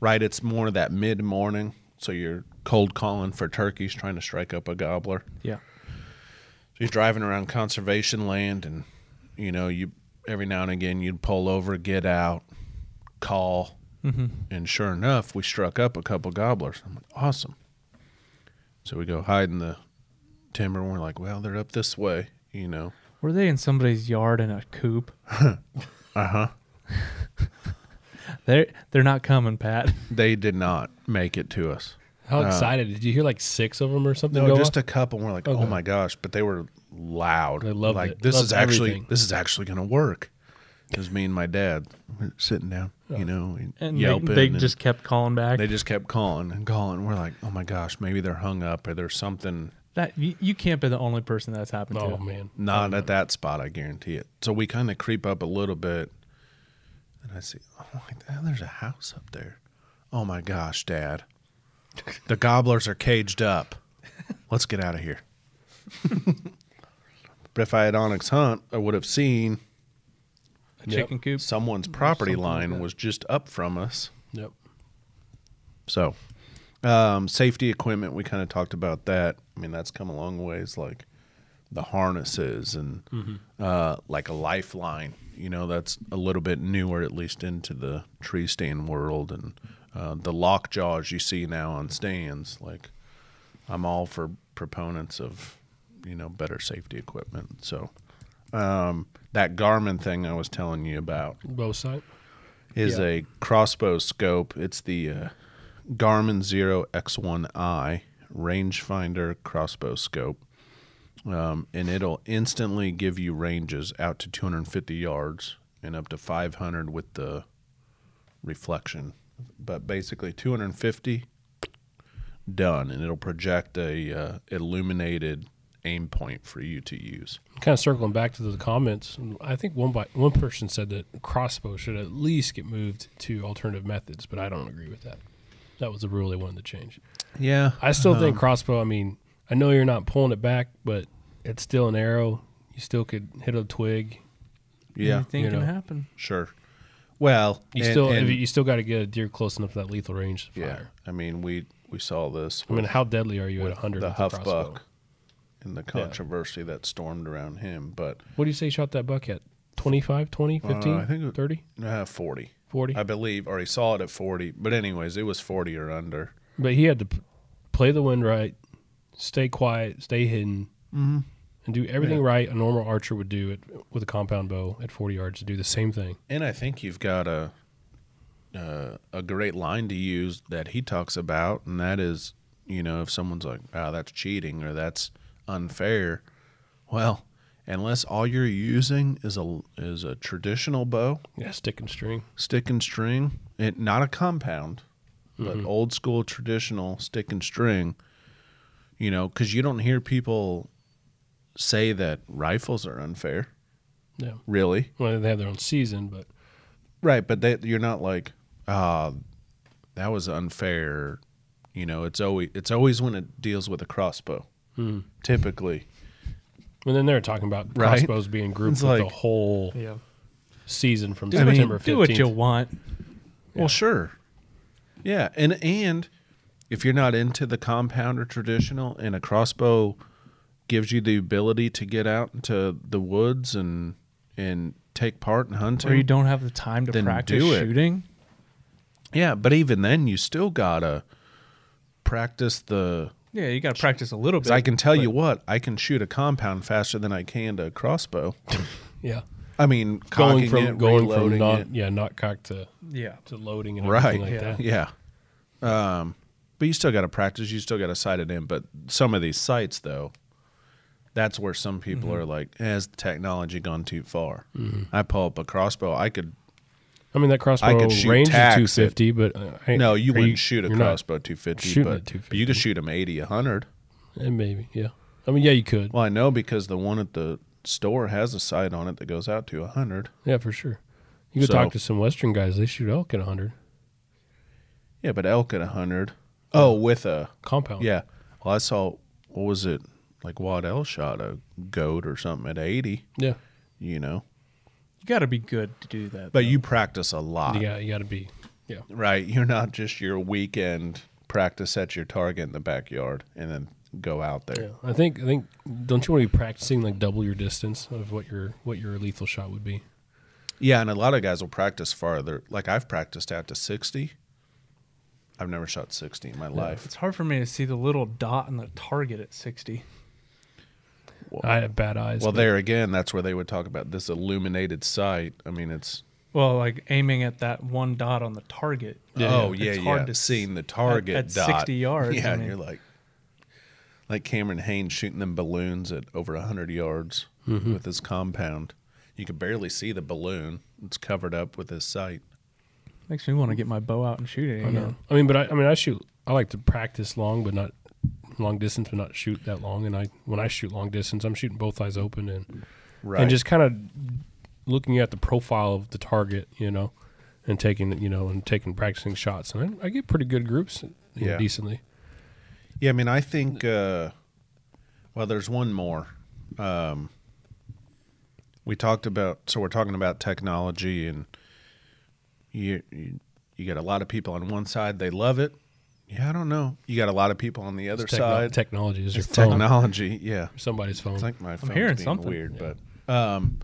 [SPEAKER 1] right. It's more that mid morning, so you're cold calling for turkeys, trying to strike up a gobbler.
[SPEAKER 3] yeah.
[SPEAKER 1] So you're driving around conservation land, and you know you every now and again you'd pull over, get out, call,
[SPEAKER 2] Mm-hmm.
[SPEAKER 1] and sure enough, we struck up a couple gobblers. I'm like, awesome. So we go hide in the timber, and we're like, well, they're up this way, you know.
[SPEAKER 3] Were they in somebody's yard in a coop? uh
[SPEAKER 1] Uh-huh.
[SPEAKER 3] huh. they're they're not coming, Pat.
[SPEAKER 1] They did not make it to us.
[SPEAKER 2] How excited did you hear? Like six of them or something?
[SPEAKER 1] No,
[SPEAKER 2] go
[SPEAKER 1] just
[SPEAKER 2] off?
[SPEAKER 1] a couple. And we're like, oh
[SPEAKER 2] Okay.
[SPEAKER 1] my gosh! But they were loud.
[SPEAKER 2] They loved
[SPEAKER 1] like
[SPEAKER 2] it.
[SPEAKER 1] this
[SPEAKER 2] Loved
[SPEAKER 1] is actually
[SPEAKER 2] everything.
[SPEAKER 1] this is actually going to work. It was me and my dad we're sitting down, you know, and,
[SPEAKER 3] And they,
[SPEAKER 1] yelping.
[SPEAKER 3] they
[SPEAKER 1] and
[SPEAKER 3] just kept calling back.
[SPEAKER 1] they just kept calling and calling. We're like, oh my gosh, maybe they're hung up or there's something
[SPEAKER 3] that you, you can't be the only person that's happened
[SPEAKER 2] Oh
[SPEAKER 3] to.
[SPEAKER 2] man.
[SPEAKER 1] not at that spot. I guarantee it. So we kind of creep up a little bit, and I see, oh my, God, there's a house up there. Oh my gosh, Dad, the gobblers are caged up. Let's get out of here. but if I had Onyx Hunt, I would have seen
[SPEAKER 3] A chicken coop.
[SPEAKER 1] someone's property line was just up from us.
[SPEAKER 2] Yep.
[SPEAKER 1] So, um, safety equipment, we kind of talked about that. I mean, that's come a long ways, like the harnesses and uh, like a lifeline. You know, that's a little bit newer, at least into the tree stand world. And uh, the lock jaws you see now on stands, like, I'm all for proponents of, you know, better safety equipment. So, um, that Garmin thing I was telling you about,
[SPEAKER 2] Both side.
[SPEAKER 1] is
[SPEAKER 2] Yeah.
[SPEAKER 1] a crossbow scope. It's the uh, Garmin Zero X1i rangefinder crossbow scope, um, and it'll instantly give you ranges out to 250 yards and up to 500 with the reflection. But basically, 250 done, and it'll project a uh, illuminated aim point for you to use.
[SPEAKER 2] kind of circling back to the comments, I think one by one person said that crossbow should at least get moved to alternative methods, but I don't agree with that. That was the rule they wanted to change.
[SPEAKER 1] Yeah,
[SPEAKER 2] I still
[SPEAKER 1] Uh-huh.
[SPEAKER 2] think crossbow. I mean, I know you're not pulling it back, but it's still an arrow. You still could hit a twig.
[SPEAKER 1] yeah,
[SPEAKER 3] Anything
[SPEAKER 2] you
[SPEAKER 3] can
[SPEAKER 2] know.
[SPEAKER 3] happen.
[SPEAKER 1] sure. Well,
[SPEAKER 2] Mm. You
[SPEAKER 1] and-
[SPEAKER 2] still
[SPEAKER 1] and-
[SPEAKER 2] you still got to get a deer close enough to that lethal range to
[SPEAKER 1] Yeah,
[SPEAKER 2] fire.
[SPEAKER 1] I mean we we saw this.
[SPEAKER 2] I mean,
[SPEAKER 1] with
[SPEAKER 2] how deadly are you at 100
[SPEAKER 1] the
[SPEAKER 2] with
[SPEAKER 1] Huff
[SPEAKER 2] crossbow?
[SPEAKER 1] Buck and the controversy that stormed around him, but
[SPEAKER 2] What do you say you shot that buck at? 25, 20, 15,
[SPEAKER 1] I think it-
[SPEAKER 2] 30,
[SPEAKER 1] uh, forty,
[SPEAKER 2] 40?
[SPEAKER 1] I believe, or he saw it at forty. But anyways, it was forty or under.
[SPEAKER 2] But he had to p- play the wind right, stay quiet, stay hidden,
[SPEAKER 1] Mm-hmm.
[SPEAKER 2] and do everything right a normal archer would do it with a compound bow at 40 yards to do the same thing.
[SPEAKER 1] And I think you've got a uh, a great line to use that he talks about, and that is, you know, if someone's like, "Oh, that's cheating" or "That's unfair," well, unless all you're using is a is a traditional bow,
[SPEAKER 2] Yeah, stick and string.
[SPEAKER 1] stick and string, it, not a compound, but old school traditional stick and string. You know, because you don't hear people say that rifles are unfair,
[SPEAKER 2] Yeah.
[SPEAKER 1] really.
[SPEAKER 2] Well, they have their own season, but
[SPEAKER 1] Right, but they, you're not like, ah, that was unfair. You know, it's always it's always when it deals with a crossbow. Typically,
[SPEAKER 2] and then they're talking about
[SPEAKER 1] Right.
[SPEAKER 2] crossbows being grouped
[SPEAKER 1] It's
[SPEAKER 2] with the
[SPEAKER 1] like-
[SPEAKER 2] whole
[SPEAKER 3] Yeah.
[SPEAKER 2] season from
[SPEAKER 3] Do, what,
[SPEAKER 2] September
[SPEAKER 3] you, do what
[SPEAKER 2] 15th.
[SPEAKER 3] you want.
[SPEAKER 1] Well, sure. Yeah, and and if you're not into the compound or traditional, and a crossbow gives you the ability to get out into the woods and and take part in hunting,
[SPEAKER 3] Or you don't have the time to
[SPEAKER 1] Then
[SPEAKER 3] practice
[SPEAKER 1] do it.
[SPEAKER 3] shooting.
[SPEAKER 1] yeah, but even then, you still gotta practice the.
[SPEAKER 3] Yeah, you got to practice a little bit.
[SPEAKER 1] Because I can tell you what, I can shoot a compound faster than I can to a crossbow.
[SPEAKER 2] Yeah.
[SPEAKER 1] I mean,
[SPEAKER 2] Going
[SPEAKER 1] cocking
[SPEAKER 2] from
[SPEAKER 1] it,
[SPEAKER 2] going from
[SPEAKER 1] reloading
[SPEAKER 2] not
[SPEAKER 1] it.
[SPEAKER 2] yeah, not cock to,
[SPEAKER 3] Yeah.
[SPEAKER 2] to loading and
[SPEAKER 1] right
[SPEAKER 2] everything like that.
[SPEAKER 1] yeah um but you still got to practice you still got to sight it in but some of these sites though that's where some people
[SPEAKER 2] Mm-hmm.
[SPEAKER 1] are like "Eh, has the technology gone too far i pull up a crossbow i could
[SPEAKER 2] I mean that crossbow
[SPEAKER 1] could shoot
[SPEAKER 2] range is
[SPEAKER 1] tacks at-
[SPEAKER 2] 250, but uh, I,
[SPEAKER 1] no you
[SPEAKER 2] are
[SPEAKER 1] wouldn't shoot a
[SPEAKER 2] you're not-
[SPEAKER 1] crossbow 250
[SPEAKER 2] shooting at
[SPEAKER 1] but
[SPEAKER 2] 250.
[SPEAKER 1] you could shoot them 80 100
[SPEAKER 2] And Eh, maybe, yeah. I mean, yeah, you could.
[SPEAKER 1] well i know because the one at the store has a sight on it that goes out to 100
[SPEAKER 2] yeah, for sure. You could
[SPEAKER 1] So-
[SPEAKER 2] talk to some Western guys; they shoot elk at 100
[SPEAKER 1] yeah but elk at 100 oh with a
[SPEAKER 2] compound.
[SPEAKER 1] yeah well i saw what was it like waddell shot a goat or something at 80
[SPEAKER 2] yeah.
[SPEAKER 1] you know
[SPEAKER 3] You got to be good to do that.
[SPEAKER 1] But you practice a lot,
[SPEAKER 2] You got you got to be. Yeah,
[SPEAKER 1] right? You're not just your weekend practice at your target in the backyard and then go out there.
[SPEAKER 2] yeah. I think I think don't you want to be practicing like double your distance of what your what your lethal shot would be?
[SPEAKER 1] Yeah, and a lot of guys will practice farther. Like I've practiced out to 60. I've never shot 60 in my life.
[SPEAKER 3] It's hard for me to see the little dot on the target at 60.
[SPEAKER 2] I have bad eyes.
[SPEAKER 1] Well,
[SPEAKER 2] but-
[SPEAKER 1] there again, that's where they would talk about this illuminated sight. I mean, it's
[SPEAKER 3] Well, like aiming at that one dot on the target.
[SPEAKER 1] oh yeah,
[SPEAKER 3] it's
[SPEAKER 1] yeah,
[SPEAKER 3] hard to
[SPEAKER 1] seeing the target
[SPEAKER 3] at
[SPEAKER 1] dot.
[SPEAKER 3] 60 yards,
[SPEAKER 1] Yeah,
[SPEAKER 3] I
[SPEAKER 1] and
[SPEAKER 3] mean.
[SPEAKER 1] you're like, like Cameron Haynes shooting them balloons at over hundred yards with his compound. You could barely see the balloon; it's covered up with his sight.
[SPEAKER 3] Makes me want to get my bow out and shoot it.
[SPEAKER 2] I
[SPEAKER 3] again.
[SPEAKER 2] know. I mean, but I, I mean, I shoot. I like to practice long, but not long distance, but not shoot that long. And I when I shoot long distance, I'm shooting both eyes open and
[SPEAKER 1] Right.
[SPEAKER 2] and just kind of looking at the profile of the target, you know, and taking you know and taking practicing shots. And I, I get pretty good groups, you know,
[SPEAKER 1] Yeah.
[SPEAKER 2] decently.
[SPEAKER 1] Yeah, I mean, I think. Uh, well, there's one more. Um, we talked about so we're talking about technology, and you you, you got a lot of people on one side they love it. Yeah, I don't know. You got a lot of people on the other
[SPEAKER 2] Techno-
[SPEAKER 1] side.
[SPEAKER 2] technology is your
[SPEAKER 1] It's
[SPEAKER 2] phone.
[SPEAKER 1] technology, yeah.
[SPEAKER 2] Somebody's phone.
[SPEAKER 1] It's like my phone's
[SPEAKER 3] hearing
[SPEAKER 1] being
[SPEAKER 3] something.
[SPEAKER 1] weird, but um,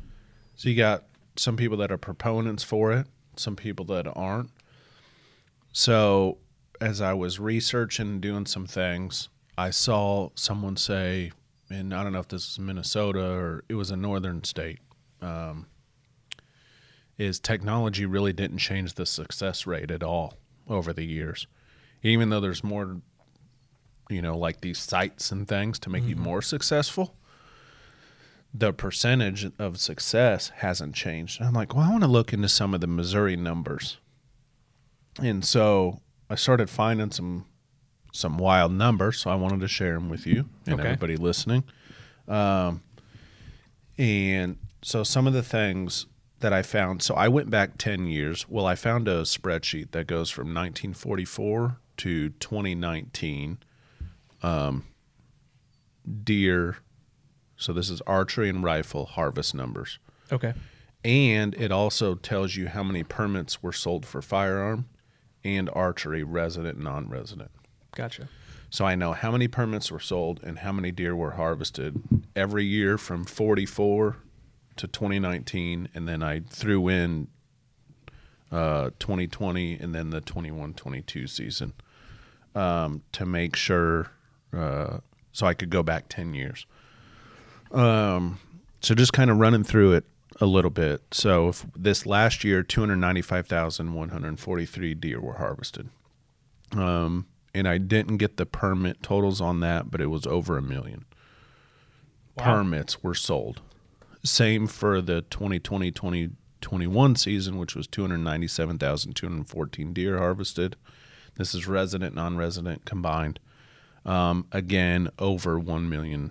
[SPEAKER 1] so you got some people that are proponents for it, some people that aren't. So as I was researching and doing some things, I saw someone say, and I don't know if this was Minnesota or it was a northern state. Um, is technology really didn't change the success rate at all over the years. Even though there's more, you know, like these sites and things to make you more successful, the percentage of success hasn't changed. And I'm like, well, I want to look into some of the Missouri numbers. And so I started finding some some wild numbers, so I wanted to share them with you and
[SPEAKER 2] Okay.
[SPEAKER 1] everybody listening. Um, And so some of the things that I found, so I went back 10 years. Well, I found a spreadsheet that goes from 1944 to 2019. Um, deer, so this is archery and rifle harvest numbers.
[SPEAKER 3] Okay.
[SPEAKER 1] And it also tells you how many permits were sold for firearm and archery, resident, non resident.
[SPEAKER 3] Gotcha.
[SPEAKER 1] So I know how many permits were sold and how many deer were harvested every year from 44 to 2019. And then I threw in uh, 2020 and then the 21 22 season um, to make sure uh, so I could go back 10 years. Um, so just kind of running through it a little bit. So if this last year, 295,143 deer were harvested and I didn't get the permit totals on that, but it was over a million permits were sold. Same for the 2020 2021 season, which was 297,214 deer harvested. This is resident, non resident combined. Um, again, over 1 million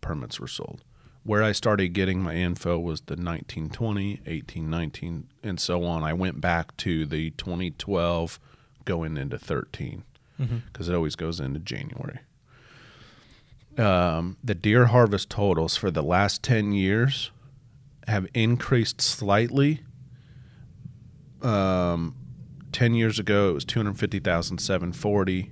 [SPEAKER 1] permits were sold. Where I started getting my info was the 1920, 1819, and so on. I went back to the 2012 going into 13 because it always goes into January Um, the deer harvest totals for the last 10 years have increased slightly. Um, 10 years ago, it was 250,740.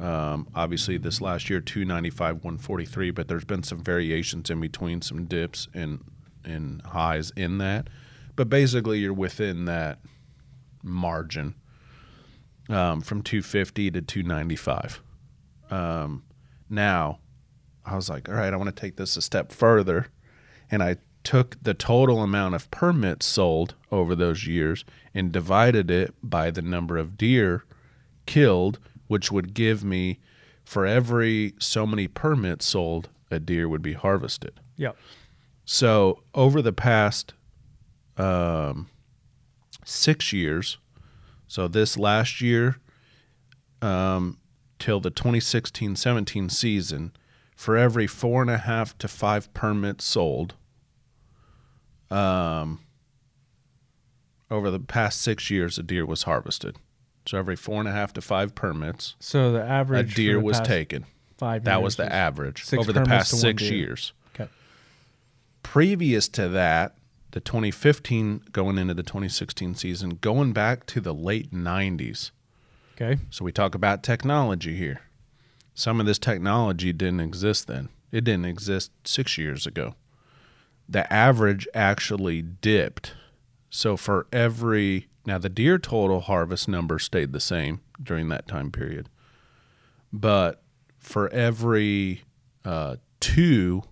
[SPEAKER 1] Um, obviously, this last year, 295, 143, but there's been some variations in between, some dips and, and highs in that. But basically, you're within that margin um, from 250 to 295. Um, now, I was like, all right, I want to take this a step further. And I took the total amount of permits sold over those years and divided it by the number of deer killed, which would give me for every so many permits sold, a deer would be harvested.
[SPEAKER 3] Yep.
[SPEAKER 1] So over the past um, six years, so this last year um, till the 2016-17 season, for every four and a half to five permits sold, um, over the past six years, a deer was harvested. So every four and a half to five permits,
[SPEAKER 3] So the
[SPEAKER 1] a
[SPEAKER 3] average for
[SPEAKER 1] deer
[SPEAKER 3] the
[SPEAKER 1] was
[SPEAKER 3] past
[SPEAKER 1] taken.
[SPEAKER 3] Five.
[SPEAKER 1] That
[SPEAKER 3] years
[SPEAKER 1] was the average
[SPEAKER 3] six
[SPEAKER 1] over the past
[SPEAKER 3] permits to one
[SPEAKER 1] six
[SPEAKER 3] deer.
[SPEAKER 1] years.
[SPEAKER 3] Okay.
[SPEAKER 1] Previous to that, the 2015 going into the 2016 season, going back to the late 90s.
[SPEAKER 3] Okay.
[SPEAKER 1] So we talk about technology here. Some of this technology didn't exist then. It didn't exist six years ago. The average actually dipped. So for every now the deer total harvest number stayed the same during that time period, but for every uh, two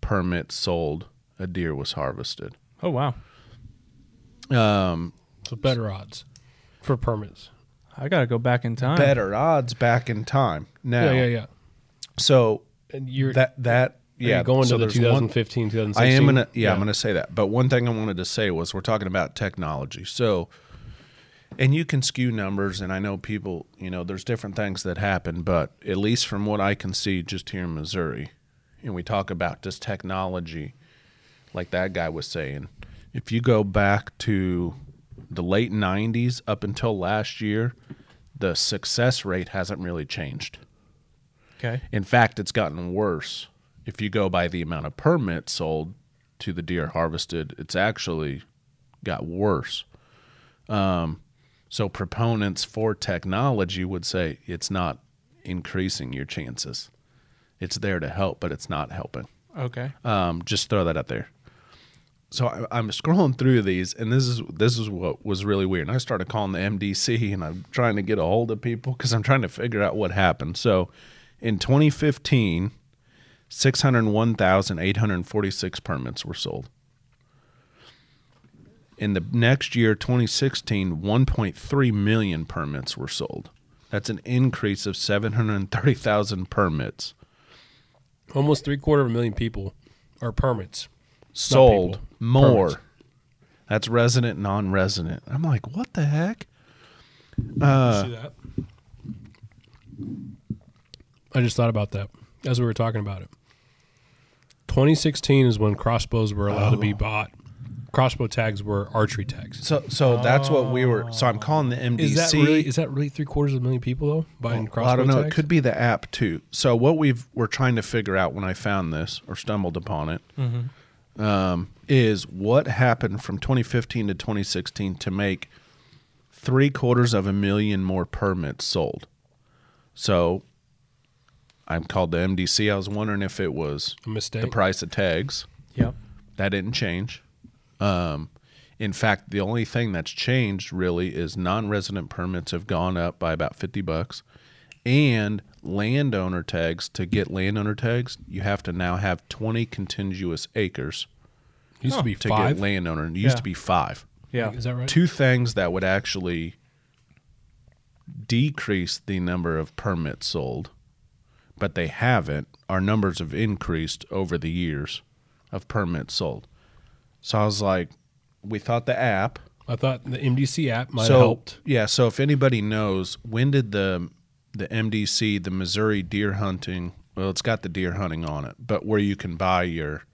[SPEAKER 1] permits sold, a deer was harvested.
[SPEAKER 3] Oh wow.
[SPEAKER 1] Um,
[SPEAKER 2] So better odds for permits.
[SPEAKER 3] I gotta go back in time.
[SPEAKER 1] better odds back in time now.
[SPEAKER 2] Yeah, yeah, yeah.
[SPEAKER 1] So
[SPEAKER 2] And you're
[SPEAKER 1] that that
[SPEAKER 2] are you
[SPEAKER 1] yeah
[SPEAKER 2] going
[SPEAKER 1] so
[SPEAKER 2] to the
[SPEAKER 1] there's one-
[SPEAKER 2] 2015, 2016.
[SPEAKER 1] I am gonna yeah, I'm gonna say that. But one thing I wanted to say was we're talking about technology. So and you can skew numbers and I know people, you know, there's different things that happen, but at least from what I can see just here in Missouri, and we talk about this technology, like that guy was saying, if you go back to the late nineties up until last year, the success rate hasn't really changed.
[SPEAKER 3] Okay.
[SPEAKER 1] In fact, it's gotten worse. If you go by the amount of permits sold to the deer harvested, it's actually got worse. Um, so proponents for technology would say it's not increasing your chances. It's there to help, but it's not helping.
[SPEAKER 3] Okay.
[SPEAKER 1] Um, just throw that out there. So I, I'm scrolling through these, and this is this is what was really weird. And I started calling the MDC, and I'm trying to get a hold of people because I'm trying to figure out what happened. So, in 2015, 601,846 permits were sold. In the next year, 2016, 1.3 million permits were sold. That's an increase of 730,000 permits
[SPEAKER 2] Almost three quarter of a million people are permits.
[SPEAKER 1] sold
[SPEAKER 2] people,
[SPEAKER 1] more.
[SPEAKER 2] permits.
[SPEAKER 1] That's resident, non resident. I'm like, what the heck? Uh.
[SPEAKER 2] See that? I just thought about that as we were talking about it. 2016 is when crossbows were allowed to be
[SPEAKER 1] Oh.
[SPEAKER 2] bought. Crossbow tags were archery tags.
[SPEAKER 1] So, so that's what we were. So I'm calling the MDC.
[SPEAKER 2] Is that really is that really three quarters of a million people though buying
[SPEAKER 1] Well,
[SPEAKER 2] crossbow
[SPEAKER 1] I don't know.
[SPEAKER 2] tags?
[SPEAKER 1] It could be the app too. So what we've we're trying to figure out when I found this or stumbled upon it is
[SPEAKER 2] Mm-hmm.
[SPEAKER 1] what happened from 2015 to 2016 to make three quarters of a million more permits sold. So I'm called the MDC. I was wondering if it was
[SPEAKER 2] a mistake.
[SPEAKER 1] the price of tags
[SPEAKER 3] Yep.
[SPEAKER 1] that didn't change. Um, in fact, the only thing that's changed really is non-resident permits have gone up by about fifty bucks, and landowner tags. To get landowner tags, you have to now have twenty contiguous acres
[SPEAKER 2] used to be
[SPEAKER 1] to
[SPEAKER 2] five.
[SPEAKER 1] get landowner. It used
[SPEAKER 3] Yeah.
[SPEAKER 1] to be five.
[SPEAKER 3] Yeah.
[SPEAKER 2] Is that right?
[SPEAKER 1] Two things that would actually decrease the number of permits sold, but they haven't. Our numbers have increased over the years of permits sold. So I was like, we thought the app
[SPEAKER 2] I thought the MDC app might
[SPEAKER 1] so
[SPEAKER 2] have helped.
[SPEAKER 1] yeah. So if anybody knows, when did the the MDC, the Missouri deer hunting? Well, it's got the deer hunting on it, but where you can buy your,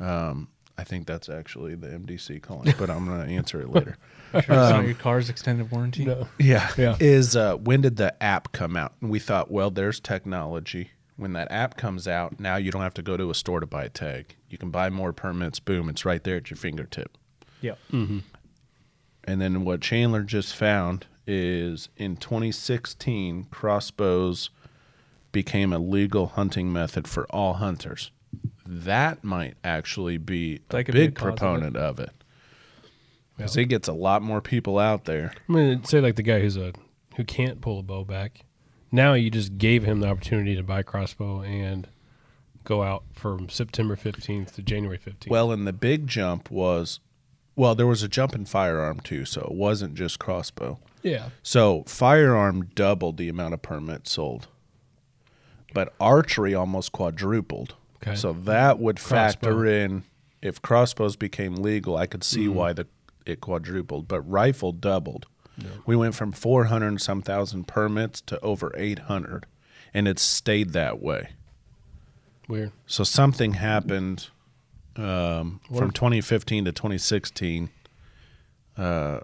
[SPEAKER 1] um, I think that's actually the MDC calling, but I'm gonna answer it later.
[SPEAKER 3] Sure, Um, it's not your car's extended warranty.
[SPEAKER 1] Yeah.
[SPEAKER 2] Yeah.
[SPEAKER 1] Is uh, when did the app come out? And we thought, well, there's technology. When that app comes out, now you don't have to go to a store to buy a tag. You can buy more permits. Boom, it's right there at your fingertip.
[SPEAKER 3] Yep.
[SPEAKER 1] And then what Chandler just found is in 2016, crossbows became a legal hunting method for all hunters. That might actually be a
[SPEAKER 3] That could be a
[SPEAKER 1] big
[SPEAKER 3] positive.
[SPEAKER 1] proponent of it. Because it gets a lot more people out there.
[SPEAKER 2] I mean, say like the guy who's a who can't pull a bow back. Now you just gave him the opportunity to buy a crossbow and go out from September 15th to January 15th.
[SPEAKER 1] Well, and the big jump was, well, there was a jump in firearm too, so it wasn't just crossbow.
[SPEAKER 2] yeah,
[SPEAKER 1] So firearm doubled the amount of permits sold, but archery almost quadrupled.
[SPEAKER 2] Okay.
[SPEAKER 1] So that would factor
[SPEAKER 2] Crossbow.
[SPEAKER 1] in if crossbows became legal. I could see
[SPEAKER 2] Mm-hmm.
[SPEAKER 1] why the it quadrupled, but rifle doubled. We went from four hundred and some thousand permits to over eight hundred, and it's stayed that way.
[SPEAKER 2] weird.
[SPEAKER 1] So something happened um, from 2015 to 2016. Uh,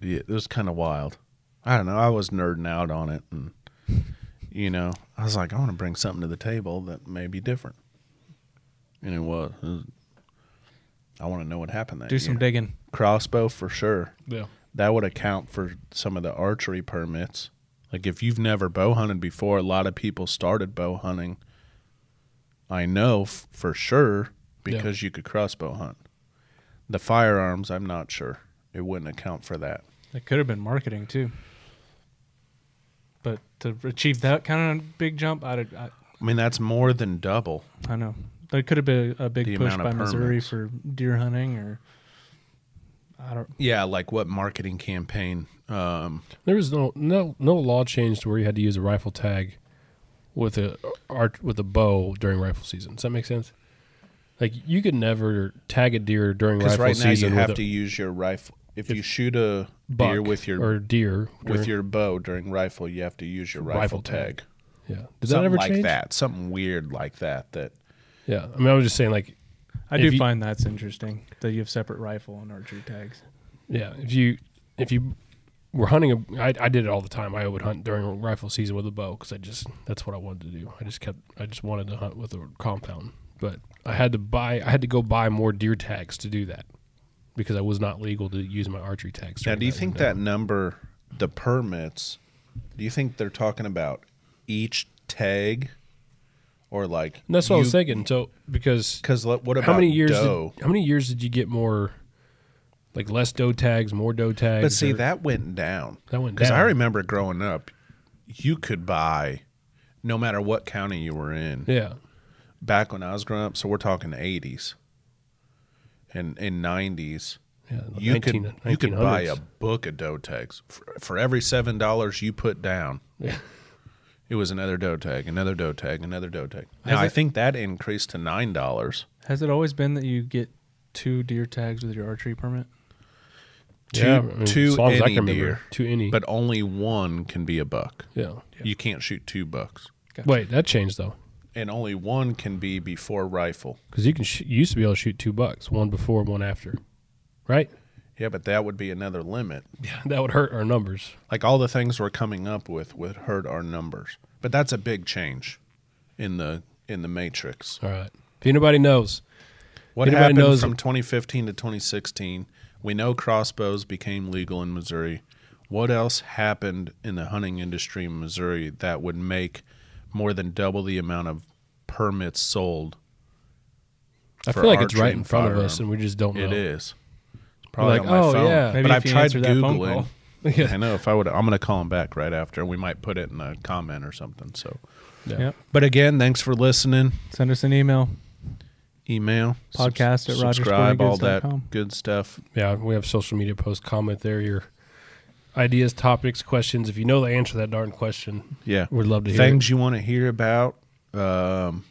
[SPEAKER 1] yeah, it was kind of wild. I don't know. I was nerding out on it, and you know, I was like, I want to bring something to the table that may be different. And it was. It was- I want to know what happened that
[SPEAKER 3] Do some
[SPEAKER 1] year.
[SPEAKER 3] digging.
[SPEAKER 1] crossbow for sure.
[SPEAKER 2] Yeah,
[SPEAKER 1] That would account for some of the archery permits. Like if you've never bow hunted before, a lot of people started bow hunting. I know f- for sure because you could crossbow hunt. The firearms, I'm not sure. It wouldn't account for that.
[SPEAKER 3] It could have been marketing too. But to achieve that kind of big jump, I'd, I
[SPEAKER 1] I mean, that's more than double.
[SPEAKER 3] I know there could have been a big
[SPEAKER 1] The
[SPEAKER 3] push
[SPEAKER 1] amount
[SPEAKER 3] by
[SPEAKER 1] of
[SPEAKER 3] Missouri
[SPEAKER 1] permits.
[SPEAKER 3] for deer hunting, or I don't.
[SPEAKER 1] Yeah, like what marketing campaign? Um,
[SPEAKER 2] there was no no no law change to where you had to use a rifle tag with a arch, with a bow during rifle season. Does that make sense? Like you could never tag a deer during
[SPEAKER 1] because
[SPEAKER 2] rifle
[SPEAKER 1] right now you
[SPEAKER 2] season. with
[SPEAKER 1] have
[SPEAKER 2] a
[SPEAKER 1] to use your rifle. If,
[SPEAKER 2] If
[SPEAKER 1] you shoot a
[SPEAKER 2] buck
[SPEAKER 1] deer with your
[SPEAKER 2] or deer
[SPEAKER 1] with
[SPEAKER 2] during-
[SPEAKER 1] your bow during rifle, you have to use your rifle,
[SPEAKER 2] Rifle tag.
[SPEAKER 1] tag.
[SPEAKER 2] yeah. Did that
[SPEAKER 1] something
[SPEAKER 2] ever
[SPEAKER 1] like
[SPEAKER 2] change?
[SPEAKER 1] that, something weird like that. That
[SPEAKER 2] Yeah, I mean, I was just saying like
[SPEAKER 3] I
[SPEAKER 2] If
[SPEAKER 3] do
[SPEAKER 2] you-
[SPEAKER 3] find that's interesting that you have separate rifle and archery tags.
[SPEAKER 2] Yeah, if you if you were hunting, a, I, I did it all the time. I would hunt during rifle season with a bow because I just that's what I wanted to do. I just kept I just wanted to hunt with a compound, but I had to buy I had to go buy more deer tags to do that because I was not legal to use my archery tags.
[SPEAKER 1] now,
[SPEAKER 2] during
[SPEAKER 1] do you think
[SPEAKER 2] window.
[SPEAKER 1] that number, the permits, do you think they're talking about each tag, or like
[SPEAKER 2] And that's what I was thinking. So because
[SPEAKER 1] Because what about
[SPEAKER 2] how many years
[SPEAKER 1] doe?
[SPEAKER 2] did, how many years did you get more like less doe tags, more doe tags?
[SPEAKER 1] But see,
[SPEAKER 2] or-
[SPEAKER 1] that went down.
[SPEAKER 2] That went
[SPEAKER 1] I
[SPEAKER 2] down.
[SPEAKER 1] remember growing up, you could buy, no matter what county you were in.
[SPEAKER 2] yeah
[SPEAKER 1] Back when I was growing up, so we're talking eighties, and and nineties.
[SPEAKER 2] Yeah,
[SPEAKER 1] You
[SPEAKER 2] 19
[SPEAKER 1] could you could buy a
[SPEAKER 2] 1900s.
[SPEAKER 1] book of doe tags for, for every seven dollars you put down.
[SPEAKER 2] Yeah.
[SPEAKER 1] It was another doe tag, another doe tag, another doe tag.
[SPEAKER 3] Has
[SPEAKER 1] Now I
[SPEAKER 3] it-
[SPEAKER 1] think that increased to nine dollars.
[SPEAKER 3] Has it always been that you get two deer tags with your archery permit?
[SPEAKER 1] Two,
[SPEAKER 2] Yeah, I mean,
[SPEAKER 1] two
[SPEAKER 2] as long as I
[SPEAKER 1] any
[SPEAKER 2] can remember,
[SPEAKER 1] deer,
[SPEAKER 2] two any.
[SPEAKER 1] but only one can be a buck.
[SPEAKER 2] Mm-hmm. yeah.
[SPEAKER 1] You can't shoot two bucks,
[SPEAKER 2] Wait, that changed though,
[SPEAKER 1] and only one can be before rifle.
[SPEAKER 2] because you can sh- you used to be able to shoot two bucks, one before, one after, right?
[SPEAKER 1] Yeah, but that would be another limit.
[SPEAKER 2] Yeah, that would hurt our numbers.
[SPEAKER 1] Like all the things we're coming up with would hurt our numbers. But that's a big change in the in the matrix.
[SPEAKER 2] All right. If anybody knows,
[SPEAKER 1] What
[SPEAKER 2] Anybody
[SPEAKER 1] happened
[SPEAKER 2] knows-
[SPEAKER 1] from 2015 to 2016? We know crossbows became legal in Missouri. What else happened in the hunting industry in Missouri that would make more than double the amount of permits sold?
[SPEAKER 2] I
[SPEAKER 1] for
[SPEAKER 2] feel like it's
[SPEAKER 1] archery
[SPEAKER 2] right in
[SPEAKER 1] and
[SPEAKER 2] front of us,
[SPEAKER 1] firearm?
[SPEAKER 2] and we just don't know.
[SPEAKER 1] It is. It's probably
[SPEAKER 2] Like,
[SPEAKER 1] on my
[SPEAKER 2] oh,
[SPEAKER 1] phone.
[SPEAKER 2] yeah.
[SPEAKER 3] Maybe
[SPEAKER 1] but
[SPEAKER 3] if
[SPEAKER 1] I've
[SPEAKER 3] you
[SPEAKER 1] tried
[SPEAKER 3] answer that phone
[SPEAKER 1] googling.
[SPEAKER 3] call.
[SPEAKER 1] I know if I would, I'm going to call him back right after, and we might put it in a comment or something. So,
[SPEAKER 2] Yeah.
[SPEAKER 3] Yep.
[SPEAKER 1] but again, thanks for listening.
[SPEAKER 3] Send us an email.
[SPEAKER 1] Email
[SPEAKER 3] Podcast at
[SPEAKER 1] subscribe, all
[SPEAKER 3] rogersportinggoods.com.
[SPEAKER 1] that good stuff.
[SPEAKER 2] Yeah, we have social media posts. Comment there your ideas, topics, questions. If you know the answer to that darn question,
[SPEAKER 1] Yeah,
[SPEAKER 2] we'd love to hear.
[SPEAKER 1] things
[SPEAKER 2] it.
[SPEAKER 1] you want to hear about. Um,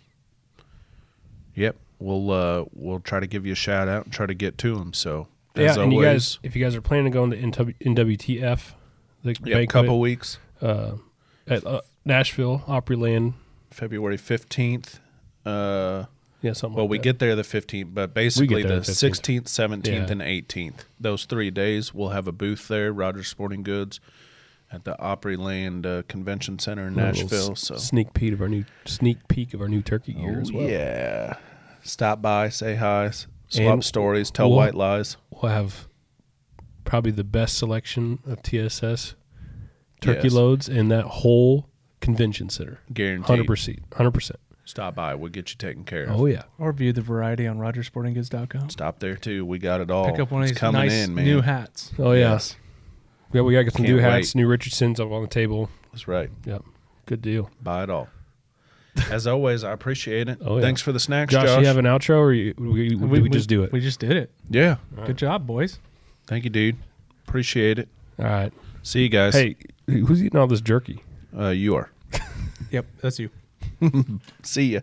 [SPEAKER 1] yep, we'll uh, we'll try to give you a shout out and try to get to them. So
[SPEAKER 2] Yeah,
[SPEAKER 1] as
[SPEAKER 2] and
[SPEAKER 1] always,
[SPEAKER 2] you guys, if you guys are planning on going to NW, NWTF, the
[SPEAKER 1] yeah,
[SPEAKER 2] banquet,
[SPEAKER 1] couple weeks,
[SPEAKER 2] uh, at uh, Nashville Opryland,
[SPEAKER 1] February fifteenth. Uh,
[SPEAKER 2] yeah, something.
[SPEAKER 1] well,
[SPEAKER 2] like
[SPEAKER 1] we
[SPEAKER 2] that.
[SPEAKER 1] get there the fifteenth, but basically
[SPEAKER 2] there
[SPEAKER 1] the
[SPEAKER 2] the 15th.
[SPEAKER 1] sixteenth, seventeenth,
[SPEAKER 2] Yeah.
[SPEAKER 1] and eighteenth. Those three days, we'll have a booth there, Rogers Sporting Goods, at the Opryland uh, Convention Center in
[SPEAKER 2] A little
[SPEAKER 1] Nashville.
[SPEAKER 2] s-
[SPEAKER 1] So
[SPEAKER 2] sneak peek of our new sneak peek of our new turkey gear
[SPEAKER 1] Oh,
[SPEAKER 2] as well.
[SPEAKER 1] yeah, stop by, say hi, s- swap
[SPEAKER 2] And
[SPEAKER 1] stories, tell
[SPEAKER 2] we'll-
[SPEAKER 1] white lies.
[SPEAKER 2] We'll have probably the best selection of TSS turkey
[SPEAKER 1] Yes.
[SPEAKER 2] loads in that whole convention center.
[SPEAKER 1] Guaranteed.
[SPEAKER 2] Hundred percent, hundred percent.
[SPEAKER 1] Stop by. We'll get you taken care of.
[SPEAKER 2] Oh yeah.
[SPEAKER 3] Or view the variety on rogersportinggoods.com.
[SPEAKER 1] Stop there too. We got it all.
[SPEAKER 3] Pick up one of
[SPEAKER 1] Oh, It's
[SPEAKER 3] these
[SPEAKER 1] coming
[SPEAKER 3] nice
[SPEAKER 1] in, man.
[SPEAKER 3] new hats.
[SPEAKER 2] Oh yeah. Yeah, we gotta get some
[SPEAKER 1] Can't
[SPEAKER 2] new hats,
[SPEAKER 1] wait.
[SPEAKER 2] new Richardsons up on the table.
[SPEAKER 1] That's right.
[SPEAKER 2] Yep. Good deal.
[SPEAKER 1] Buy it all. As always, I appreciate it.
[SPEAKER 2] Oh, yeah.
[SPEAKER 1] Thanks for the snacks,
[SPEAKER 2] Josh,
[SPEAKER 1] Josh.
[SPEAKER 2] you have an outro or you, we, we, we just do it?
[SPEAKER 3] We just did it.
[SPEAKER 1] yeah.
[SPEAKER 3] Good job, boys.
[SPEAKER 1] Thank you, dude. Appreciate it.
[SPEAKER 2] All right.
[SPEAKER 1] See you guys.
[SPEAKER 2] Hey, who's eating all this jerky?
[SPEAKER 1] uh, you are.
[SPEAKER 3] Yep, that's you.
[SPEAKER 1] See ya.